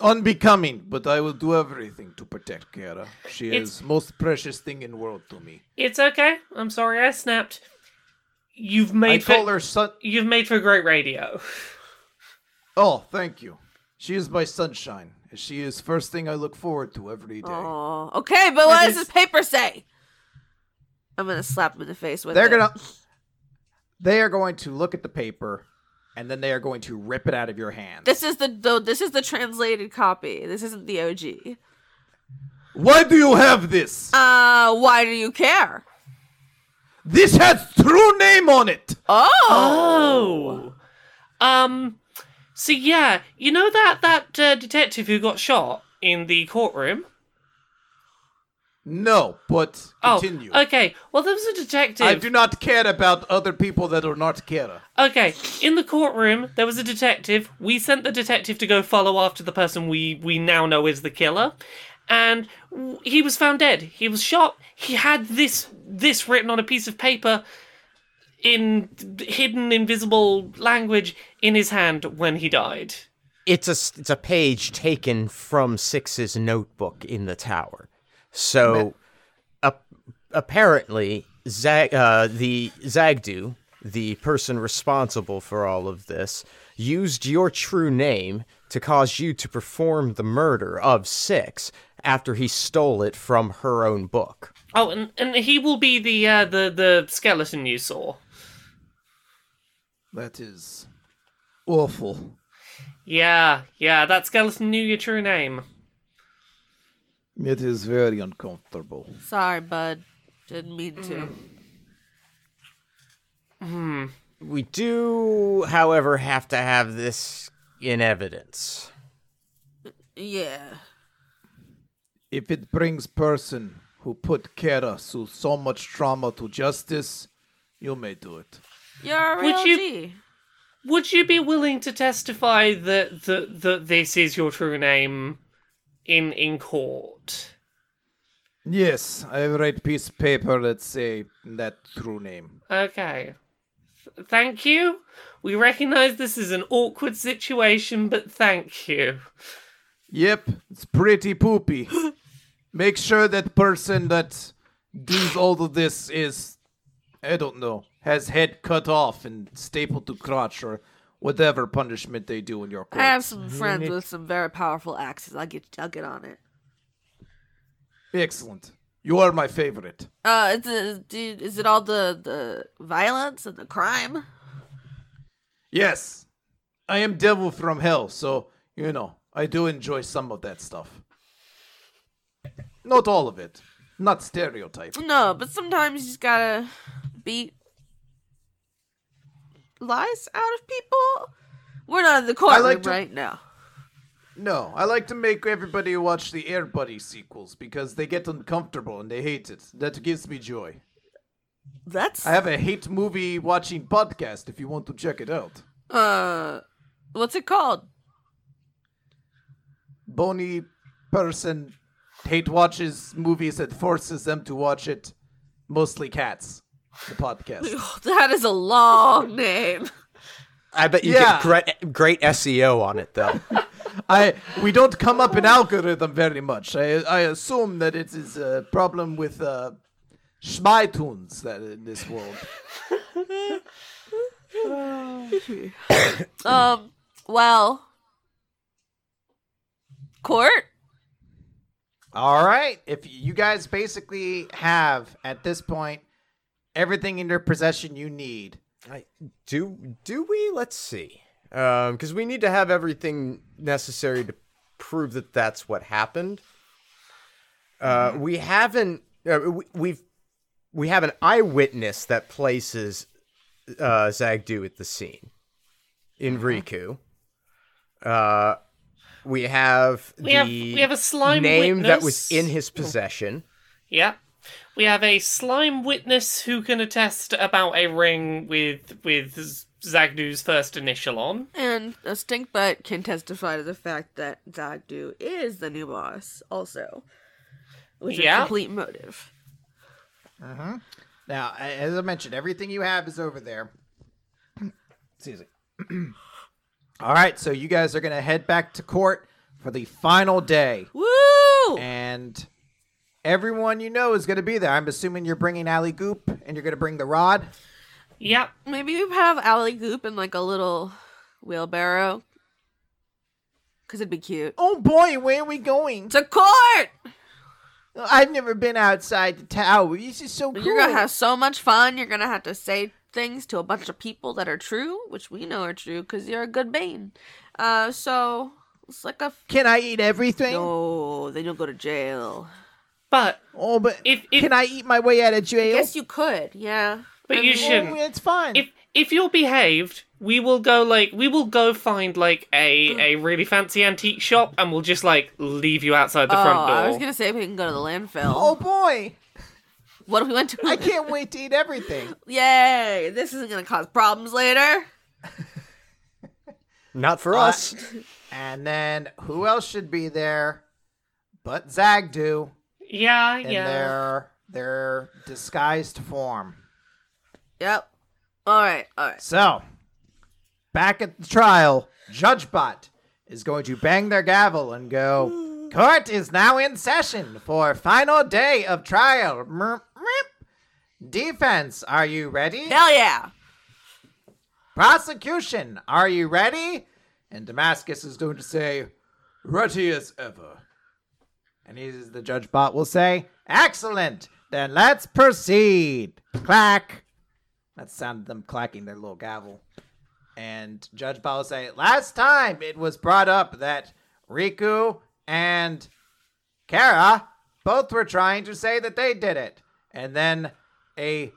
Speaker 3: unbecoming, but I will do everything to protect Kara. She
Speaker 4: It's-
Speaker 3: is most precious thing in world to me.
Speaker 4: It's okay. I'm sorry I snapped. You've
Speaker 3: I
Speaker 4: made for,
Speaker 3: call her sun.
Speaker 4: you've made for great radio.
Speaker 3: Oh, thank you. She is my sunshine. She is first thing I look forward to every day.
Speaker 2: Oh, okay, but what does
Speaker 4: is-
Speaker 2: this paper say? I'm gonna slap him in the face with
Speaker 3: They're
Speaker 2: it.
Speaker 3: gonna. They are going to look at the paper, and then they are going to rip it out of your hand.
Speaker 2: This is the, the this is the translated copy. This isn't the OG.
Speaker 3: Why do you have this?
Speaker 2: Uh, why do you care?
Speaker 3: This has true name on it.
Speaker 2: Oh,
Speaker 4: Oh. Um. So yeah, you know that that uh, detective who got shot in the courtroom.
Speaker 3: No, but continue.
Speaker 4: Oh, okay. Well, there was a detective.
Speaker 3: I do not care about other people that are not Kara.
Speaker 4: Okay, in the courtroom, there was a detective. We sent the detective to go follow after the person we, we now know is the killer, and w- he was found dead. He was shot. He had this this written on a piece of paper in hidden, invisible language in his hand when he died.
Speaker 5: It's a s- it's a page taken from Six's notebook in the tower. So, ap- apparently, Zag uh, the Zagdu, the person responsible for all of this, used your true name to cause you to perform the murder of Six after he stole it from her own book.
Speaker 4: Oh, and, and he will be the uh, the the skeleton you saw.
Speaker 3: That is awful.
Speaker 4: Yeah, yeah, that skeleton knew your true name.
Speaker 3: It is very uncomfortable.
Speaker 2: sorry, bud. Didn't mean to.
Speaker 5: We do, however, have to have this in evidence.
Speaker 2: Yeah.
Speaker 3: If it brings person who put Kara through so much trauma to justice, you may do it.
Speaker 2: You're a
Speaker 4: Would
Speaker 2: real
Speaker 4: you-
Speaker 2: G.
Speaker 4: Would you be willing to testify that that, that this is your true name in in court?
Speaker 3: Yes, I write piece of paper that say that true name.
Speaker 4: Okay. Th- Thank you. We recognize this is an awkward situation, but thank you.
Speaker 3: Yep, it's pretty poopy. Make sure that person that does all of this is, I don't know, has head cut off and stapled to crotch or whatever punishment they do in your court.
Speaker 2: I have some friends with some very powerful axes. I'll get I'll get on it.
Speaker 3: Excellent. You are my favorite.
Speaker 2: Uh, is it, dude, is it all the the violence and the crime?
Speaker 3: Yes, I am devil from hell, so you know I do enjoy some of that stuff. Not all of it. Not stereotype.
Speaker 2: No, but sometimes you just gotta beat lies out of people. We're not in the courtroom
Speaker 3: like to-
Speaker 2: right now.
Speaker 3: No, I like to make everybody watch the Air Buddy sequels because they get uncomfortable and they hate it. That gives me joy.
Speaker 2: That's
Speaker 3: I have a hate movie watching podcast if you want to check it out.
Speaker 2: uh, what's it called?
Speaker 3: Bony person hate watches movies that forces them to watch it, mostly cats. The podcast.
Speaker 2: That is a long name.
Speaker 5: I bet you
Speaker 3: Yeah.
Speaker 5: get great, great SEO on it, though.
Speaker 3: I we don't come up in algorithm very much. I I assume that it is a problem with uh, Schmai tunes that in this world.
Speaker 2: Um, well, court.
Speaker 3: All right. If you guys basically have at this point everything in your possession you need.
Speaker 5: I, do do we? Let's see, because we need to have everything necessary to prove that that's what happened. Uh,
Speaker 4: Mm-hmm.
Speaker 5: we haven't. Uh, we, we've we have an eyewitness that places uh, Zagdu at the scene in
Speaker 4: Uh-huh.
Speaker 5: Riku. Uh, we have
Speaker 4: We have-
Speaker 5: the
Speaker 4: we have a slime
Speaker 5: name that
Speaker 4: witness. Oh.
Speaker 5: was in his possession.
Speaker 4: Yeah. We have a slime witness who can attest about a ring with with Z- Zagdu's first initial on.
Speaker 2: And a stink butt can testify to the fact that Zagdu is the new boss, also, which
Speaker 4: Yeah.
Speaker 2: is complete motive.
Speaker 3: Now, a- as I mentioned, everything you have is over there. Excuse me. All right, so you guys are going to head back to court for the final day.
Speaker 2: Woo!
Speaker 3: And everyone you know is going to be there. I'm assuming you're bringing Alley Goop and you're going to bring the rod.
Speaker 4: Yep.
Speaker 2: Maybe we have Alley Goop in like a little wheelbarrow. Cause it'd be cute.
Speaker 3: Oh boy, where are we going?
Speaker 2: To court!
Speaker 3: I've never been outside the tower. This is so cool.
Speaker 2: You're gonna have so much fun. You're gonna have to say things to a bunch of people that are true, which we know are true because you're a good Bane. Uh, so it's like a. F-
Speaker 3: Can I eat everything?
Speaker 2: no, then you'll go to jail.
Speaker 4: But
Speaker 3: Oh, but
Speaker 4: If- if-
Speaker 3: can I eat my way out of
Speaker 2: I
Speaker 3: jail?
Speaker 2: guess you could, yeah.
Speaker 4: but
Speaker 2: I mean-
Speaker 4: you
Speaker 3: oh,
Speaker 4: shouldn't.
Speaker 3: it's fine.
Speaker 4: If if you're behaved, we will go like we will go find like
Speaker 2: Mm.
Speaker 4: a a really fancy antique shop and we'll just like leave you outside the
Speaker 2: oh,
Speaker 4: front door.
Speaker 2: I was gonna say we can go to the landfill.
Speaker 3: oh boy,
Speaker 2: What if we went to?
Speaker 3: I can't wait to eat everything.
Speaker 2: Yay! This isn't gonna cause problems later.
Speaker 5: Not for
Speaker 4: Uh,
Speaker 5: us.
Speaker 3: And then who else should be there but Zagdu
Speaker 4: Yeah,
Speaker 3: in
Speaker 4: yeah.
Speaker 3: their their disguised form?
Speaker 2: Yep. All right. All right.
Speaker 3: So, back at the trial, JudgeBot is going to bang their gavel and
Speaker 4: Hmm.
Speaker 3: go, Court is now in session for final day of trial. Merp, merp. Defense, are you ready?
Speaker 2: Hell yeah!
Speaker 3: Prosecution, are you ready? And Damascus is going to say, Ready as ever. And he, the judge bot will say, Excellent! Then let's proceed. Clack. That sounded them clacking their little gavel. And Judge Bot will say, Last time it was brought up that Riku and Kara both were trying to say that they did it. And then a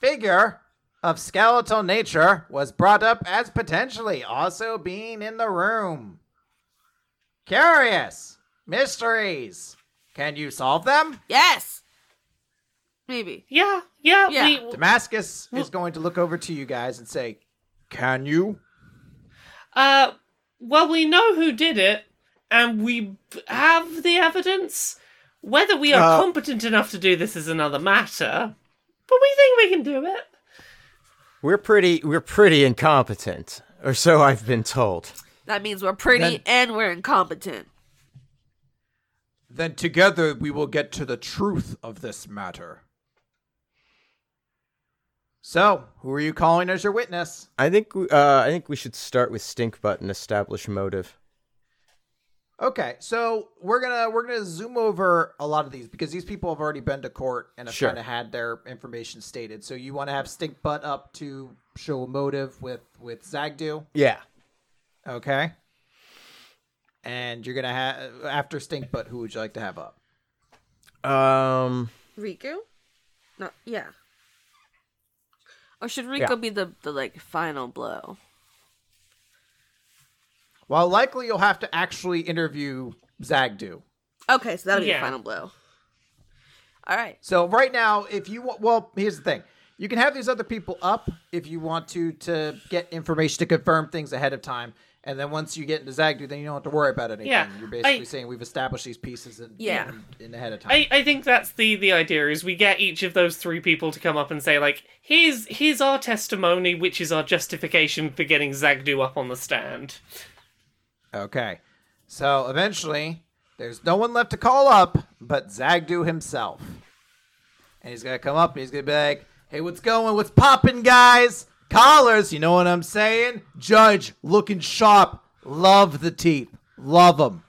Speaker 3: figure of skeletal nature was brought up as potentially also being in the room. Curious mysteries. Can you solve them?
Speaker 2: Yes. Maybe.
Speaker 4: Yeah, yeah,
Speaker 2: Yeah.
Speaker 4: we-
Speaker 3: Damascus is going to look over to you guys and say, Can you?
Speaker 4: uh well we know who did it and we have the evidence. Whether we are
Speaker 5: Uh,
Speaker 4: competent enough to do this is another matter. But we think we can do it.
Speaker 5: We're pretty we're pretty incompetent, or so I've been told.
Speaker 2: That means we're pretty
Speaker 3: Then-
Speaker 2: and we're incompetent.
Speaker 3: Then together we will get to the truth of this matter. So, who are you calling as your witness?
Speaker 5: I think we- uh, I think we should start with stink butt and establish motive.
Speaker 3: Okay, so we're gonna we're gonna zoom over a lot of these because these people have already been to court and have
Speaker 5: Sure.
Speaker 3: kind of had their information stated. So you want to have Stink Butt up to show a motive with with Zagdu,
Speaker 5: Yeah.
Speaker 3: okay? And you're gonna have after Stink Butt, who would you like to have up?
Speaker 5: Um.
Speaker 2: Riku? No, yeah. Or should Riku
Speaker 5: Yeah.
Speaker 2: be the, the like final blow?
Speaker 3: Well, likely you'll have to actually interview Zagdu.
Speaker 2: Okay, so that'll be
Speaker 4: Yeah.
Speaker 2: the final blow. All right.
Speaker 3: So right now, if you want, well, here's the thing: you can have these other people up if you want to to get information to confirm things ahead of time, and then once you get into Zagdu, then you don't have to worry about anything.
Speaker 4: Yeah,
Speaker 3: You're basically
Speaker 4: I-
Speaker 3: saying we've established these pieces in,
Speaker 2: Yeah.
Speaker 3: in, in ahead of time.
Speaker 4: I, I think that's the the idea is we get each of those three people to come up and say like here's here's our testimony which is our justification for getting Zagdu up on the stand.
Speaker 3: Okay, so eventually, there's no one left to call up but Zagdu himself, and he's gonna come up and he's gonna be like, "Hey, what's going? What's popping, guys? Collars, you know what I'm saying? Judge, looking sharp. Love the teeth. Love them."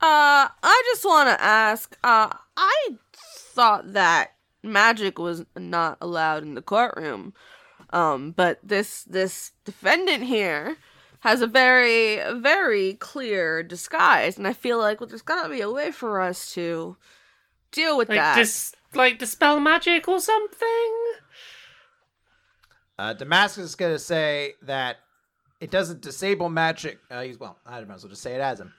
Speaker 2: Uh, I just want to ask. Uh, I thought that magic was not allowed in the courtroom. Um, but this this defendant here has a very very clear disguise, and I feel like well, there's gotta be a way for us to deal with
Speaker 4: Like
Speaker 2: that.
Speaker 4: dis- like dispel magic or something.
Speaker 3: Uh, Damascus is going to say that it doesn't disable magic. Uh, he's well, I might as well just say it as him.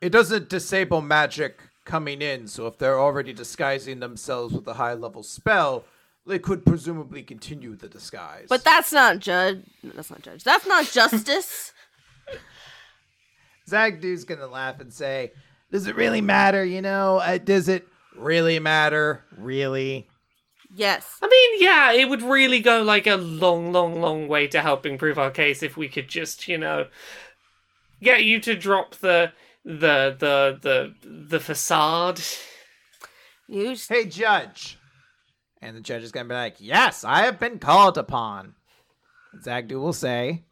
Speaker 3: It doesn't disable magic coming in. So if they're already disguising themselves with a high level spell, they could presumably continue the disguise.
Speaker 2: But that's not judge. That's not judge. That's not justice.
Speaker 3: Zagdu's going to laugh and say, "Does it really matter? You know, uh, does it really matter? Really?"
Speaker 2: Yes.
Speaker 4: I mean, yeah, it would really go like a long, long, long way to helping prove our case if we could just, you know, get you to drop the the the the the facade.
Speaker 2: You just,
Speaker 3: Hey, judge. And the judge is going to be like, Yes, I have been called upon. Zagdu will say,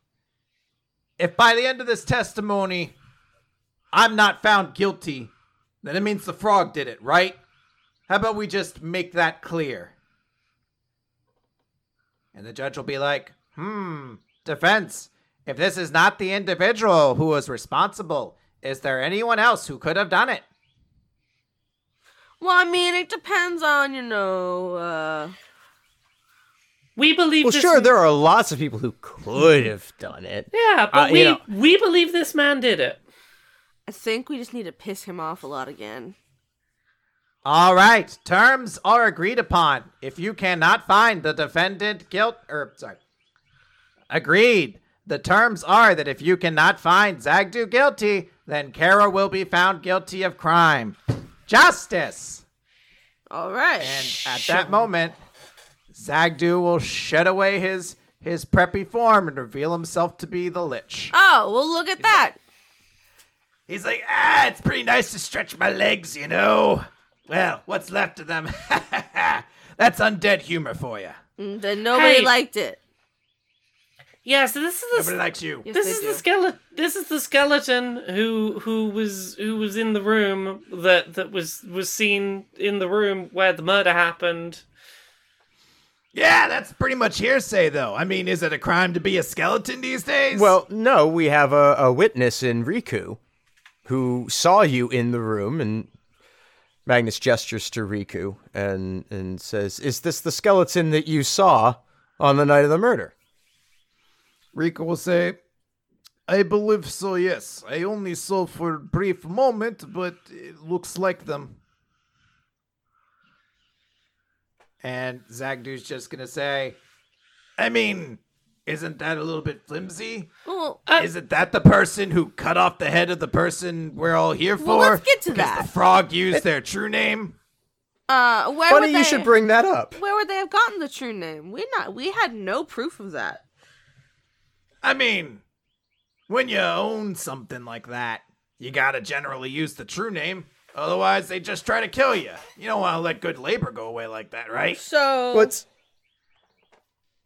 Speaker 3: If by the end of this testimony I'm not found guilty, then it means the frog did it, right? How about we just make that clear? And the judge will be like, Hmm, defense, if this is not the individual who was responsible, is there anyone else who could have done it?
Speaker 2: well, I mean, it depends on you know. uh
Speaker 4: We believe.
Speaker 5: Well,
Speaker 4: this
Speaker 5: sure, there are lots of people who could have done it.
Speaker 4: Yeah,
Speaker 5: Uh,
Speaker 4: but
Speaker 5: you
Speaker 4: we
Speaker 5: know.
Speaker 4: we believe this man did it.
Speaker 2: I think we just need to piss him off a lot again.
Speaker 3: All right, terms are agreed upon. If you cannot find the defendant guilt or sorry. Agreed. The terms are that if you cannot find Zagdu guilty, then Kara will be found guilty of crime. Justice.
Speaker 2: All right.
Speaker 3: And at that moment, Zagdu will shed away his his preppy form and reveal himself to be the lich.
Speaker 2: oh well, look at that.
Speaker 3: He's like, ah, it's pretty nice to stretch my legs, you know. Well, what's left of them? That's undead humor for you.
Speaker 2: Mm, Then nobody
Speaker 4: Hey.
Speaker 2: liked it.
Speaker 4: Yeah, so this is the
Speaker 3: Nobody likes you.
Speaker 2: Yes,
Speaker 4: this
Speaker 2: they
Speaker 4: is
Speaker 2: do.
Speaker 4: the skeleton. This is the skeleton who who was who was in the room that that was was seen in the room where the murder happened.
Speaker 3: Yeah, that's pretty much hearsay, though. I mean, is it a crime to be a skeleton these days?
Speaker 5: Well, no, we have a, a witness in Riku who saw you in the room, and Magnus gestures to Riku and, and says, Is this the skeleton that you saw on the night of the murder?
Speaker 6: Rico will say, I believe so, yes. I only saw for a brief moment, but it looks like them.
Speaker 3: and Zagdu's just gonna say, I mean, isn't that a little bit flimsy?
Speaker 2: Well,
Speaker 3: Isn't that the person who cut off the head of the person we're all here for?
Speaker 2: Well, let's get to
Speaker 3: 'Cause
Speaker 2: that.
Speaker 3: The frog used their true name.
Speaker 2: uh, where would
Speaker 5: Funny
Speaker 2: they,
Speaker 5: you should bring that up.
Speaker 2: Where would they have gotten the true name? We not. We had no proof of that.
Speaker 3: I mean, when you own something like that, you gotta generally use the true name. Otherwise, they just try to kill you. You don't want to let good labor go away like that, right?
Speaker 2: So
Speaker 5: Well, it's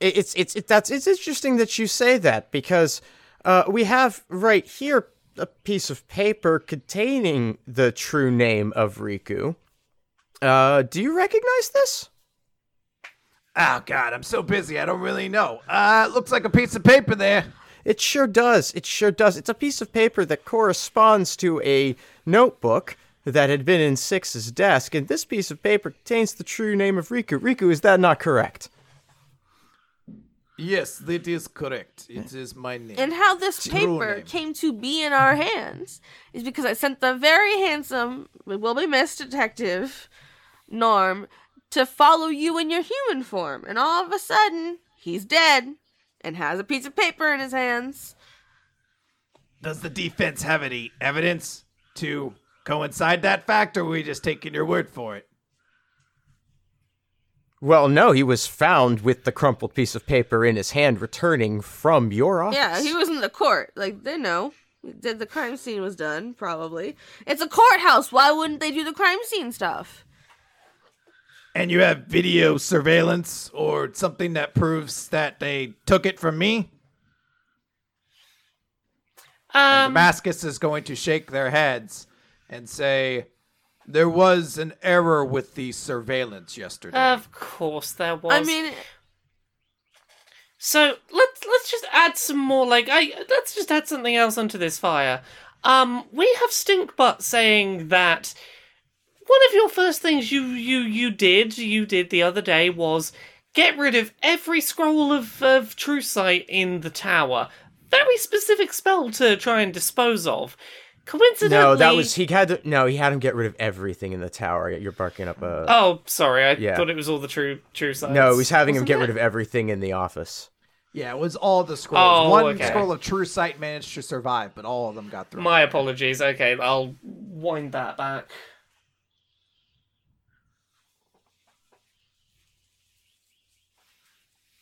Speaker 5: it- it's it's it, that's it's interesting that you say that because uh, we have right here a piece of paper containing the true name of Riku. Uh, do you recognize this?
Speaker 3: Oh God, I'm so busy. I don't really know. Uh, looks like a piece of paper there.
Speaker 5: It sure does. It sure does. It's a piece of paper that corresponds to a notebook that had been in Six's desk, and this piece of paper contains the true name of Riku. Riku, is that not correct?
Speaker 6: Yes, that is correct. It is my name.
Speaker 2: And how this paper
Speaker 6: name.
Speaker 2: came to be in our hands is because I sent the very handsome, will be missed detective, Norm, to follow you in your human form. And all of a sudden, he's dead and has a piece of paper in his hands.
Speaker 3: Does the defense have any evidence to coincide that fact, or are we just taking your word for it?
Speaker 5: Well, no, he was found with the crumpled piece of paper in his hand, returning from your office.
Speaker 2: Yeah, he was in the court. Like, they know. Did the crime scene was done, probably. It's a courthouse. Why wouldn't they do the crime scene stuff?
Speaker 3: And you have video surveillance or something that proves that they took it from me?
Speaker 4: Um,
Speaker 3: Damascus is going to shake their heads and say, There was an error with the surveillance yesterday.
Speaker 4: of course there was.
Speaker 2: I mean,
Speaker 4: So let's let's just add some more. Like, I let's just add something else onto this fire. Um, we have Stinkbutt saying that one of your first things you you you did you did the other day was get rid of every scroll of of true sight in the tower. Very specific spell to try and dispose of. Coincidentally,
Speaker 5: No, that was he had to, no, he had him get rid of everything in the tower. You're barking up a
Speaker 4: Oh, sorry, I
Speaker 5: Yeah.
Speaker 4: thought it was all the true true sights.
Speaker 5: no. He was having him
Speaker 4: wasn't
Speaker 5: get
Speaker 4: it?
Speaker 5: rid of everything in the office.
Speaker 3: yeah, it was all the scrolls.
Speaker 4: Oh,
Speaker 3: One
Speaker 4: okay.
Speaker 3: scroll of true sight managed to survive, but all of them got through.
Speaker 4: My apologies. Okay, I'll wind that back.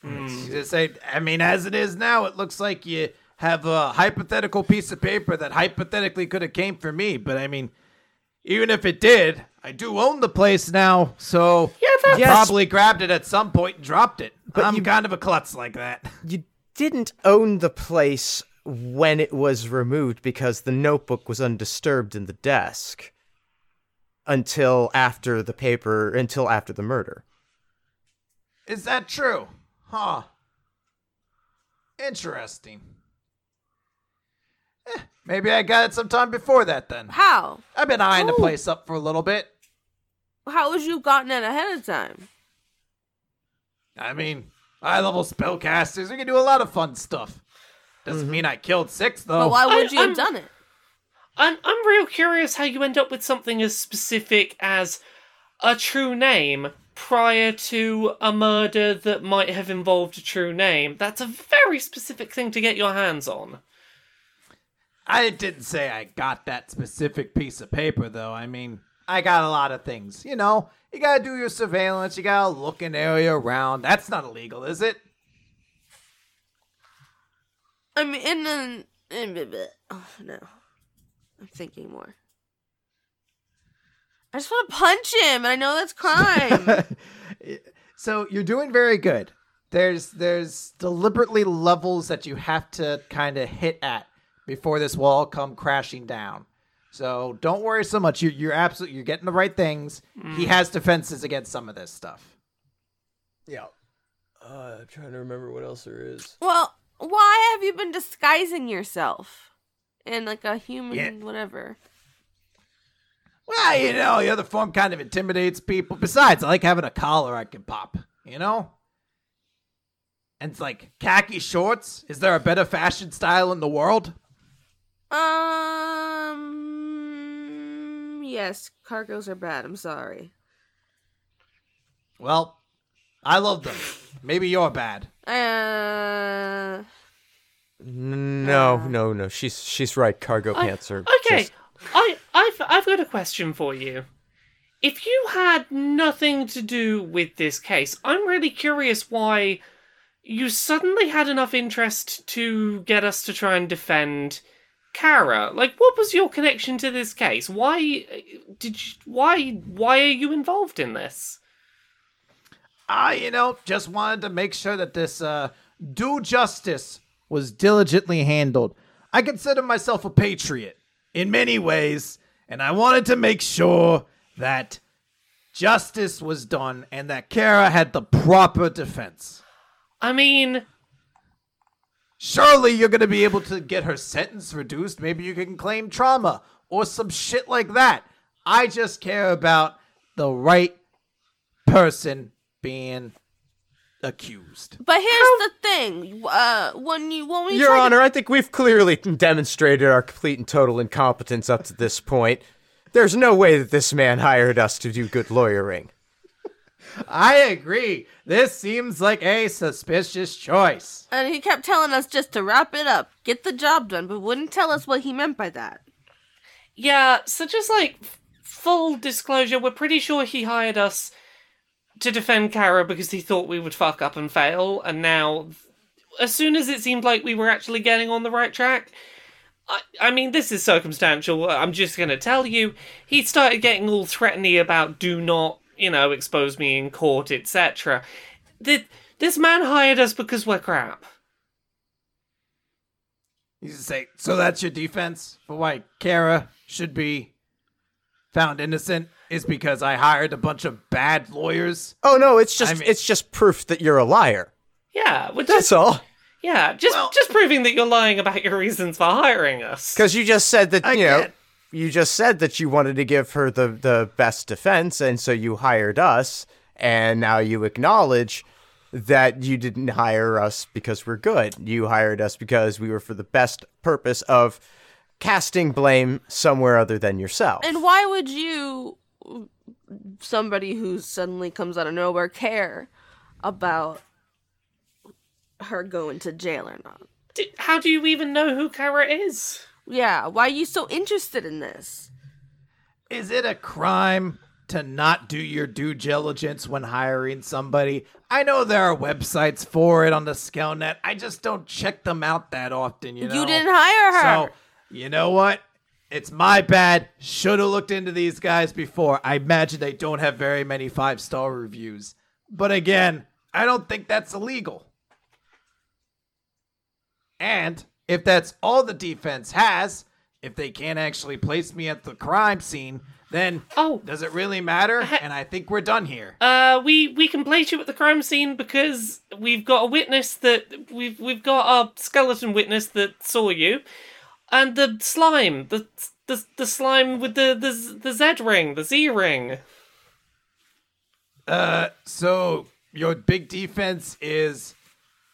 Speaker 3: You just say, I mean, as it is now, it looks like you have a hypothetical piece of paper that hypothetically could have came from me. But I mean, even if it did, I do own the place now, so yeah,
Speaker 4: that's-
Speaker 3: I probably grabbed it at some point and dropped it.
Speaker 5: But
Speaker 3: I'm
Speaker 5: you-
Speaker 3: kind of a klutz like that.
Speaker 5: You didn't own the place when it was removed because the notebook was undisturbed in the desk until after the paper, until after the murder.
Speaker 3: Is that true? Huh. Interesting. Eh, maybe I got it sometime before that then.
Speaker 2: How?
Speaker 3: I've been eyeing the place up for a little bit.
Speaker 2: How would you have gotten it ahead of time?
Speaker 3: I mean, high level spellcasters, we can do a lot of fun stuff. Doesn't mean I killed six though.
Speaker 2: Mm-hmm. But why would you
Speaker 4: I'm-
Speaker 2: have done it?
Speaker 4: I'm I'm real curious how you end up with something as specific as a true name prior to a murder that might have involved a true name. That's a very specific thing to get your hands on.
Speaker 3: I didn't say I got that specific piece of paper though. I mean, I got a lot of things. You know, you gotta do your surveillance, you gotta look an area around. That's not illegal, is it?
Speaker 2: I mean, and then. and blah, blah. Oh, no. I'm thinking more. I just want to punch him, and I know that's crime.
Speaker 3: so you're doing very good. There's there's deliberately levels that you have to kind of hit at before this wall come crashing down. So don't worry so much. You you're absolutely you're getting the right things. He has defenses against some of this stuff.
Speaker 7: Yeah. Uh, I'm trying to remember what else there is.
Speaker 2: well, why have you been disguising yourself? In like a human,
Speaker 3: Yeah.
Speaker 2: whatever.
Speaker 3: Well, you know, the other form kind of intimidates people. Besides, I like having a collar I can pop, you know? And it's like khaki shorts. Is there a better fashion style in the world?
Speaker 2: Um. Yes, cargoes are bad. I'm sorry.
Speaker 3: Well, I love them. Maybe you're bad.
Speaker 2: Uh.
Speaker 5: No, no, no. She's she's right. Cargo pants are
Speaker 4: Uh, Okay,
Speaker 5: just-
Speaker 4: I I've I've got a question for you. If you had nothing to do with this case, I'm really curious why you suddenly had enough interest to get us to try and defend Kara. Like, what was your connection to this case? Why uh, did you, why why are you involved in this?
Speaker 3: I, you know, just wanted to make sure that this uh, due justice was diligently handled. I consider myself a patriot in many ways, and I wanted to make sure that justice was done and that Kara had the proper defense.
Speaker 4: I mean,
Speaker 3: Surely you're going to be able to get her sentence reduced. Maybe you can claim trauma or some shit like that. I just care about the right person being accused.
Speaker 2: But here's the thing. Uh, when you when we
Speaker 5: Your
Speaker 2: tried to-
Speaker 5: Honor, I think we've clearly demonstrated our complete and total incompetence up to this point. There's no way that this man hired us to do good lawyering.
Speaker 3: I agree. This seems like a suspicious choice.
Speaker 2: and he kept telling us just to wrap it up, get the job done, but wouldn't tell us what he meant by that.
Speaker 4: Yeah, so just like f- full disclosure, we're pretty sure he hired us to defend Kara because he thought we would fuck up and fail, and now, as soon as it seemed like we were actually getting on the right track, I, I mean, this is circumstantial. uh, I'm just gonna tell you, he started getting all threatening about do not, you know, expose me in court, etc. Th- This man hired us because we're crap.
Speaker 3: You just say, so that's your defense for why Kara should be found innocent is because I hired a bunch of bad lawyers.
Speaker 5: Oh no, it's just
Speaker 3: I mean-
Speaker 5: it's just proof that you're a liar.
Speaker 4: Yeah, we're just,
Speaker 5: That's all.
Speaker 4: yeah, just
Speaker 3: Well-
Speaker 4: just proving that you're lying about your reasons for hiring us.
Speaker 5: Because you just said that
Speaker 3: I
Speaker 5: you know
Speaker 3: get-
Speaker 5: you just said that you wanted to give her the the best defense, and so you hired us, and now you acknowledge that you didn't hire us because we're good. You hired us because we were for the best purpose of casting blame somewhere other than yourself.
Speaker 2: And why would you, somebody who suddenly comes out of nowhere, care about her going to jail or not?
Speaker 4: D how do you even know who Kara is?
Speaker 2: Yeah, why are you so interested in this?
Speaker 3: Is it a crime to not do your due diligence when hiring somebody. I know there are websites for it on the Skelnet. I just don't check them out that often, you know.
Speaker 2: You didn't hire her.
Speaker 3: So, you know what? It's my bad. Should have looked into these guys before. I imagine they don't have very many five star reviews. But again, I don't think that's illegal. And if that's all the defense has, if they can't actually place me at the crime scene, then
Speaker 4: Oh.
Speaker 3: does it really matter? And I think we're done here.
Speaker 4: Uh, we we can place you at the crime scene because we've got a witness that we've we've got our skeleton witness that saw you, and the slime the the, the slime with the the Z- the Z ring the Z ring.
Speaker 3: So your big defense is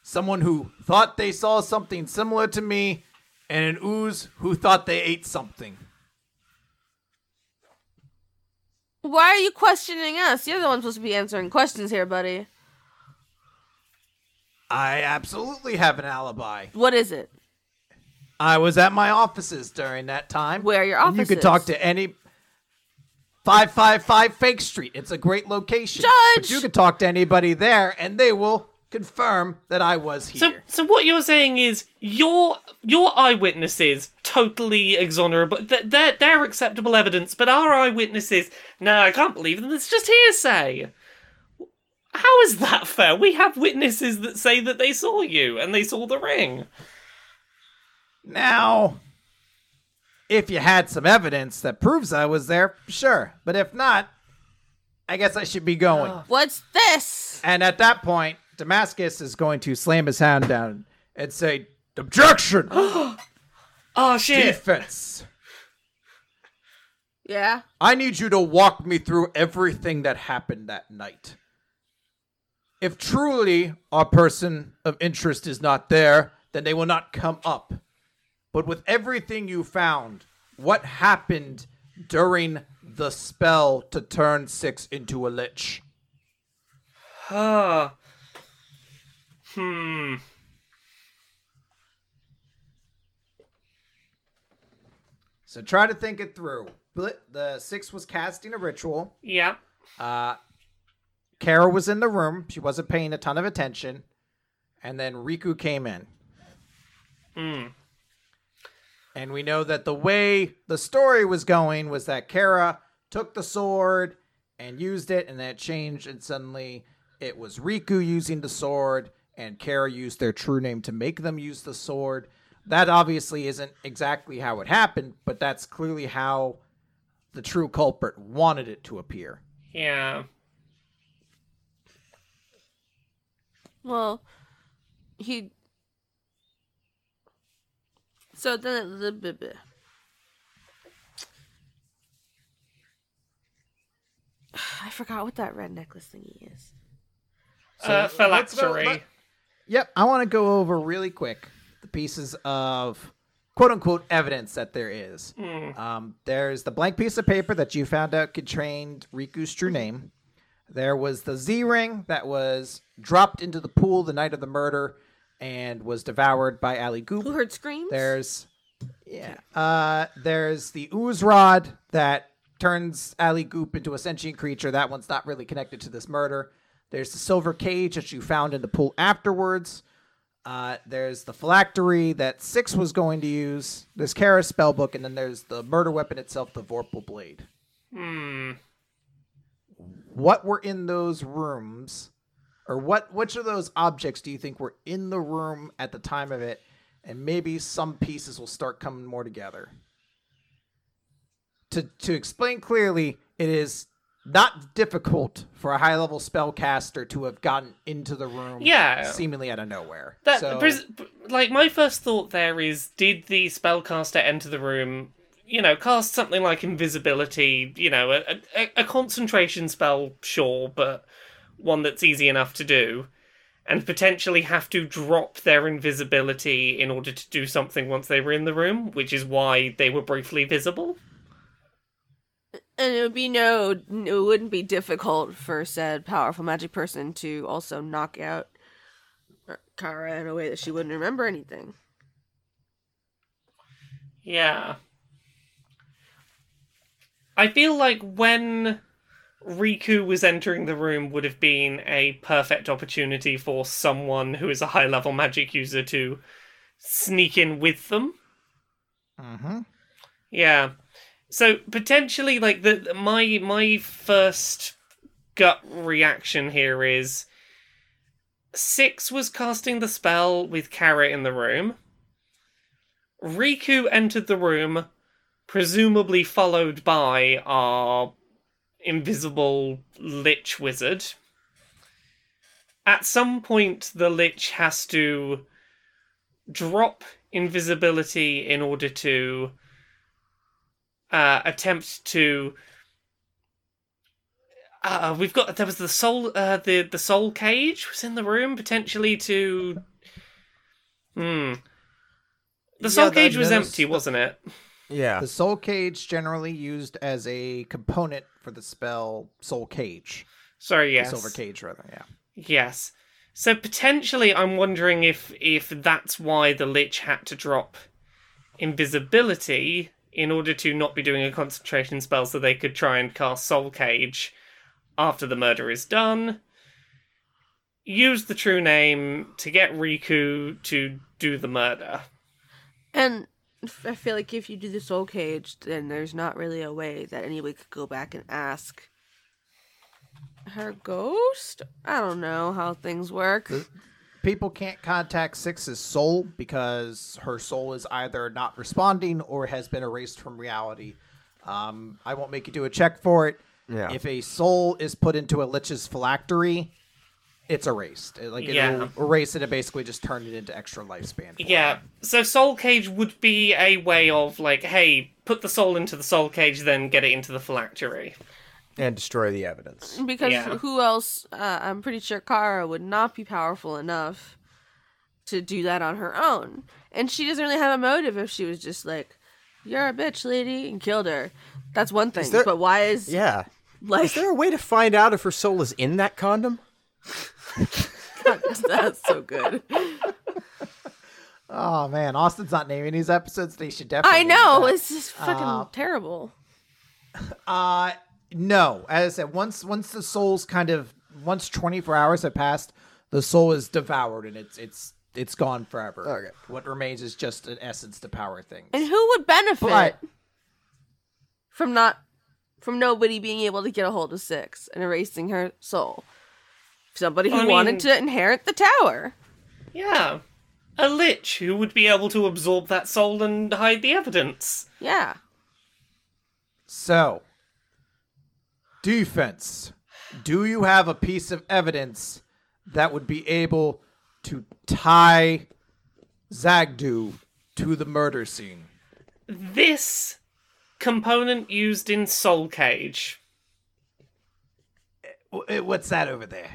Speaker 3: someone who thought they saw something similar to me, and an ooze who thought they ate something.
Speaker 2: Why are you questioning us? You're the one supposed to be answering questions here, buddy.
Speaker 3: I absolutely have an alibi.
Speaker 2: What is it?
Speaker 3: I was at my offices during that time.
Speaker 2: Where are your
Speaker 3: And You could talk
Speaker 2: offices?
Speaker 3: to any. 555 Fake Street. It's a great location. But
Speaker 2: Judge!
Speaker 3: you could talk to anybody there, and they will confirm that I was
Speaker 4: So
Speaker 3: here.
Speaker 4: so what you're saying is your your eyewitnesses totally exonerable. Th- they're they're acceptable evidence, but our eyewitnesses, no, I can't believe them. It's just hearsay. How is that fair? We have witnesses that say that they saw you and they saw the ring.
Speaker 3: Now, if you had some evidence that proves I was there, sure. But if not, I guess I should be going.
Speaker 2: What's this?
Speaker 3: And at that point, Damascus is going to slam his hand down and say, Objection!
Speaker 4: Oh
Speaker 3: Ah,
Speaker 4: shit!
Speaker 3: Defense!
Speaker 2: Yeah.
Speaker 3: I need you to walk me through everything that happened that night. If truly our person of interest is not there, then they will not come up. But with everything you found, what happened during the spell to turn six into a lich?
Speaker 4: Ah. Hmm.
Speaker 3: So try to think it through. Bl- The six was casting a ritual.
Speaker 4: Yeah.
Speaker 3: Kara was in the room. She wasn't paying a ton of attention. And then Riku came in. And we know that the way the story was going was that Kara took the sword and used it, and that changed, and suddenly it was Riku using the sword, and Kara used their true name to make them use the sword. That obviously isn't exactly how it happened, but that's clearly how the true culprit wanted it to appear.
Speaker 4: Yeah.
Speaker 2: Well, he. So then the blah, blah. I forgot what that red necklace thingy is.
Speaker 4: uh,
Speaker 3: let's go-
Speaker 4: phylactery.
Speaker 3: let- Yep, I want to go over really quick the pieces of quote unquote evidence that there is. Um, there's the blank piece of paper that you found out contained Riku's true name. There was the Z ring that was dropped into the pool the night of the murder and was devoured by Ali Goop.
Speaker 2: Who heard screams?
Speaker 3: There's yeah. Uh, there's the ooze rod that turns Ali Goop into a sentient creature. That one's not really connected to this murder. There's the silver cage that you found in the pool afterwards. Uh, there's the phylactery that Six was going to use. There's Kara's spell book, and then there's the murder weapon itself, the Vorpal blade. Hmm. What were in those rooms? or what which of those objects do you think were in the room at the time of it and maybe some pieces will start coming more together to to explain clearly it is not difficult for a high level spellcaster to have gotten into the room
Speaker 4: Yeah.
Speaker 3: seemingly out of nowhere
Speaker 4: That
Speaker 3: so,
Speaker 4: pres- like my first thought there is did the spellcaster enter the room you know cast something like invisibility you know a, a, a concentration spell sure but one that's easy enough to do and potentially have to drop their invisibility in order to do something once they were in the room which is why they were briefly visible
Speaker 2: And it would be no, it wouldn't be difficult for said powerful magic person to also knock out Kara in a way that she wouldn't remember anything.
Speaker 4: Yeah. I feel like when Riku was entering the room would have been a perfect opportunity for someone who is a high level magic user to sneak in with them.
Speaker 3: Mm-hmm.
Speaker 4: Yeah. So potentially, like the my my first gut reaction here is six was casting the spell with Kara in the room. Riku entered the room, presumably followed by our invisible lich wizard. At some point, the lich has to drop invisibility in order to uh, attempt to. Uh, we've got there was the soul uh, the the soul cage was in the room potentially to. Hmm. The soul
Speaker 7: Yeah, that-
Speaker 4: cage was
Speaker 7: that is-
Speaker 4: empty, wasn't it?
Speaker 5: Yeah.
Speaker 3: The soul cage generally used as a component for the spell soul cage,
Speaker 4: Sorry, yes.
Speaker 3: silver cage rather. Yeah.
Speaker 4: Yes. So potentially, I'm wondering if if that's why the lich had to drop invisibility in order to not be doing a concentration spell, so they could try and cast Soul Cage after the murder is done. Use the true name to get Riku to do the murder.
Speaker 2: And f- I feel like if you do the soul cage, then there's not really a way that anybody could go back and ask her ghost. I don't know how things work.
Speaker 3: People can't contact Six's soul because her soul is either not responding or has been erased from reality. Um, I won't make you do a check for it.
Speaker 5: Yeah.
Speaker 3: If a soul is put into a lich's phylactery, it's erased. It- Like it'll
Speaker 4: Yeah.
Speaker 3: erase it and basically just turn it into extra lifespan. for
Speaker 4: Yeah. So Soul Cage would be a way of like, hey, put the soul into the Soul Cage, then get it into the phylactery.
Speaker 5: And destroy the evidence.
Speaker 2: Because
Speaker 4: Yeah.
Speaker 2: who else? Uh, I'm pretty sure Kara would not be powerful enough to do that on her own. And she doesn't really have a motive if she was just like, you're a bitch, lady, and killed her. That's one thing.
Speaker 5: there-
Speaker 2: But why is,
Speaker 5: Yeah.
Speaker 2: like,
Speaker 5: Is there a way to find out if her soul is in that condom?
Speaker 2: that's so good.
Speaker 3: Oh man, Austin's not naming these episodes. They should definitely.
Speaker 2: I
Speaker 3: name
Speaker 2: know.
Speaker 3: that.
Speaker 2: It's just fucking terrible.
Speaker 3: Uh no. As I said, once once the soul's kind of once twenty four hours have passed, the soul is devoured and it's it's it's gone forever.
Speaker 5: Okay.
Speaker 3: What remains is just an essence to power things.
Speaker 2: And who would benefit
Speaker 3: But
Speaker 2: from not from nobody being able to get a hold of Six and erasing her soul? Somebody who
Speaker 4: I mean-
Speaker 2: wanted to inherit the tower.
Speaker 4: Yeah. A lich who would be able to absorb that soul and hide the evidence.
Speaker 2: Yeah.
Speaker 3: so defense. Do you have a piece of evidence that would be able to tie Zagdu to the murder scene?
Speaker 4: This component used in Soul Cage.
Speaker 3: Wh- eh, What's that over there?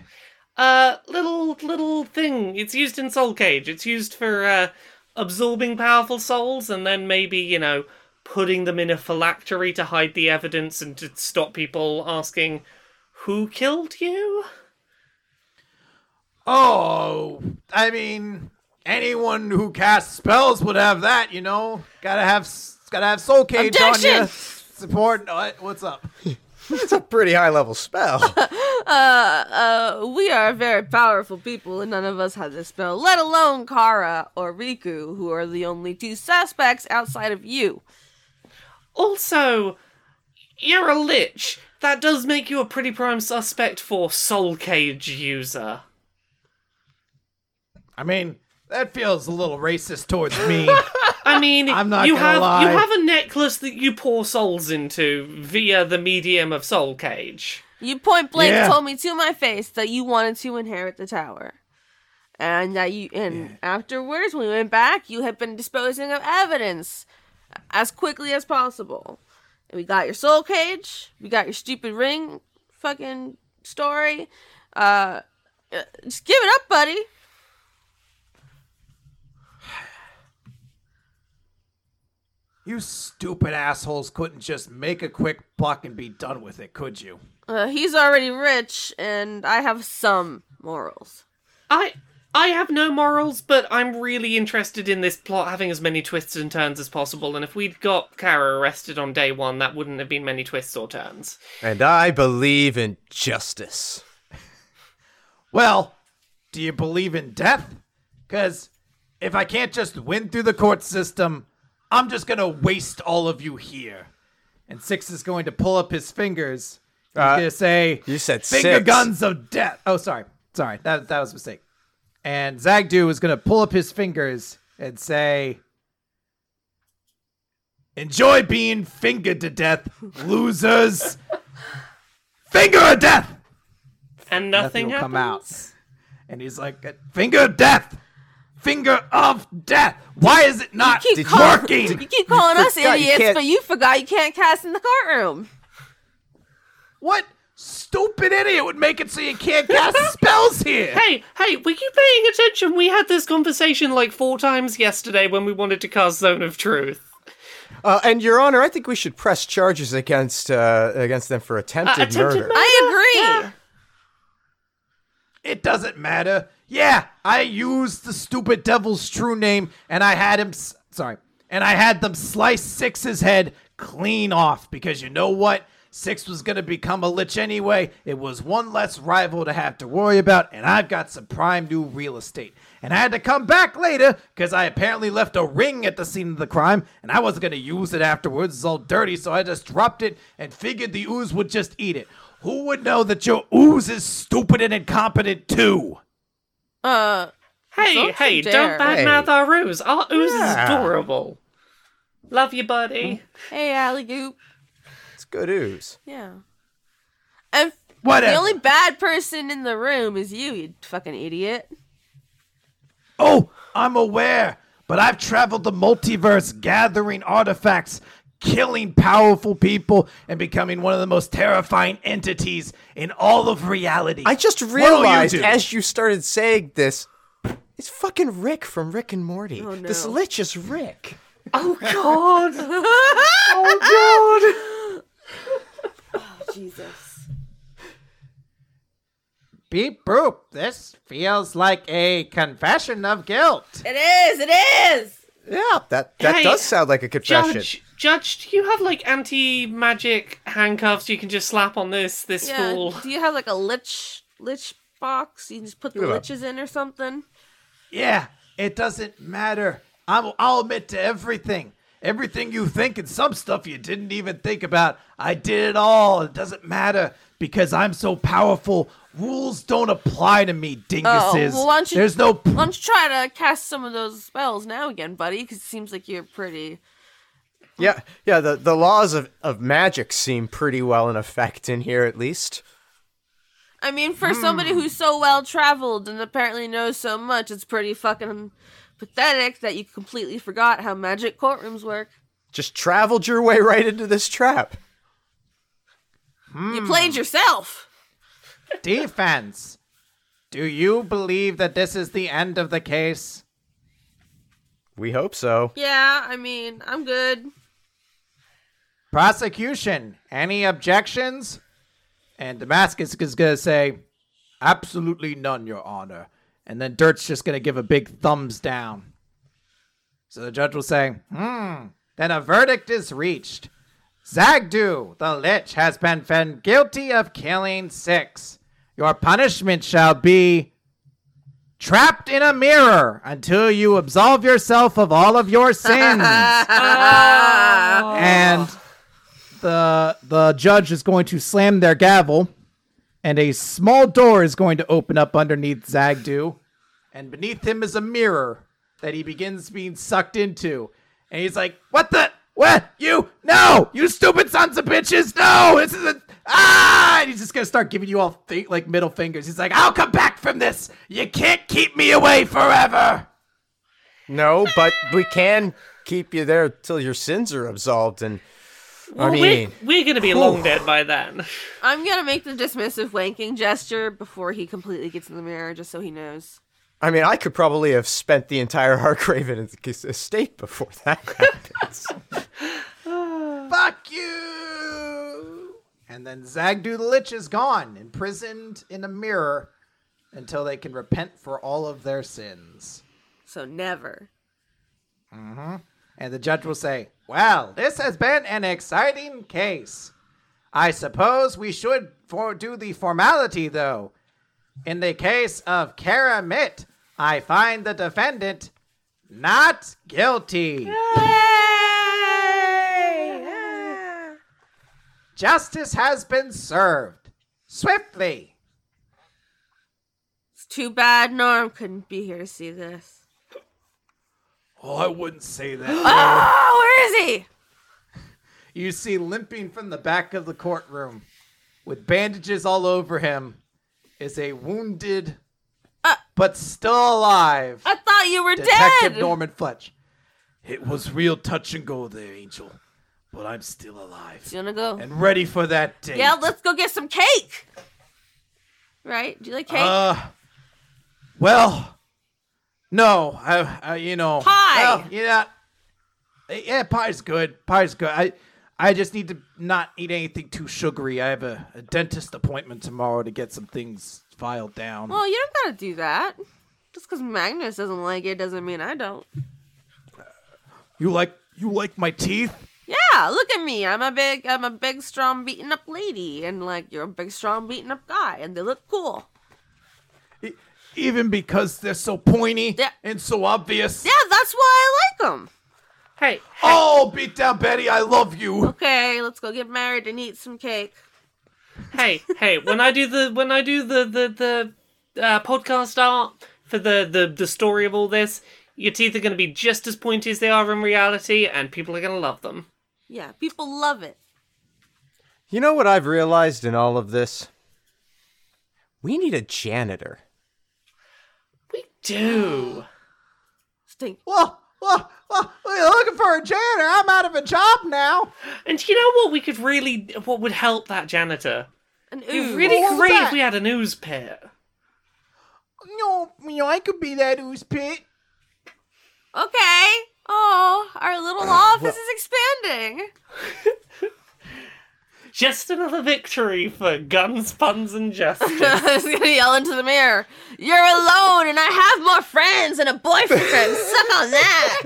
Speaker 4: Uh little little thing. It's used in Soul Cage. It's used for uh absorbing powerful souls and then maybe, you know, putting them in a phylactery to hide the evidence and to stop people asking who killed you?
Speaker 3: Oh, I mean, anyone who casts spells would have that, you know. Gotta have, gotta have soul cage on you.
Speaker 2: Objection!
Speaker 3: Support. What- What's up?
Speaker 5: It's a pretty high level spell.
Speaker 2: Uh, we are very powerful people, and none of us have this spell, let alone Kara or Riku, who are the only two suspects outside of you.
Speaker 4: Also, you're a lich. That does make you a pretty prime suspect for Soul Cage user.
Speaker 3: I mean, that feels a little racist towards me.
Speaker 4: I mean,
Speaker 3: I'm not
Speaker 4: you
Speaker 3: gonna
Speaker 4: have
Speaker 3: lie.
Speaker 4: you have a necklace that you pour souls into via the medium of Soul Cage.
Speaker 2: You point blank
Speaker 3: Yeah.
Speaker 2: told me to my face that you wanted to inherit the tower. And that you and afterwards when we went back, you had been disposing of evidence as quickly as possible. And we got your soul cage, we got your stupid ring fucking story. Uh uh, just give it up, buddy.
Speaker 3: you stupid assholes couldn't just make a quick buck and be done with it, could you?
Speaker 2: Uh, he's already rich and I have some morals.
Speaker 4: I I have no morals, but I'm really interested in this plot having as many twists and turns as possible. And if we'd got Kara arrested on day one, that wouldn't have been many twists or turns.
Speaker 5: And I believe in justice.
Speaker 3: Well, do you believe in death? Because if I can't just win through the court system, I'm just going to waste all of you here. And Six is going to pull up his fingers. He's
Speaker 5: Uh,
Speaker 3: going to say,
Speaker 5: you said
Speaker 3: Finger
Speaker 5: six."
Speaker 3: guns of death. Oh, sorry. Sorry. That, that was a mistake. And Zagdu is going to pull up his fingers and say, Enjoy being fingered to death, losers. Finger of death.
Speaker 4: And nothing,
Speaker 3: will come out.
Speaker 4: happens.
Speaker 3: And he's like, Finger of death. Finger of death. Why is it not
Speaker 2: Keep calling,
Speaker 3: working?
Speaker 2: you keep calling us
Speaker 5: forgot you
Speaker 2: idiots,
Speaker 5: can't-
Speaker 2: but you forgot you can't cast in the courtroom.
Speaker 3: What stupid idiot would make it so you can't cast spells here?
Speaker 4: Hey, hey, were you paying attention? We had this conversation like four times yesterday when we wanted to cast Zone of Truth.
Speaker 5: Uh, and Your Honor, I think we should press charges against uh, against them for attempted,
Speaker 4: attempted
Speaker 5: murder.
Speaker 4: murder.
Speaker 2: I agree.
Speaker 3: It doesn't matter. Yeah, I used the stupid devil's true name and I had him. s- Sorry. And I had them slice Six's head clean off because you know what? Six was going to become a lich anyway. It was one less rival to have to worry about, and I've got some prime new real estate. And I had to come back later because I apparently left a ring at the scene of the crime, and I wasn't going to use it afterwards. It's all dirty, so I just dropped it and figured the ooze would just eat it. Who would know that your ooze is stupid and incompetent too?
Speaker 2: Uh,
Speaker 4: Hey,
Speaker 2: Don't you
Speaker 4: hey,
Speaker 2: dare.
Speaker 4: don't badmouth our ooze. Our ooze
Speaker 5: Yeah. Mm,
Speaker 4: is adorable. Love you, buddy.
Speaker 2: hey, Alley Goop.
Speaker 5: It's good ooze.
Speaker 2: Yeah. And
Speaker 3: Whatever.
Speaker 2: the only bad person in the room is you, you fucking idiot.
Speaker 3: Oh, I'm aware, but I've traveled the multiverse gathering artifacts, killing powerful people, and becoming one of the most terrifying entities in all of reality.
Speaker 5: I just
Speaker 3: What'll you
Speaker 5: realized
Speaker 3: do?
Speaker 5: as you started saying this, it's fucking Rick from Rick and Morty.
Speaker 2: Oh, no.
Speaker 5: This lich is Rick.
Speaker 4: Oh God!
Speaker 2: Jesus.
Speaker 3: Beep boop. This feels like a confession of guilt.
Speaker 2: It is, it is!
Speaker 5: Yeah, that that
Speaker 4: Hey,
Speaker 5: does sound like a confession.
Speaker 4: Judge, Judge, do you have like anti-magic handcuffs you can just slap on this this
Speaker 2: Yeah.
Speaker 4: fool?
Speaker 2: Do you have like a lich lich box? You just put the
Speaker 5: Yeah.
Speaker 2: liches in or something?
Speaker 3: Yeah, it doesn't matter. I'm, I'll admit to everything. Everything you think and some stuff you didn't even think about. I did it all. It doesn't matter because I'm so powerful. Rules don't apply to me, dinguses.
Speaker 2: Uh, Oh, well, why don't you-
Speaker 3: There's no.
Speaker 2: Why don't you try to cast some of those spells now again, buddy? Because it seems like you're pretty.
Speaker 5: yeah, yeah. The the laws of, of magic seem pretty well in effect in here, at least.
Speaker 2: I mean, for somebody
Speaker 3: Hmm.
Speaker 2: who's so well traveled and apparently knows so much, it's pretty fucking pathetic that you completely forgot how magic courtrooms work.
Speaker 5: Just traveled your way right into this trap.
Speaker 2: You played yourself.
Speaker 3: Defense. Do you believe that this is the end of the case?
Speaker 5: We hope so.
Speaker 2: Yeah, I mean, I'm good.
Speaker 3: Prosecution, any objections? And Damascus is going to say, Absolutely none, Your Honor. And then Dirt's just going to give a big thumbs down. So the judge will say, Hmm. Then a verdict is reached. Zagdu, the Lich, has been found guilty of killing six. Your punishment shall be trapped in a mirror until you absolve yourself of all of your sins. and the the judge is going to slam their gavel, and a small door is going to open up underneath Zagdu, and beneath him is a mirror that he begins being sucked into, and he's like, "What the? What you? No, you stupid sons of bitches! No, this is a ah!" And he's just gonna start giving you all fi- like middle fingers. He's like, "I'll come back from this. You can't keep me away forever."
Speaker 5: No, but we can keep you there till your sins are absolved. And I
Speaker 4: Well, we're,
Speaker 5: mean,
Speaker 4: we're gonna be long dead by then.
Speaker 2: I'm gonna make the dismissive wanking gesture before he completely gets in the mirror, just so he knows.
Speaker 5: I mean, I could probably have spent the entire Harkraven es- estate before that happens.
Speaker 3: Fuck you! And then Zagdu the Lich is gone, imprisoned in a mirror. until they can repent for all of their sins.
Speaker 2: So never.
Speaker 3: And the judge will say, Well, this has been an exciting case. I suppose we should for- do the formality, though. In the case of Kara Mitt, I find the defendant not guilty. Justice has been served swiftly.
Speaker 2: It's too bad Norm couldn't be here to see this.
Speaker 3: Oh, I wouldn't say that.
Speaker 2: Oh, where is he?
Speaker 3: you see limping from the back of the courtroom with bandages all over him is a wounded
Speaker 2: Uh.
Speaker 3: but still alive
Speaker 2: I thought you were
Speaker 3: detective
Speaker 2: dead.
Speaker 3: norman fletch it was real touch and go there angel but i'm still alive
Speaker 2: Do you wanna go?
Speaker 3: and ready for that day
Speaker 2: Yeah, let's go get some cake. Right? Do you like cake?
Speaker 3: uh, well no I, I you know
Speaker 2: Pie.
Speaker 3: well, yeah yeah pie's good pie's good i i just need to not eat anything too sugary i have a, a dentist appointment tomorrow to get some things filed down
Speaker 2: well, you don't gotta do that. Just because Magnus doesn't like it doesn't mean I don't.
Speaker 3: you like you like my teeth
Speaker 2: Yeah, look at me. I'm a big, I'm a big, strong, beaten up lady, and like you're a big, strong, beaten up guy, and they look cool.
Speaker 3: E- even because they're so pointy
Speaker 2: Yeah.
Speaker 3: and so obvious
Speaker 2: Yeah, that's why I like them.
Speaker 4: Hey,
Speaker 3: oh beat down betty i love you
Speaker 2: Okay, let's go get married and eat some cake.
Speaker 4: hey, hey! When I do the when I do the the the uh, podcast art for the, the the story of all this, your teeth are going to be just as pointy as they are in reality, and people are going to love them.
Speaker 2: Yeah, people love it.
Speaker 5: You know what I've realized in all of this? We need a janitor.
Speaker 4: We do.
Speaker 2: Stink.
Speaker 3: well well, well, you're looking for a janitor. I'm out of a job now.
Speaker 4: And you know what? We could really what would help that janitor.
Speaker 2: An
Speaker 4: It'd be
Speaker 2: ooze.
Speaker 4: really
Speaker 3: What's
Speaker 4: great
Speaker 3: that?
Speaker 4: if we had an ooze pit.
Speaker 3: No, you know, I could be that ooze pit.
Speaker 2: Okay. Oh, our little office is expanding.
Speaker 4: Just another victory for guns, puns, and justice.
Speaker 2: I was gonna yell into the mirror. You're alone, and I have more friends and a boyfriend. Suck on that.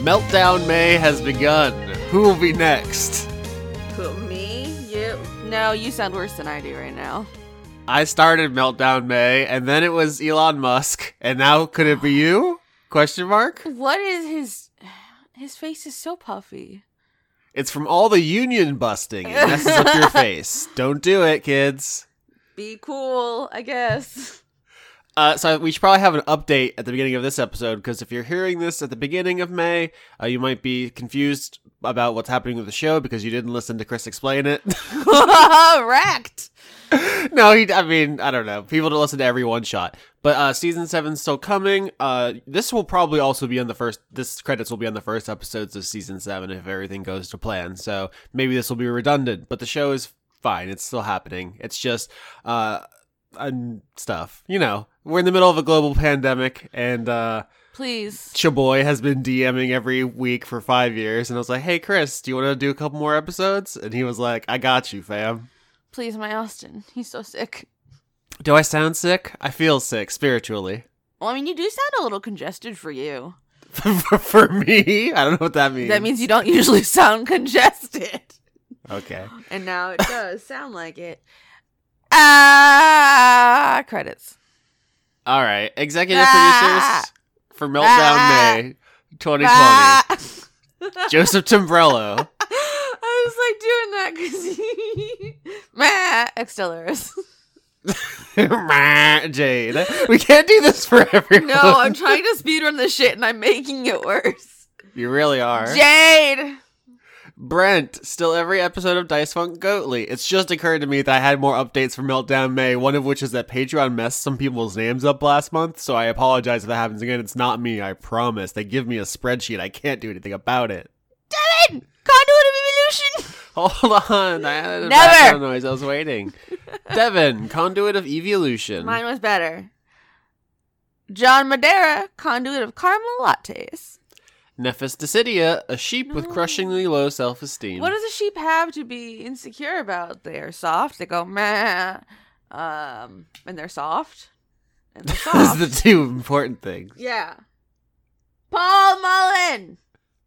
Speaker 8: Meltdown May has begun. Who will be next?
Speaker 2: Who, me? You? No, you sound worse than I do right now.
Speaker 8: I started Meltdown May, and then it was Elon Musk, and now could it be you? Question mark.
Speaker 2: What is his? His face is so puffy.
Speaker 8: It's from all the union busting. It messes up your face. Don't do it, kids.
Speaker 2: Be cool, I guess.
Speaker 8: Uh, so we should probably have an update at the beginning of this episode because if you're hearing this at the beginning of May, uh, you might be confused about what's happening with the show because you didn't listen to Chris explain it.
Speaker 2: Wrecked.
Speaker 8: no, he, I mean, I don't know. People don't listen to every one shot. But uh, season seven's still coming. Uh, this will probably also be on the first. This credits will be on the first episodes of season seven if everything goes to plan. So maybe this will be redundant. But the show is fine. It's still happening. It's just uh, and stuff. You know, we're in the middle of a global pandemic, and uh,
Speaker 2: Please.
Speaker 8: Chaboy has been DMing every week for five years. And I was like, "Hey, Chris, do you want to do a couple more episodes?" And he was like, "I got you, fam."
Speaker 2: Please, my Austin. He's so sick.
Speaker 8: Do I sound sick? I feel sick spiritually.
Speaker 2: Well, I mean, you do sound a little congested for you.
Speaker 8: for, for me, I don't know what that means.
Speaker 2: That means you don't usually sound congested.
Speaker 8: okay.
Speaker 2: And now it does sound like it. Ah, credits.
Speaker 8: All right. Executive
Speaker 2: Ah.
Speaker 8: producers for Meltdown
Speaker 2: Ah.
Speaker 8: May 2020.
Speaker 2: Ah.
Speaker 8: Joseph Timbrello.
Speaker 2: I was like doing that because he. Matt Extellaris.
Speaker 8: Jade, we can't do this for everyone.
Speaker 2: No, I'm trying to speedrun this shit and I'm making it worse.
Speaker 8: you really are.
Speaker 2: Jade!
Speaker 8: Brent, still every episode of Dice Funk Goatly. It's just occurred to me that I had more updates for Meltdown May, one of which is that Patreon messed some people's names up last month, so I apologize if that happens again. It's not me, I promise. They give me a spreadsheet, I can't do anything about it.
Speaker 2: Damn it! Conduit of evolution!
Speaker 8: Hold on, I had
Speaker 2: Never.
Speaker 8: a background noise, I was waiting. Devin, Conduit of Evolution.
Speaker 2: Mine was better. John Madera, conduit of caramel lattes.
Speaker 8: Nephis Decidia, a sheep with
Speaker 2: No.
Speaker 8: crushingly low self esteem.
Speaker 2: What does a sheep have to be insecure about? They are soft. They go meh, um, and they're soft. And they're soft.
Speaker 8: the two important things.
Speaker 2: yeah. Paul Mullen,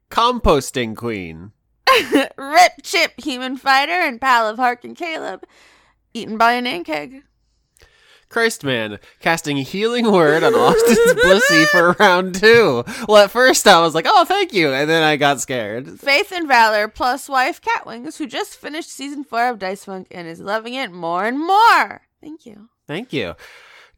Speaker 8: Composting Queen.
Speaker 2: Rip Chip, human fighter, and pal of Hark and Caleb, eaten by an ankeg.
Speaker 8: Christ man, casting a healing word on Austin's blissy for round two. Well, at first I was like, oh, thank you. And then I got scared.
Speaker 2: Faith and Valor, plus wife Catwings, who just finished season four of Dice Funk and is loving it more and more. Thank you.
Speaker 8: Thank you.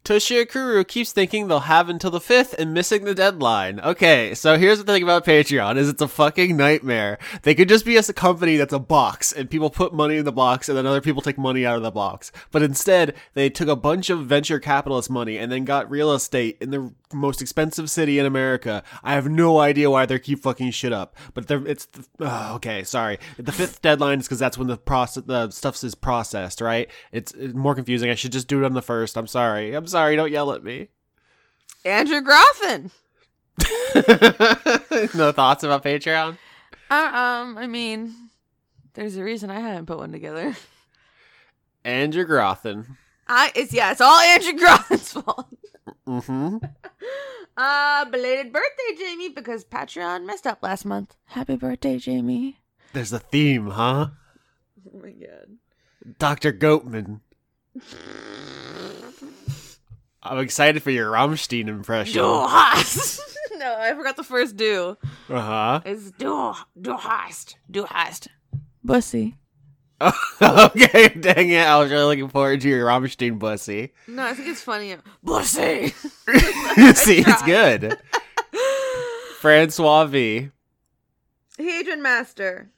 Speaker 8: Toshio Kuru keeps thinking they'll have until the 5th and missing the deadline. Okay, so here's the thing about Patreon is it's a fucking nightmare. They could just be a s- company that's a box and people put money in the box and then other people take money out of the box. But instead, they took a bunch of venture capitalist money and then got real estate in the most expensive city in America. I have no idea why they keep fucking shit up, but they're, it's th- oh, okay, sorry. The 5th deadline is cuz that's when the process the stuff is processed, right? It's, it's more confusing. I should just do it on the 1st. I'm sorry. I'm sorry. Don't yell at me.
Speaker 2: Andrew Groffin.
Speaker 8: no thoughts about Patreon?
Speaker 2: Uh, um, I mean, there's a reason I haven't put one together.
Speaker 8: Andrew Grothin.
Speaker 2: I it's yeah, it's all Andrew Groffin's fault.
Speaker 8: Mm-hmm.
Speaker 2: Uh, belated birthday, Jamie, because Patreon messed up last month. Happy birthday, Jamie.
Speaker 8: There's a theme, huh?
Speaker 2: Oh my god.
Speaker 8: Dr. Goatman. I'm excited for your Rammstein impression.
Speaker 2: Duhast. no, I forgot the first do.
Speaker 8: Uh
Speaker 2: It's du duhast duhast. Bussy.
Speaker 8: huh. okay, dang it. I was really looking forward to your Rammstein bussy.
Speaker 2: No, I think it's funny. Bussy.
Speaker 8: See, it's good. Francois V.
Speaker 2: Hadrian Master.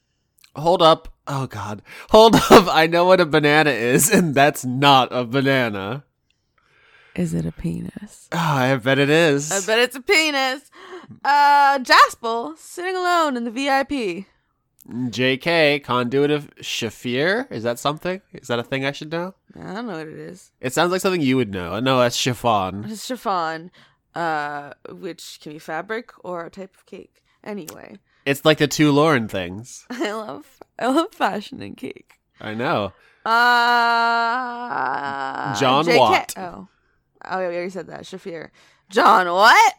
Speaker 8: Hold up. Oh, God. Hold up. I know what a banana is, and that's not a banana.
Speaker 2: Is it a penis?
Speaker 8: Oh, I bet it is.
Speaker 2: I bet it's a penis. Uh, Jaspel sitting alone in the VIP.
Speaker 8: JK, conduit of Shafir. Is that something? Is that a thing I should know?
Speaker 2: I don't know what it is.
Speaker 8: It sounds like something you would know. No, that's chiffon.
Speaker 2: It's chiffon, uh, which can be fabric or a type of cake. Anyway,
Speaker 8: It's like the two Lauren things.
Speaker 2: I love I love fashion and cake.
Speaker 8: I know.
Speaker 2: Uh,
Speaker 8: John
Speaker 2: JK
Speaker 8: Watt.
Speaker 2: Oh, oh, we already said that. Shafir. John what?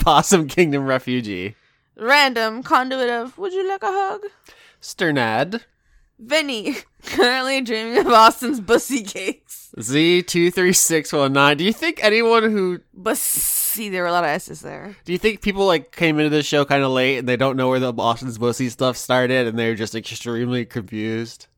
Speaker 8: Possum Kingdom refugee.
Speaker 2: Random conduit of. Would you like a hug?
Speaker 8: Sternad.
Speaker 2: Vinny currently dreaming of Austin's bussy cakes.
Speaker 8: Z23619. Do you think anyone who.
Speaker 2: Bussy. There were a lot of s's there.
Speaker 8: Do you think people like came into this show kind of late and they don't know where the Boston's Bussy stuff started and they're just extremely confused?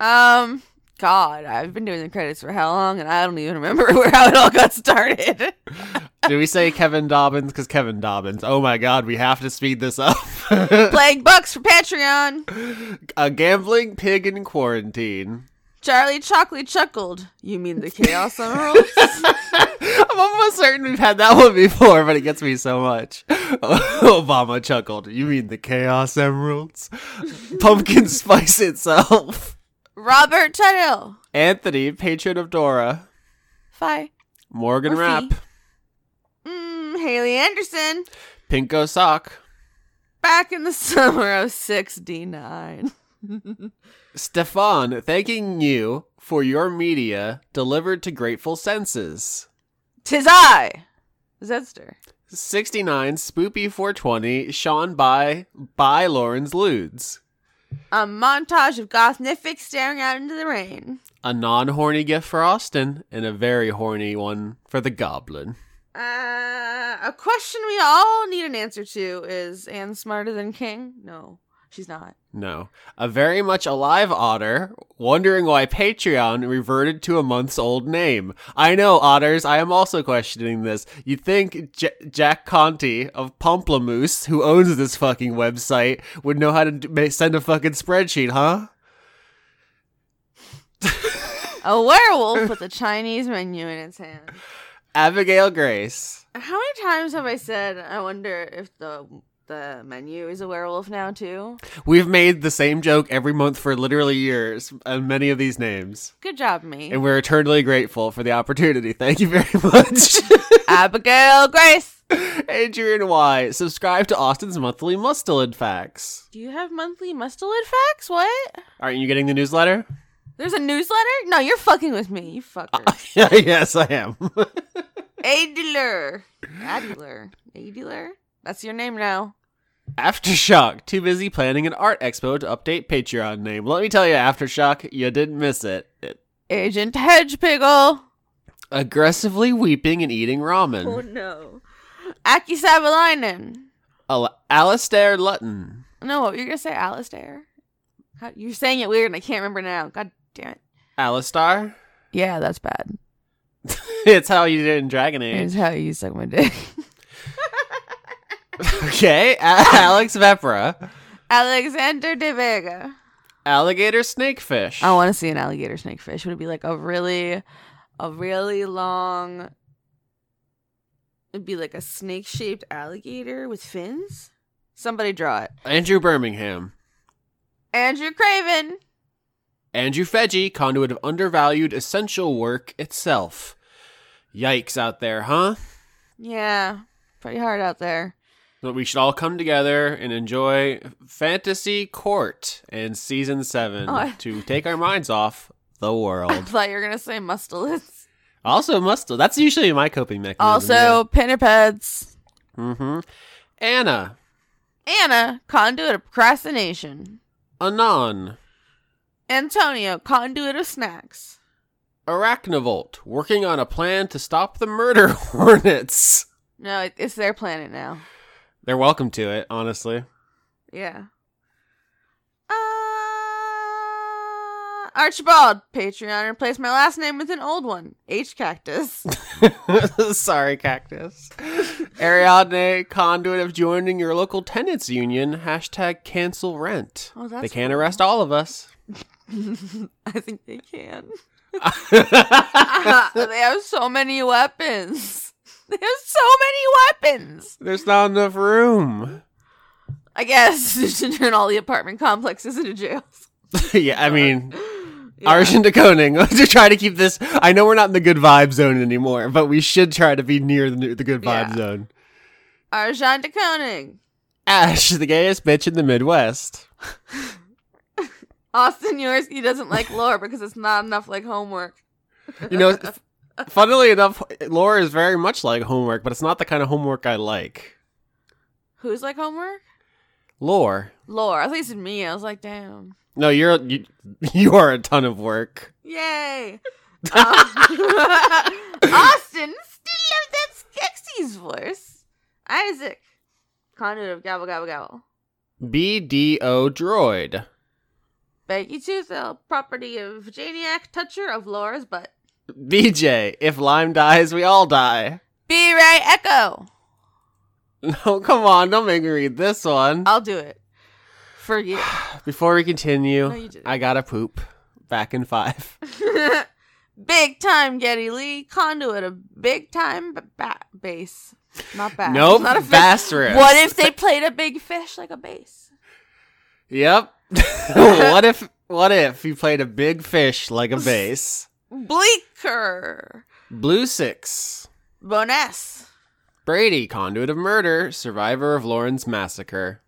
Speaker 2: Um. God, I've been doing the credits for how long, and I don't even remember where how it all got started.
Speaker 8: Did we say Kevin Dobbins? Because Kevin Dobbins. Oh my god, we have to speed this up.
Speaker 2: Playing Bucks for Patreon.
Speaker 8: A gambling pig in quarantine.
Speaker 2: Charlie Chocolate chuckled. You mean the chaos emeralds?
Speaker 8: I'm almost certain we've had that one before, but it gets me so much. Obama chuckled. You mean the Chaos Emeralds? Pumpkin Spice itself.
Speaker 2: Robert Tuttle.
Speaker 8: Anthony, patron of Dora.
Speaker 2: Fi.
Speaker 8: Morgan
Speaker 2: Or Fee.
Speaker 8: Rapp.
Speaker 2: Mm, Haley Anderson.
Speaker 8: Pinko Sock.
Speaker 2: Back in the summer of 6D9.
Speaker 8: Stefan, thanking you for your media delivered to grateful senses.
Speaker 2: Tis I. Zedster.
Speaker 8: 69 Spoopy 420 Sean by by Lawrence Ludes.
Speaker 2: A montage of goth niffics staring out into the rain.
Speaker 8: A non-horny gift for Austin and a very horny one for the Goblin.
Speaker 2: Uh, a question we all need an answer to is Anne smarter than King? No. She's not.
Speaker 8: No. A very much alive otter wondering why Patreon reverted to a month's old name. I know, otters, I am also questioning this. you think J- Jack Conti of Pomplamoose, who owns this fucking website, would know how to d- ma- send a fucking spreadsheet, huh?
Speaker 2: A werewolf with a Chinese menu in its hand.
Speaker 8: Abigail Grace.
Speaker 2: How many times have I said I wonder if the the menu is a werewolf now too?
Speaker 8: We've made the same joke every month for literally years, and many of these names.
Speaker 2: Good job, me.
Speaker 8: And we're eternally grateful for the opportunity. Thank you very much.
Speaker 2: Abigail Grace.
Speaker 8: Adrian Y. Subscribe to Austin's monthly Mustelid Facts.
Speaker 2: Do you have monthly mustelid facts? What?
Speaker 8: Aren't you getting the newsletter?
Speaker 2: There's a newsletter? No, you're fucking with me, you fucker.
Speaker 8: yes, I am.
Speaker 2: Adler. Adler. Adler? That's your name now.
Speaker 8: Aftershock. Too busy planning an art expo to update Patreon name. Let me tell you, Aftershock, you didn't miss it. It-
Speaker 2: Agent Hedgepiggle.
Speaker 8: Aggressively weeping and eating
Speaker 9: Oh
Speaker 8: ramen.
Speaker 9: no.
Speaker 2: Aki Sabalainen.
Speaker 8: Al- Alistair Lutton.
Speaker 2: No, what were you going to say? Alistair? How, you're saying it weird and I can't remember now. God damn it.
Speaker 8: Alistar?
Speaker 2: Yeah, that's bad.
Speaker 8: it's how you did in Dragon Age.
Speaker 2: Here's how you suck my dick.
Speaker 8: Okay, A- Alex Vepra.
Speaker 2: Alexander de Vega.
Speaker 8: Alligator Snakefish.
Speaker 2: I want to see an alligator snakefish. Would it be like a really, a really long?
Speaker 9: It'd be like a snake shaped alligator with fins.
Speaker 2: Somebody draw it.
Speaker 8: Andrew Birmingham.
Speaker 2: Andrew Craven.
Speaker 8: Andrew Feggie, conduit of undervalued essential work itself. Yikes out there, huh?
Speaker 2: Yeah, pretty hard out there.
Speaker 8: But we should all come together and enjoy Fantasy Court and Season 7
Speaker 2: Oh, I-
Speaker 8: to take our minds off the
Speaker 2: I
Speaker 8: world.
Speaker 2: thought you were gonna say mustelids.
Speaker 8: also, must that's usually my coping mechanism.
Speaker 2: Also, pinnipeds.
Speaker 8: hmm Anna,
Speaker 2: Anna, conduit of procrastination.
Speaker 8: Anon,
Speaker 2: Antonio, conduit of snacks.
Speaker 8: Arachnovolt, working on a plan to stop the murder hornets.
Speaker 2: No, it, it's their planet now.
Speaker 8: They're welcome to it, honestly.
Speaker 2: Yeah. Uh, Archibald, Patreon, replace my last name with an old one. H Cactus.
Speaker 8: Sorry, Cactus. Ariadne, conduit of joining your local tenants union, hashtag cancel rent.
Speaker 2: Oh, that's
Speaker 8: they can't
Speaker 2: cool.
Speaker 8: arrest all of us.
Speaker 2: I think they can. they have so many weapons. They have so many weapons.
Speaker 8: There's not enough room.
Speaker 2: I guess you should turn all the apartment complexes into jails.
Speaker 8: yeah, I mean,
Speaker 2: Yeah.
Speaker 8: Arshin de Koning, to try to keep this. I know we're not in the good vibe zone anymore, but we should try to be near the, the good vibe
Speaker 2: Yeah.
Speaker 8: zone.
Speaker 2: Arjan de Koning,
Speaker 8: Ash, the gayest bitch in the Midwest.
Speaker 2: Austin Yorsky doesn't like lore because it's not enough like homework.
Speaker 8: You know, f- funnily enough, Laura is very much like homework, but it's not the kind of homework I like.
Speaker 2: Who's like homework?
Speaker 8: Lore.
Speaker 2: Lore. At least in me, I was like, damn.
Speaker 8: No, you're you, you are a ton of work.
Speaker 2: Yay! Um, Austin still love that Skeksis voice. Isaac, conduit of gobble gobble gobble.
Speaker 8: BDO droid.
Speaker 2: Baggy Tooth, the property of Janiac, toucher of Laura's butt.
Speaker 8: BJ, if Lime dies, we all die.
Speaker 2: B Ray Echo.
Speaker 8: No, come on, don't make me read this one.
Speaker 2: I'll do it for you.
Speaker 8: Before we continue,
Speaker 2: No, you didn't.
Speaker 8: I gotta poop. Back in five.
Speaker 2: big time Getty Lee, conduit of big time ba- ba- bass. Not bass.
Speaker 8: Nope,
Speaker 2: Not a fish.
Speaker 8: Bassrus.
Speaker 2: What if they played a big fish like a bass?
Speaker 8: Yep. what if what if you played a big fish like a bass?
Speaker 2: Bleaker.
Speaker 8: Blue six.
Speaker 2: Boness.
Speaker 8: Brady, conduit of murder, survivor of Lauren's massacre.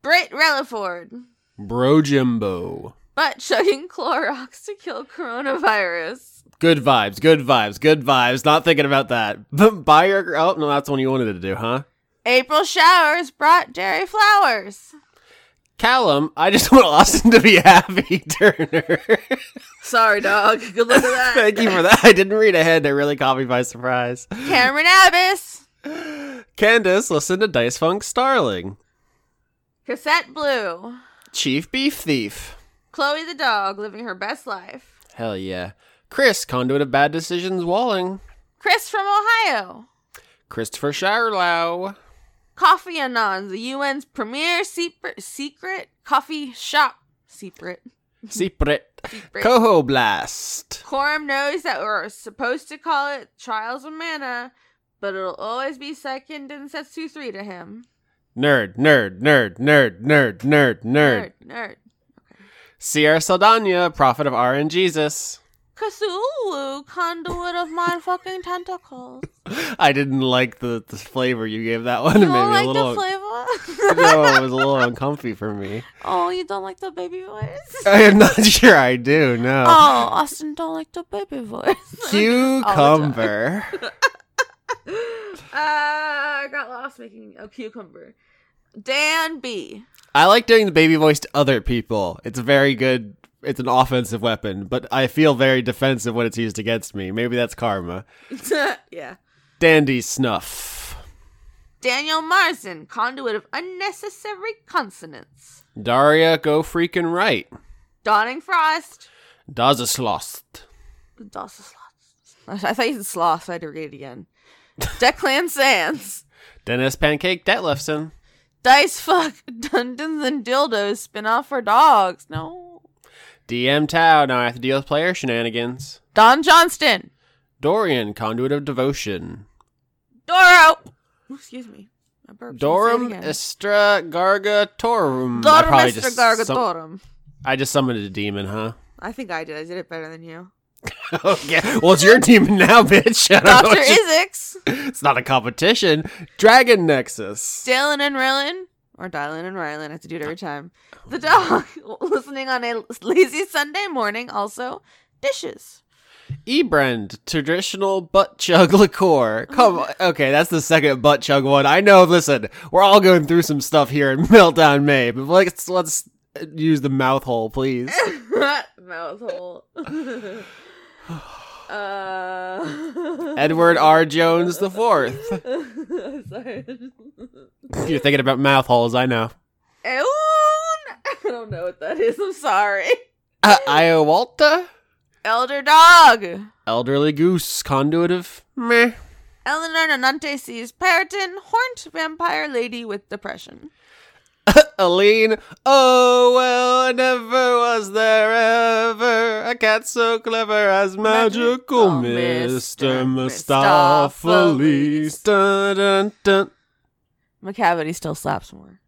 Speaker 2: Britt Relaford.
Speaker 8: Bro Jimbo.
Speaker 2: Butt chugging Clorox to kill coronavirus.
Speaker 8: Good vibes, good vibes, good vibes. Not thinking about that. Buy your oh no, that's the one you wanted to do, huh?
Speaker 2: April showers brought Jerry flowers.
Speaker 8: Callum, I just want Austin to be happy, Turner.
Speaker 9: Sorry, dog. Good luck with that.
Speaker 8: Thank you for that. I didn't read ahead. That really caught me by surprise.
Speaker 2: Cameron Abbas.
Speaker 8: Candace, listen to Dice Funk Starling.
Speaker 2: Cassette Blue.
Speaker 8: Chief Beef Thief.
Speaker 2: Chloe the dog living her best life.
Speaker 8: Hell yeah. Chris, conduit of bad decisions, Walling.
Speaker 2: Chris from Ohio.
Speaker 8: Christopher Shirelow.
Speaker 2: Coffee Anons, the UN's premier secret, secret coffee shop. Secret.
Speaker 8: Secret.
Speaker 2: secret.
Speaker 8: Coho Blast.
Speaker 2: Quorum knows that we're supposed to call it Trials of Mana, but it'll always be second and Setsu 3 to him.
Speaker 8: Nerd, nerd, nerd, nerd, nerd, nerd, nerd.
Speaker 2: Nerd. Nerd.
Speaker 8: Sierra Saldana, prophet of R and Jesus.
Speaker 2: Cthulhu, conduit of my fucking tentacles.
Speaker 8: I didn't like the, the flavor you gave that one. It
Speaker 2: You
Speaker 8: made
Speaker 2: don't
Speaker 8: me
Speaker 2: like
Speaker 8: a little.
Speaker 2: the flavor?
Speaker 8: no, it was a little uncomfy for me.
Speaker 2: oh, you don't like the baby voice?
Speaker 8: I am not sure I do. No.
Speaker 2: Oh, Austin don't like the baby voice.
Speaker 8: Cucumber.
Speaker 2: Uh, I got lost making a cucumber. Dan B.
Speaker 8: I like doing the baby voice to other people. It's a very good. It's an offensive weapon, but I feel very defensive when it's used against me. Maybe that's karma.
Speaker 2: yeah.
Speaker 8: Dandy snuff.
Speaker 2: Daniel Marsden, conduit of unnecessary consonants.
Speaker 8: Daria, go freaking right.
Speaker 2: Dawning Frost.
Speaker 8: Dazaslost.
Speaker 2: Dossa Sloth. I thought you said sloth, so I had to read it again. Declan Sands.
Speaker 8: Dennis Pancake Detlefson.
Speaker 2: Dice Fuck. Dungeons and Dildos spin-off for dogs. No.
Speaker 8: DM Tao. Now I have to deal with player shenanigans.
Speaker 2: Don Johnston.
Speaker 8: Dorian, conduit of devotion.
Speaker 2: Doro. Ooh, excuse me. I burped. Let me say it
Speaker 8: Dorum
Speaker 2: again.
Speaker 8: Estra Gargatorum. I
Speaker 2: Dorum
Speaker 8: probably
Speaker 2: Mr.
Speaker 8: just sum-
Speaker 2: Gargatorum.
Speaker 8: I just summoned a demon, huh?
Speaker 2: I think I did. I did it better than you.
Speaker 8: okay. Well, it's your demon now, bitch. I don't know
Speaker 2: Dr.
Speaker 8: what you-
Speaker 2: Isix.
Speaker 8: It's not a competition. Dragon Nexus.
Speaker 2: Dylan and Rylan, or Dylan and Rylan, I have to do it every time. The dog listening on a lazy Sunday morning, also dishes.
Speaker 8: Ebrand, traditional butt chug liqueur. Come on. Okay, that's the second butt chug one. I know, listen, we're all going through some stuff here in Meltdown May, but let's, let's use the mouth hole, please.
Speaker 2: Mouth hole. uh...
Speaker 8: Edward R. Jones the fourth.
Speaker 2: Sorry.
Speaker 8: You're thinking about mouth holes, I know.
Speaker 2: Ewan? I don't know what that is. I'm sorry.
Speaker 8: Uh, Iowalta?
Speaker 2: Elder dog.
Speaker 8: Elderly Goose, conduit of meh.
Speaker 2: Eleanor Nanante sees Periton, horned vampire lady with depression.
Speaker 8: Aline, oh well, never was there ever a cat so clever as magical
Speaker 2: Magical
Speaker 8: Mr.
Speaker 2: Mr.
Speaker 8: Mistopheles. Dun dun dun.
Speaker 2: McCavity still slaps more.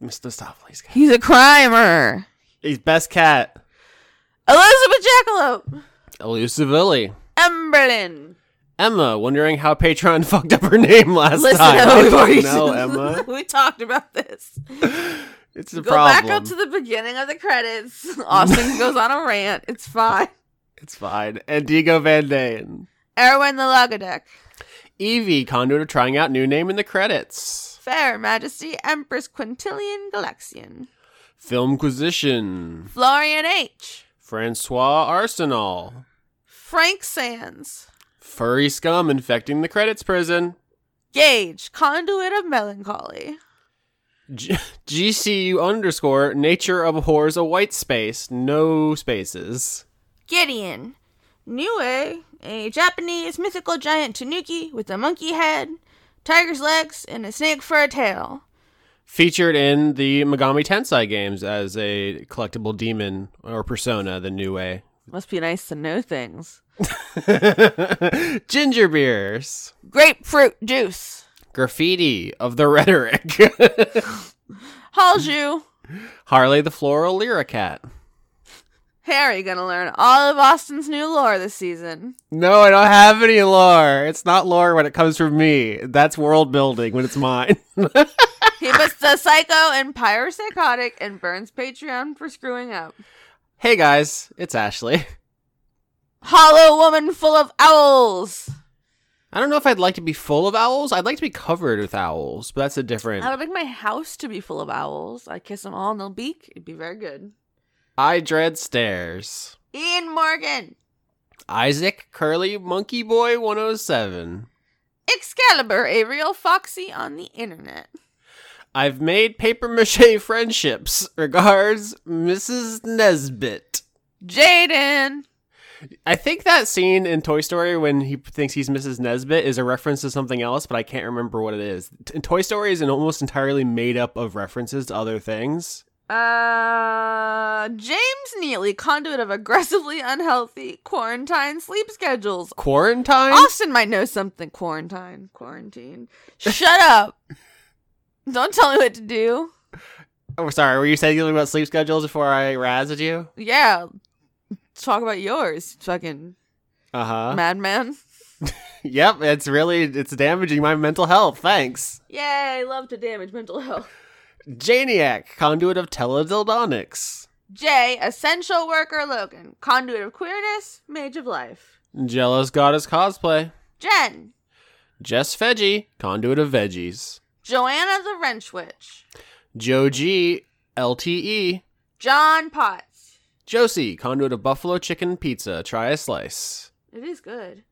Speaker 8: Mr. Mistopheles.
Speaker 2: He's a crimer.
Speaker 8: He's best cat.
Speaker 2: Elizabeth Jackalope.
Speaker 8: Elusive Illy.
Speaker 2: Emberlyn.
Speaker 8: Emma, wondering how Patreon fucked up her name last
Speaker 2: Listen,
Speaker 8: time.
Speaker 2: Emma,
Speaker 8: I
Speaker 2: we've
Speaker 8: don't
Speaker 2: already-
Speaker 8: know, Emma.
Speaker 2: we talked about this.
Speaker 8: It's a
Speaker 2: Go
Speaker 8: problem.
Speaker 2: back up to the beginning of the credits. Austin goes on a rant. It's fine.
Speaker 8: it's fine. And Diego Van Dane.
Speaker 2: Erwin the Logodeck.
Speaker 8: Evie, conduit of trying out new name in the credits.
Speaker 2: Fair Majesty Empress Quintilian Galaxian.
Speaker 8: Filmquisition.
Speaker 2: Florian H.
Speaker 8: Francois Arsenal.
Speaker 2: Frank Sands.
Speaker 8: Furry scum infecting the credits prison.
Speaker 2: Gage, conduit of melancholy.
Speaker 8: G- GCU underscore nature abhors a white space, no spaces.
Speaker 2: Gideon. Niue, a Japanese mythical giant tanuki with a monkey head, tiger's legs, and a snake for a tail.
Speaker 8: Featured in the Megami Tensei games as a collectible demon or persona, the new way.
Speaker 2: Must be nice to know things.
Speaker 8: Ginger beers.
Speaker 2: Grapefruit juice.
Speaker 8: Graffiti of the rhetoric.
Speaker 2: Halju.
Speaker 8: Harley the floral lyricat.
Speaker 2: Harry gonna learn all of Austin's new lore this season.
Speaker 8: No, I don't have any lore. It's not lore when it comes from me. That's world building when it's mine.
Speaker 2: He puts the psycho and pyropsychotic and burns Patreon for screwing up.
Speaker 8: hey guys, it's Ashley.
Speaker 2: Hollow woman full of owls.
Speaker 8: I don't know if I'd like to be full of owls. I'd like to be covered with owls, but that's a different.
Speaker 2: I would like my house to be full of owls. I kiss them all in the beak. It'd be very good.
Speaker 8: I dread stairs.
Speaker 2: Ian Morgan.
Speaker 8: Isaac Curly Monkey Boy 107.
Speaker 2: Excalibur, a real foxy on the internet.
Speaker 8: I've made paper mache friendships. Regards, Mrs. Nesbit.
Speaker 2: Jaden.
Speaker 8: I think that scene in Toy Story when he thinks he's Mrs. Nesbit is a reference to something else, but I can't remember what it is. T- Toy Story is an almost entirely made up of references to other things.
Speaker 2: Uh, James Neely, conduit of aggressively unhealthy quarantine sleep schedules.
Speaker 8: Quarantine?
Speaker 2: Austin might know something. Quarantine, quarantine. Shut up! Don't tell me what to do.
Speaker 8: Oh, sorry, were you saying something about sleep schedules before I razzed you?
Speaker 2: Yeah, talk about yours, fucking
Speaker 8: Uh huh.
Speaker 2: madman.
Speaker 8: Yep, it's really it's damaging my mental health. Thanks.
Speaker 10: Yay, love to damage mental health.
Speaker 8: Janiac, conduit of teledildonics.
Speaker 2: J, essential worker Logan, conduit of queerness, mage of life.
Speaker 8: Jealous goddess cosplay.
Speaker 2: Jen,
Speaker 8: Jess Veggie, conduit of veggies.
Speaker 2: Joanna the wrench witch.
Speaker 8: Joe G, E. LTE.
Speaker 2: John Potts.
Speaker 8: Josie, conduit of buffalo chicken pizza. Try a slice.
Speaker 2: It is good.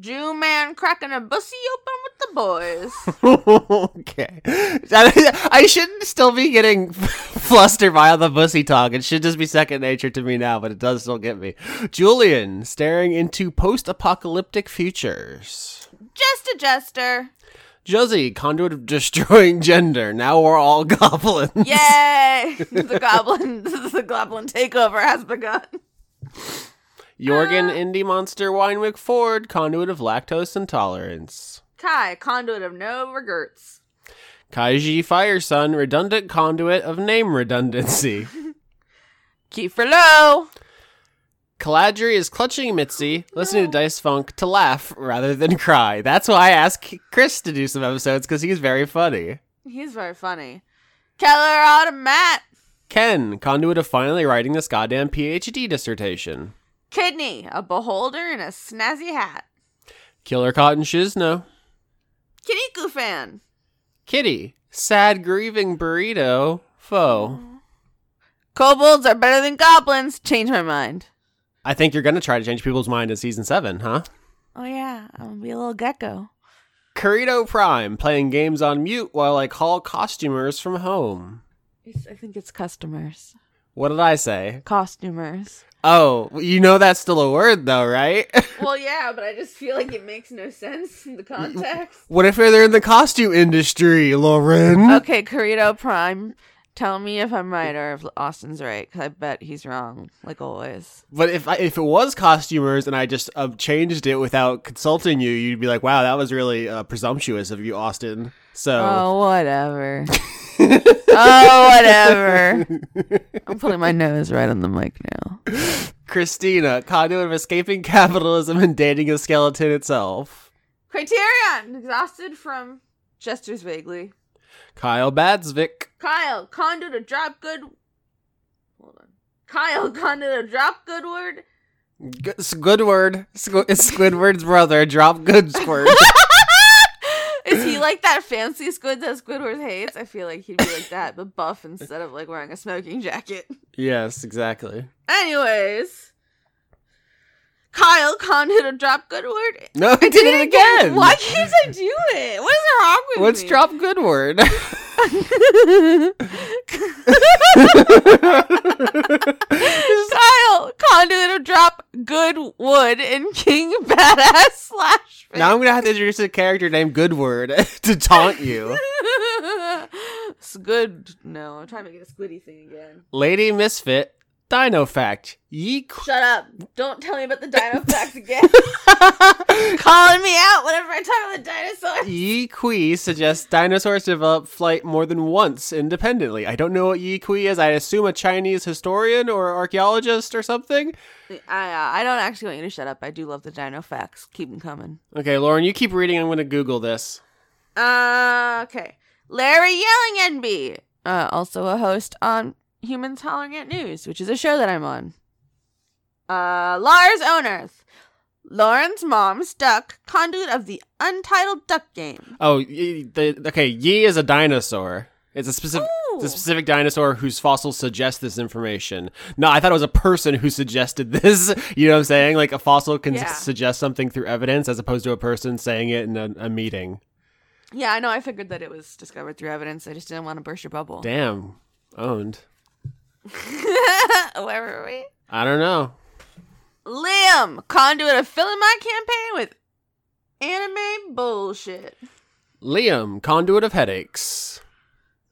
Speaker 2: Jew man cracking a bussy open with the boys.
Speaker 8: okay, I shouldn't still be getting flustered by all the pussy talk. It should just be second nature to me now, but it does still get me. Julian, staring into post-apocalyptic futures.
Speaker 2: Just a jester.
Speaker 8: Josie, conduit of destroying gender. Now we're all goblins.
Speaker 2: Yay! the goblin, the goblin takeover has begun.
Speaker 8: Jorgen, indie monster, Winewick Ford, conduit of lactose intolerance.
Speaker 2: Kai, conduit of no regrets.
Speaker 8: Kaiji Fire Sun, redundant conduit of name redundancy.
Speaker 2: Kiefer Low.
Speaker 8: Caladri is clutching Mitzi, listening to Dice Funk to laugh rather than cry. That's why I asked Chris to do some episodes because he's very funny.
Speaker 2: He's very funny. Keller Automat.
Speaker 8: Ken, conduit of finally writing this goddamn PhD dissertation.
Speaker 2: Kidney, a beholder in a snazzy hat.
Speaker 8: Killer Cotton Shizno.
Speaker 2: Kiniku fan.
Speaker 8: Kitty, sad grieving burrito foe.
Speaker 2: Kobolds are better than goblins. Change my mind.
Speaker 8: I think you're going to try to change people's mind in season seven, huh?
Speaker 2: Oh yeah, I'm gonna be a little gecko.
Speaker 8: Corito Prime playing games on mute while I call costumers from home.
Speaker 2: It's, I think it's customers,
Speaker 8: What did I say?
Speaker 2: costumers.
Speaker 8: Oh, you know that's still a word though, right?
Speaker 10: well, yeah, but I just feel like it makes no sense in the context.
Speaker 8: what if they're in the costume industry, Lauren?
Speaker 2: Okay, Corito Prime. Tell me if I'm right or if Austin's right, because I bet he's wrong, like always.
Speaker 8: But if I, if it was costumers and I just uh, changed it without consulting you, you'd be like, "Wow, that was really uh, presumptuous of you, Austin." So
Speaker 2: Oh, whatever. oh, whatever. I'm putting my nose right on the mic now.
Speaker 8: Christina, conduit of escaping capitalism and dating a skeleton itself.
Speaker 2: Criterion, exhausted from Jester's Vaguely.
Speaker 8: Kyle Badsvik.
Speaker 2: Kyle, conduit of drop good. Hold on. Kyle, conduit of drop goodward.
Speaker 8: G- Squidward, Squ- Squidward's brother, drop good Squidward.
Speaker 2: Is he like that fancy squid that Squidward hates? I feel like he'd be like that, but buff instead of like wearing a smoking jacket.
Speaker 8: yes, exactly.
Speaker 2: Anyways, Kyle conduit of drop goodward.
Speaker 8: No, I did it again.
Speaker 2: Why can't I do it? What is wrong with
Speaker 8: What's
Speaker 2: me?
Speaker 8: drop Goodward?
Speaker 2: Kyle conduit of drop goodwood and King Badass slash.
Speaker 8: now I'm gonna have to introduce a character named Goodward to taunt you.
Speaker 2: it's good. No, I'm trying to get a squiddy thing again.
Speaker 8: Lady Misfit, Dino Fact, Ye qu-
Speaker 10: Shut up. Don't tell me about the dino facts again.
Speaker 2: Calling me out whenever I talk about the dinosaur.
Speaker 8: Yi Kui suggests dinosaurs develop flight more than once independently. I don't know what Yi Kui is. I assume a Chinese historian or archaeologist or something.
Speaker 2: I, uh, I don't actually want you to shut up. I do love the dino facts. Keep them coming.
Speaker 8: Okay, Lauren, you keep reading. I'm gonna Google this.
Speaker 2: Uh, okay. Larry Yelling NB, uh, also a host on Humans Hollering at News, which is a show that I'm on. Uh, Lars Onerth, Lauren's mom's duck, conduit of the Untitled Duck Game.
Speaker 8: Oh, y- the, okay. Yi is a dinosaur. It's a specific, it's a
Speaker 2: Ooh.
Speaker 8: specific dinosaur whose fossils suggest this information. No, I thought it was a person who suggested this. You know what I'm saying? Like a fossil can s-
Speaker 2: Yeah.
Speaker 8: suggest something through evidence, as opposed to a person saying it in a, a meeting.
Speaker 2: Yeah, I know. I figured that it was discovered through evidence. I just didn't want to burst your bubble.
Speaker 8: Damn, owned.
Speaker 2: Where were we?
Speaker 8: I don't know.
Speaker 2: Liam, conduit of filling my campaign with anime bullshit.
Speaker 8: Liam, conduit of headaches.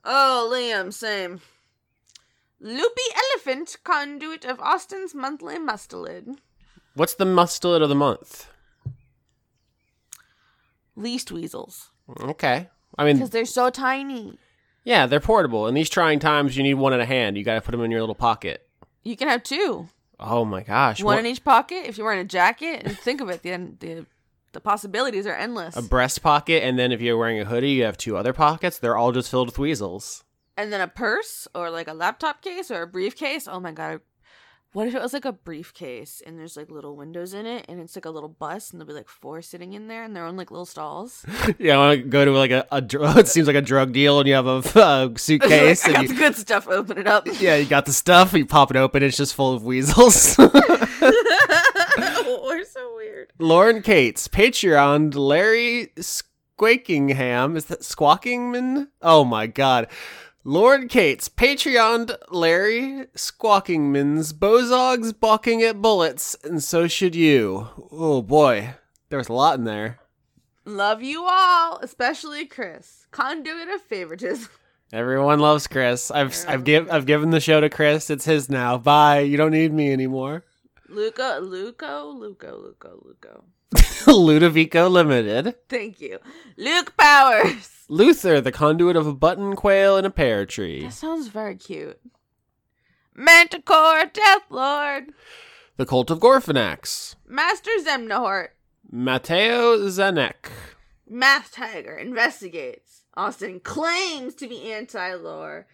Speaker 2: Oh, Liam, same. Loopy elephant, conduit of Austin's monthly mustard.
Speaker 8: What's the mustlet of the month?
Speaker 2: Least weasels
Speaker 8: Okay, I mean,
Speaker 2: because they're so tiny.
Speaker 8: yeah, they're portable. In these trying times, you need one in a hand. You got to put them in your little pocket.
Speaker 2: You can have two,
Speaker 8: Oh my gosh,
Speaker 2: one
Speaker 8: what-
Speaker 2: in each pocket if you're wearing a jacket. And think of it, the end, the the possibilities are endless.
Speaker 8: a breast pocket, and then if you're wearing a hoodie, you have two other pockets. They're all just filled with weasels.
Speaker 2: and then a purse or like a laptop case or a briefcase. Oh my god. What if it was like a briefcase and there's like little windows in it and it's like a little bus and there'll be like four sitting in there and they're on like little stalls?
Speaker 8: Yeah, I want to go to like a, a dr- it seems like a drug deal, and you have a uh, suitcase,
Speaker 2: I
Speaker 8: and
Speaker 2: got
Speaker 8: you,
Speaker 2: the good stuff, open it up.
Speaker 8: yeah, you got the stuff. You pop it open, it's just full of weasels.
Speaker 11: We're so weird.
Speaker 8: Lauren Cates, Patreon, Larry Squakingham. Is that Squawkingman? Oh my god. Lauren Cates, Patreon, Larry Squawkingman's Bozog's balking at bullets, and so should you. Oh boy, there was a lot in there.
Speaker 2: Love you all, especially Chris. Conduit of favoritism.
Speaker 8: Everyone loves Chris. I've I've give, I've given the show to Chris. It's his now. Bye. You don't need me anymore.
Speaker 2: Luco, Luco, Luco, Luco, Luco.
Speaker 8: Ludovico Limited.
Speaker 2: Thank you. Luke Powers.
Speaker 8: Luther, the conduit of a button quail and a pear tree.
Speaker 2: That sounds very cute. Manticore, Death Lord,
Speaker 8: The cult of Gorfanax.
Speaker 2: Master Zemnahort,
Speaker 8: Mateo Zanek.
Speaker 2: Math Tiger investigates. Austin claims to be anti lore,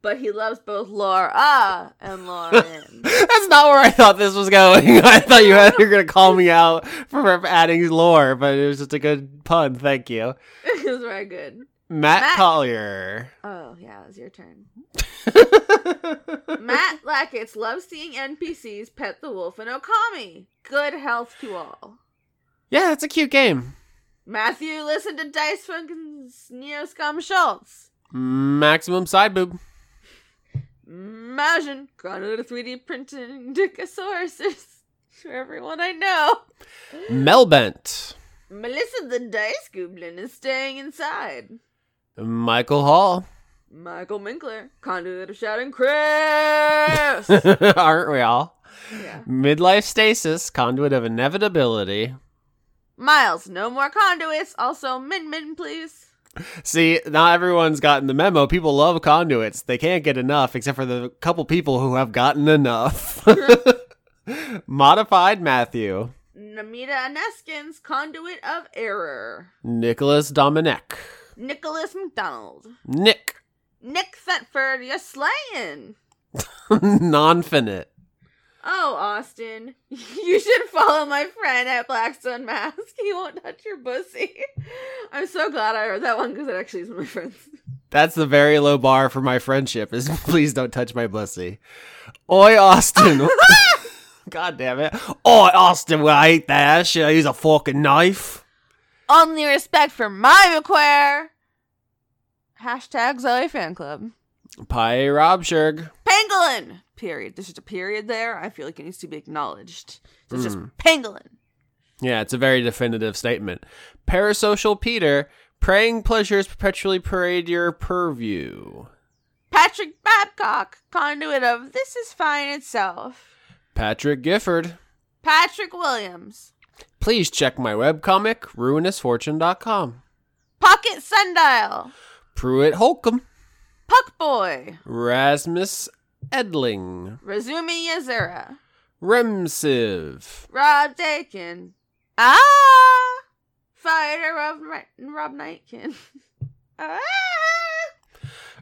Speaker 2: but he loves both Laura and Lauren.
Speaker 8: That's not where I thought this was going. I thought you had, you were going to call me out for adding lore, but it was just a good pun. Thank you.
Speaker 2: it was very good.
Speaker 8: Matt,
Speaker 2: Matt-
Speaker 8: Collier.
Speaker 2: Oh, yeah, it was your turn. Matt Lackitts loves seeing NPCs pet the wolf and Okami. Good health to all.
Speaker 8: Yeah, it's a cute game.
Speaker 2: Matthew listened to Dice Funkin's Neo Scum Schultz.
Speaker 8: Maximum side boob.
Speaker 2: Imagine gone to 3D printing Dickosauruses for everyone I know.
Speaker 8: Melbent.
Speaker 2: Melissa the Dice Goblin is staying inside.
Speaker 8: Michael Hall.
Speaker 2: Michael Minkler, conduit of shouting Chris.
Speaker 8: Aren't we all?
Speaker 2: Yeah.
Speaker 8: Midlife stasis, conduit of inevitability.
Speaker 2: Miles, no more conduits. Also, Min Min, please.
Speaker 8: See, not everyone's gotten the memo. People love conduits. They can't get enough, except for the couple people who have gotten enough. Modified Matthew.
Speaker 2: Namita Aneskins, conduit of error.
Speaker 8: Nicholas Dominic.
Speaker 2: Nicholas McDonald.
Speaker 8: Nick.
Speaker 2: Nick Thetford, you're slaying.
Speaker 8: Nonfinite.
Speaker 2: Oh, Austin, you should follow my friend at Blackstone Mask. He won't touch your pussy. I'm so glad I wrote that one because it actually is one of my friends.
Speaker 8: That's the very low bar for my friendship is please don't touch my pussy. Oi, Austin. God damn it. Oi, Austin, will I eat that? Should I use a fork and knife?
Speaker 2: Only respect for my McQuare. Hashtag Zoe Fan Club.
Speaker 8: Pie Robsherg.
Speaker 2: Pangolin! Period. There's just a period there. I feel like it needs to be acknowledged. So it's just pangolin.
Speaker 8: Yeah, it's a very definitive statement. Parasocial Peter, praying pleasures perpetually parade your purview.
Speaker 2: Patrick Babcock, conduit of This Is Fine Itself.
Speaker 8: Patrick Gifford,
Speaker 2: Patrick Williams.
Speaker 8: please check my webcomic, ruinousfortune.com.
Speaker 2: Pocket Sundial.
Speaker 8: Pruitt Holcomb,
Speaker 2: Puck Boy.
Speaker 8: Rasmus Edling,
Speaker 2: Razumi Yazura.
Speaker 8: Remsiv,
Speaker 2: Rob Dakin. Ah! Fighter Rob, Rob Nightkin. Ah!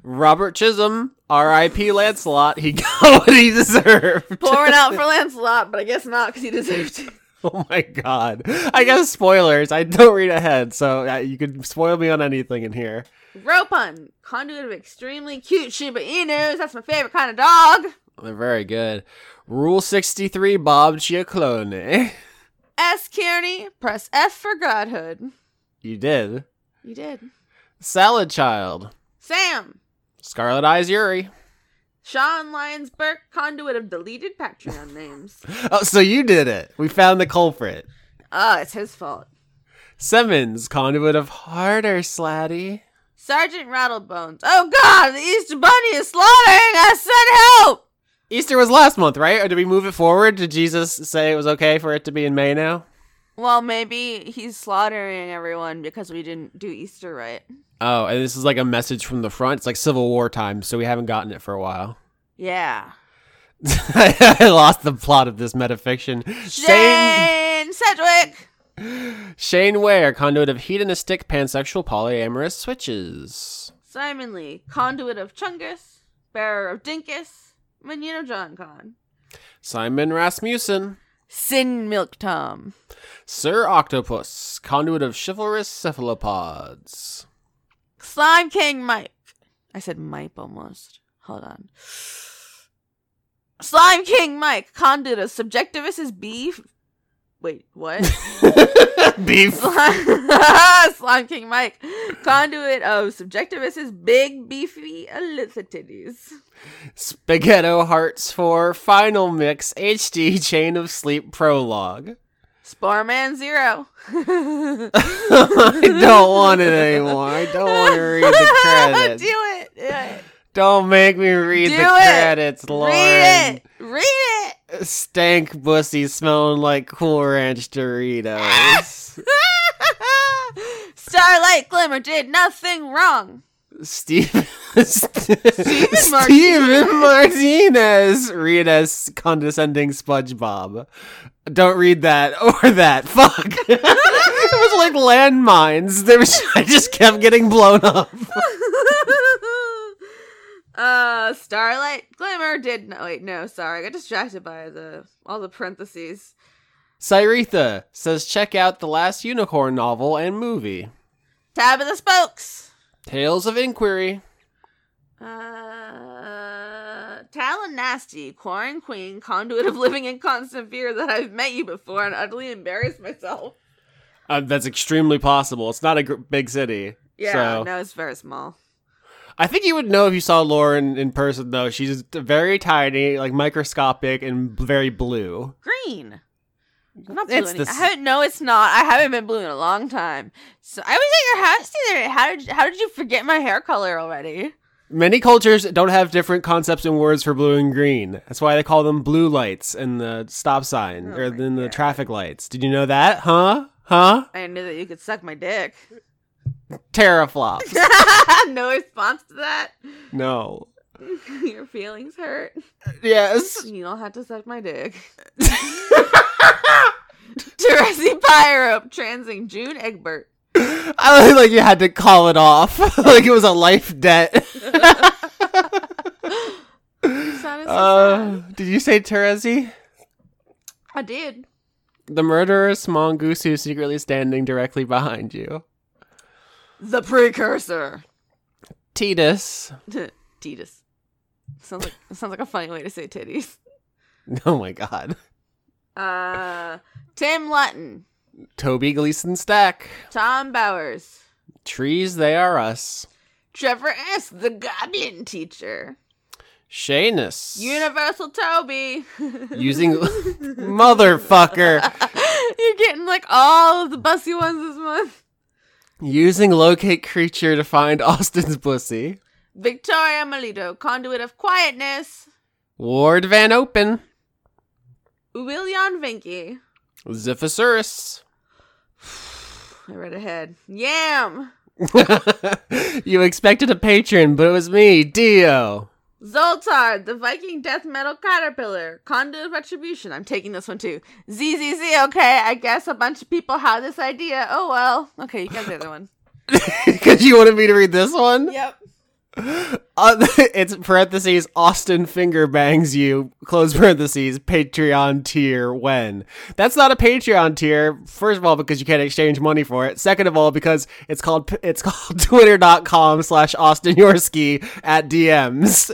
Speaker 8: Robert Chisholm, R.I.P. Lancelot. He got what he deserved.
Speaker 2: Pouring out for Lancelot, but I guess not because he deserved it.
Speaker 8: Oh my god. I guess spoilers. I don't read ahead, so uh, you could spoil me on anything in here.
Speaker 2: Ropun, conduit of extremely cute Shiba Inus. That's my favorite kind of dog.
Speaker 8: They're very good. Rule 63 Bob Giaclone.
Speaker 2: S. Kearney, press F for godhood.
Speaker 8: You did.
Speaker 2: You did.
Speaker 8: Salad Child,
Speaker 2: Sam,
Speaker 8: Scarlet Eyes Yuri.
Speaker 2: Sean Lyonsberg, conduit of deleted Patreon names.
Speaker 8: Oh, so you did it. We found the culprit.
Speaker 2: Ah, it's his fault.
Speaker 8: Simmons, conduit of harder slatty.
Speaker 2: Sergeant Rattlebones. Oh God, the Easter Bunny is slaughtering us. Send help!
Speaker 8: Easter was last month, right? Or did we move it forward? Did Jesus say it was okay for it to be in May now?
Speaker 2: Well, maybe he's slaughtering everyone because we didn't do Easter right.
Speaker 8: Oh, and this is like a message from the front. It's like Civil War time, so we haven't gotten it for a while.
Speaker 2: Yeah.
Speaker 8: I lost the plot of this metafiction. Shane,
Speaker 2: Jane Sedgwick.
Speaker 8: Shane Ware, conduit of hedonistic, pansexual, polyamorous switches.
Speaker 2: Simon Lee, conduit of Chungus, bearer of Dinkus, Menino John Con.
Speaker 8: Simon Rasmussen,
Speaker 12: Sin Milk Tom.
Speaker 8: Sir Octopus, conduit of chivalrous cephalopods.
Speaker 12: Slime King Mike. I said Mike almost. Hold on.
Speaker 2: Slime King Mike, conduit of Subjectivus is beef. Wait, what?
Speaker 8: Beef.
Speaker 2: Slime King Mike, conduit of Subjectivus is big beefy elicitities.
Speaker 8: Spaghetto Hearts for Final Mix HD Chain of Sleep Prologue.
Speaker 2: Spar Man Zero.
Speaker 8: I don't want it anymore. I don't want to read the
Speaker 2: Do
Speaker 8: credits.
Speaker 2: it. Yeah.
Speaker 8: Don't make me read
Speaker 2: Do
Speaker 8: the
Speaker 2: it.
Speaker 8: credits, Lauren.
Speaker 2: Read it. Read it.
Speaker 8: Stank bussy smelling like Cool Ranch Doritos.
Speaker 2: Starlight Glimmer did nothing wrong.
Speaker 8: Steven, Steven Martinez. Read as condescending SpongeBob. Don't read that or that. Fuck. it was like landmines. There was, I just kept getting blown up.
Speaker 2: uh, Starlight Glimmer did no. Wait, no. Sorry, I got distracted by the all the parentheses.
Speaker 8: Cyretha says check out the last unicorn novel and movie.
Speaker 2: Tab of the spokes.
Speaker 8: Tales of Inquiry.
Speaker 2: Uh, Talon Nasty, Quarren Queen, conduit of living in constant fear that I've met you before and utterly embarrassed myself.
Speaker 8: Uh, that's extremely possible. It's not a gr- big city.
Speaker 2: Yeah,
Speaker 8: So.
Speaker 2: no, it's very small.
Speaker 8: I think you would know if you saw Lauren in person, though. She's very tiny, like microscopic, and very blue.
Speaker 2: Green. I'm not blue
Speaker 8: It's
Speaker 2: any-
Speaker 8: the
Speaker 2: I
Speaker 8: s-
Speaker 2: haven't. No, it's not. I haven't been blue in a long time. So I was at your house the other day. How did how did you forget my hair color already?
Speaker 8: Many cultures don't have different concepts and words for blue and green. That's why they call them blue lights and the stop sign, or then the traffic lights. Did you know that? Huh? Huh?
Speaker 2: I knew that you could suck my dick.
Speaker 8: Teraflops.
Speaker 2: no response to that.
Speaker 8: no.
Speaker 2: Your feelings hurt.
Speaker 8: Yes.
Speaker 2: You don't have to suck my dick. Teresi Pyrope, transing June Egbert.
Speaker 8: I was like, you had to call it off. like it was a life debt.
Speaker 2: Sounded so sad.
Speaker 8: Uh, did you say Terezi?
Speaker 2: I did.
Speaker 8: The murderous mongoose who's secretly standing directly behind you.
Speaker 2: The precursor.
Speaker 8: Titus.
Speaker 2: Titus. Sounds like sounds like a funny way to say titties.
Speaker 8: Oh my god.
Speaker 2: Uh, Tim Lutton,
Speaker 8: Toby Gleason Stack.
Speaker 2: Tom Bowers,
Speaker 8: Trees They Are Us.
Speaker 2: Trevor S, the Goblin teacher,
Speaker 8: Shanus.
Speaker 2: Universal Toby.
Speaker 8: Using. Motherfucker.
Speaker 2: You're getting like all of the bussy ones this month.
Speaker 8: Using locate creature to find Austin's pussy.
Speaker 2: Victoria Melito, conduit of quietness.
Speaker 8: Ward Van Open.
Speaker 2: William Vinky.
Speaker 8: Ziphosaurus.
Speaker 2: I read ahead. Yam.
Speaker 8: you expected a patron, but it was me, Dio.
Speaker 2: Zoltar, the Viking death metal caterpillar, conduit of retribution. I'm taking this one too. ZZZ, okay, I guess a bunch of people have this idea. Oh well. Okay, you got the other one.
Speaker 8: Because you wanted me to read this one?
Speaker 2: Yep.
Speaker 8: Uh, it's parentheses, Austin finger bangs you, close parentheses, Patreon tier when. That's not a Patreon tier, first of all, because you can't exchange money for it. Second of all, because it's called, it's called twitter.com slash Austin Yorsky at DMs.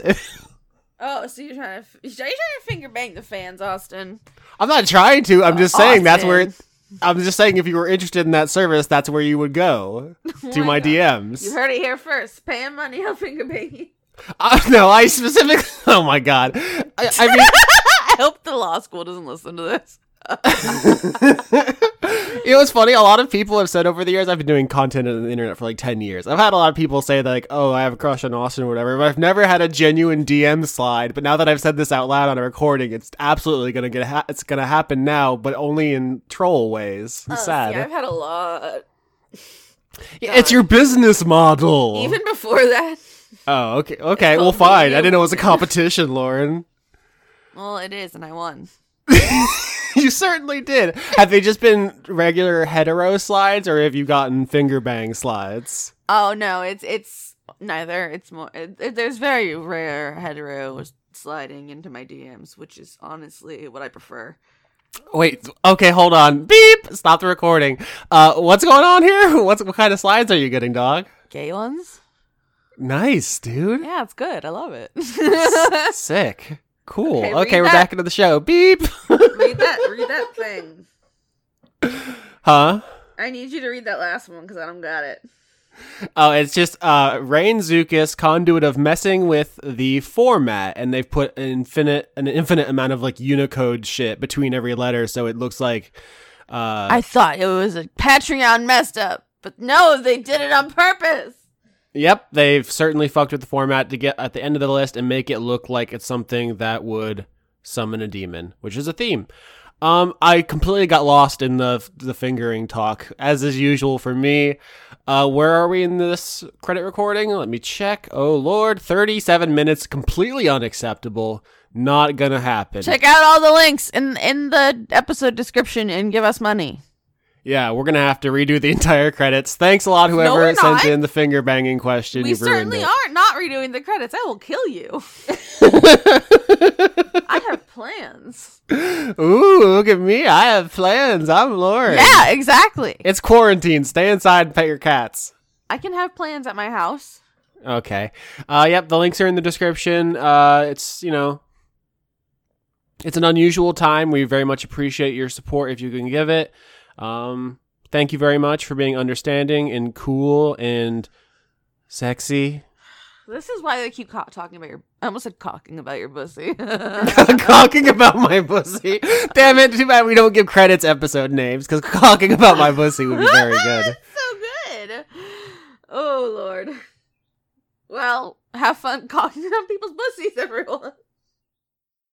Speaker 2: Oh, so you're trying to f- are you trying to finger bang the fans, Austin?
Speaker 8: I'm not trying to, I'm just saying that's where,
Speaker 2: Austin.
Speaker 8: I'm just saying, if you were interested in that service, that's where you would go to my
Speaker 13: You
Speaker 8: DMs.
Speaker 13: heard it here first. Pay him money, I'll finger bang you.
Speaker 8: Uh, no, I specifically. Oh my god. I, I mean,
Speaker 2: I hope the law school doesn't listen to this.
Speaker 8: it was funny. A lot of people have said over the years, I've been doing content on the internet for like 10 years. I've had a lot of people say, like, oh, I have a crush on Austin or whatever, but I've never had a genuine DM slide. But now that I've said this out loud on a recording, it's absolutely going to get, ha- it's going to happen now, but only in troll ways.
Speaker 2: Uh,
Speaker 8: I'm
Speaker 13: Oh,
Speaker 8: sad.
Speaker 13: See, I've had a lot.
Speaker 8: Yeah, it's your business model.
Speaker 13: Even before that,
Speaker 8: oh, okay. Okay. Well,
Speaker 13: called
Speaker 8: fine.
Speaker 13: media.
Speaker 8: I didn't know it was a competition, Lauren.
Speaker 2: Well, it is, and I won.
Speaker 8: you certainly did. Have they just been regular hetero slides or have you gotten finger bang slides?
Speaker 2: Oh no, it's it's neither. It's more. It, it- there's very rare hetero sliding into my DMs, which is honestly what I prefer.
Speaker 8: Wait, okay, hold on. Beep! Stop the recording. Uh, what's going on here? What's what kind of slides are you getting, dog?
Speaker 2: Gay ones.
Speaker 8: Nice, dude.
Speaker 2: Yeah, it's good. I love it.
Speaker 8: Sick. Cool.
Speaker 13: Okay,
Speaker 8: Okay,
Speaker 13: read
Speaker 8: we're
Speaker 13: that.
Speaker 8: back into the show. Beep.
Speaker 13: read that. Read that thing.
Speaker 8: huh?
Speaker 13: I need you to read that last one because I don't got it.
Speaker 8: Oh, it's just uh, Rain Zukas, conduit of messing with the format, and they've put an infinite an infinite amount of like Unicode shit between every letter, so it looks like. Uh,
Speaker 2: I thought it was a Patreon messed up, but no, they did it on purpose.
Speaker 8: Yep, they've certainly fucked with the format to get at the end of the list and make it look like it's something that would summon a demon, which is a theme. Um, I completely got lost in the the fingering talk, as is usual for me. Uh, where are we in this credit recording? Let me check. Oh lord, thirty-seven minutes, completely unacceptable. Not gonna happen.
Speaker 2: Check out all the links in in the episode description and give us money.
Speaker 8: Yeah, we're gonna have to redo the entire credits. Thanks a lot, whoever
Speaker 2: we're
Speaker 8: sent
Speaker 2: not.
Speaker 8: in the finger banging question.
Speaker 2: we
Speaker 8: You've ruined
Speaker 2: certainly
Speaker 8: it.
Speaker 2: aren't not redoing the credits. I will kill you. I have plans.
Speaker 8: Ooh, look at me. I have plans. I'm Lauren.
Speaker 2: Yeah, exactly.
Speaker 8: It's quarantine. Stay inside and pet your cats.
Speaker 2: I can have plans at my house.
Speaker 8: Okay. Uh, yep, the links are in the description. Uh, it's, you know, it's an unusual time. We very much appreciate your support if you can give it. Um, thank you very much for being understanding and cool and sexy.
Speaker 2: This is why they keep co- talking about your. I almost said cocking about your pussy.
Speaker 8: Talking about my pussy. Damn it. Too bad we don't give credits episode names because talking about my pussy would be very good.
Speaker 2: so good. Oh lord. Well, have fun cocking on people's pussies, everyone.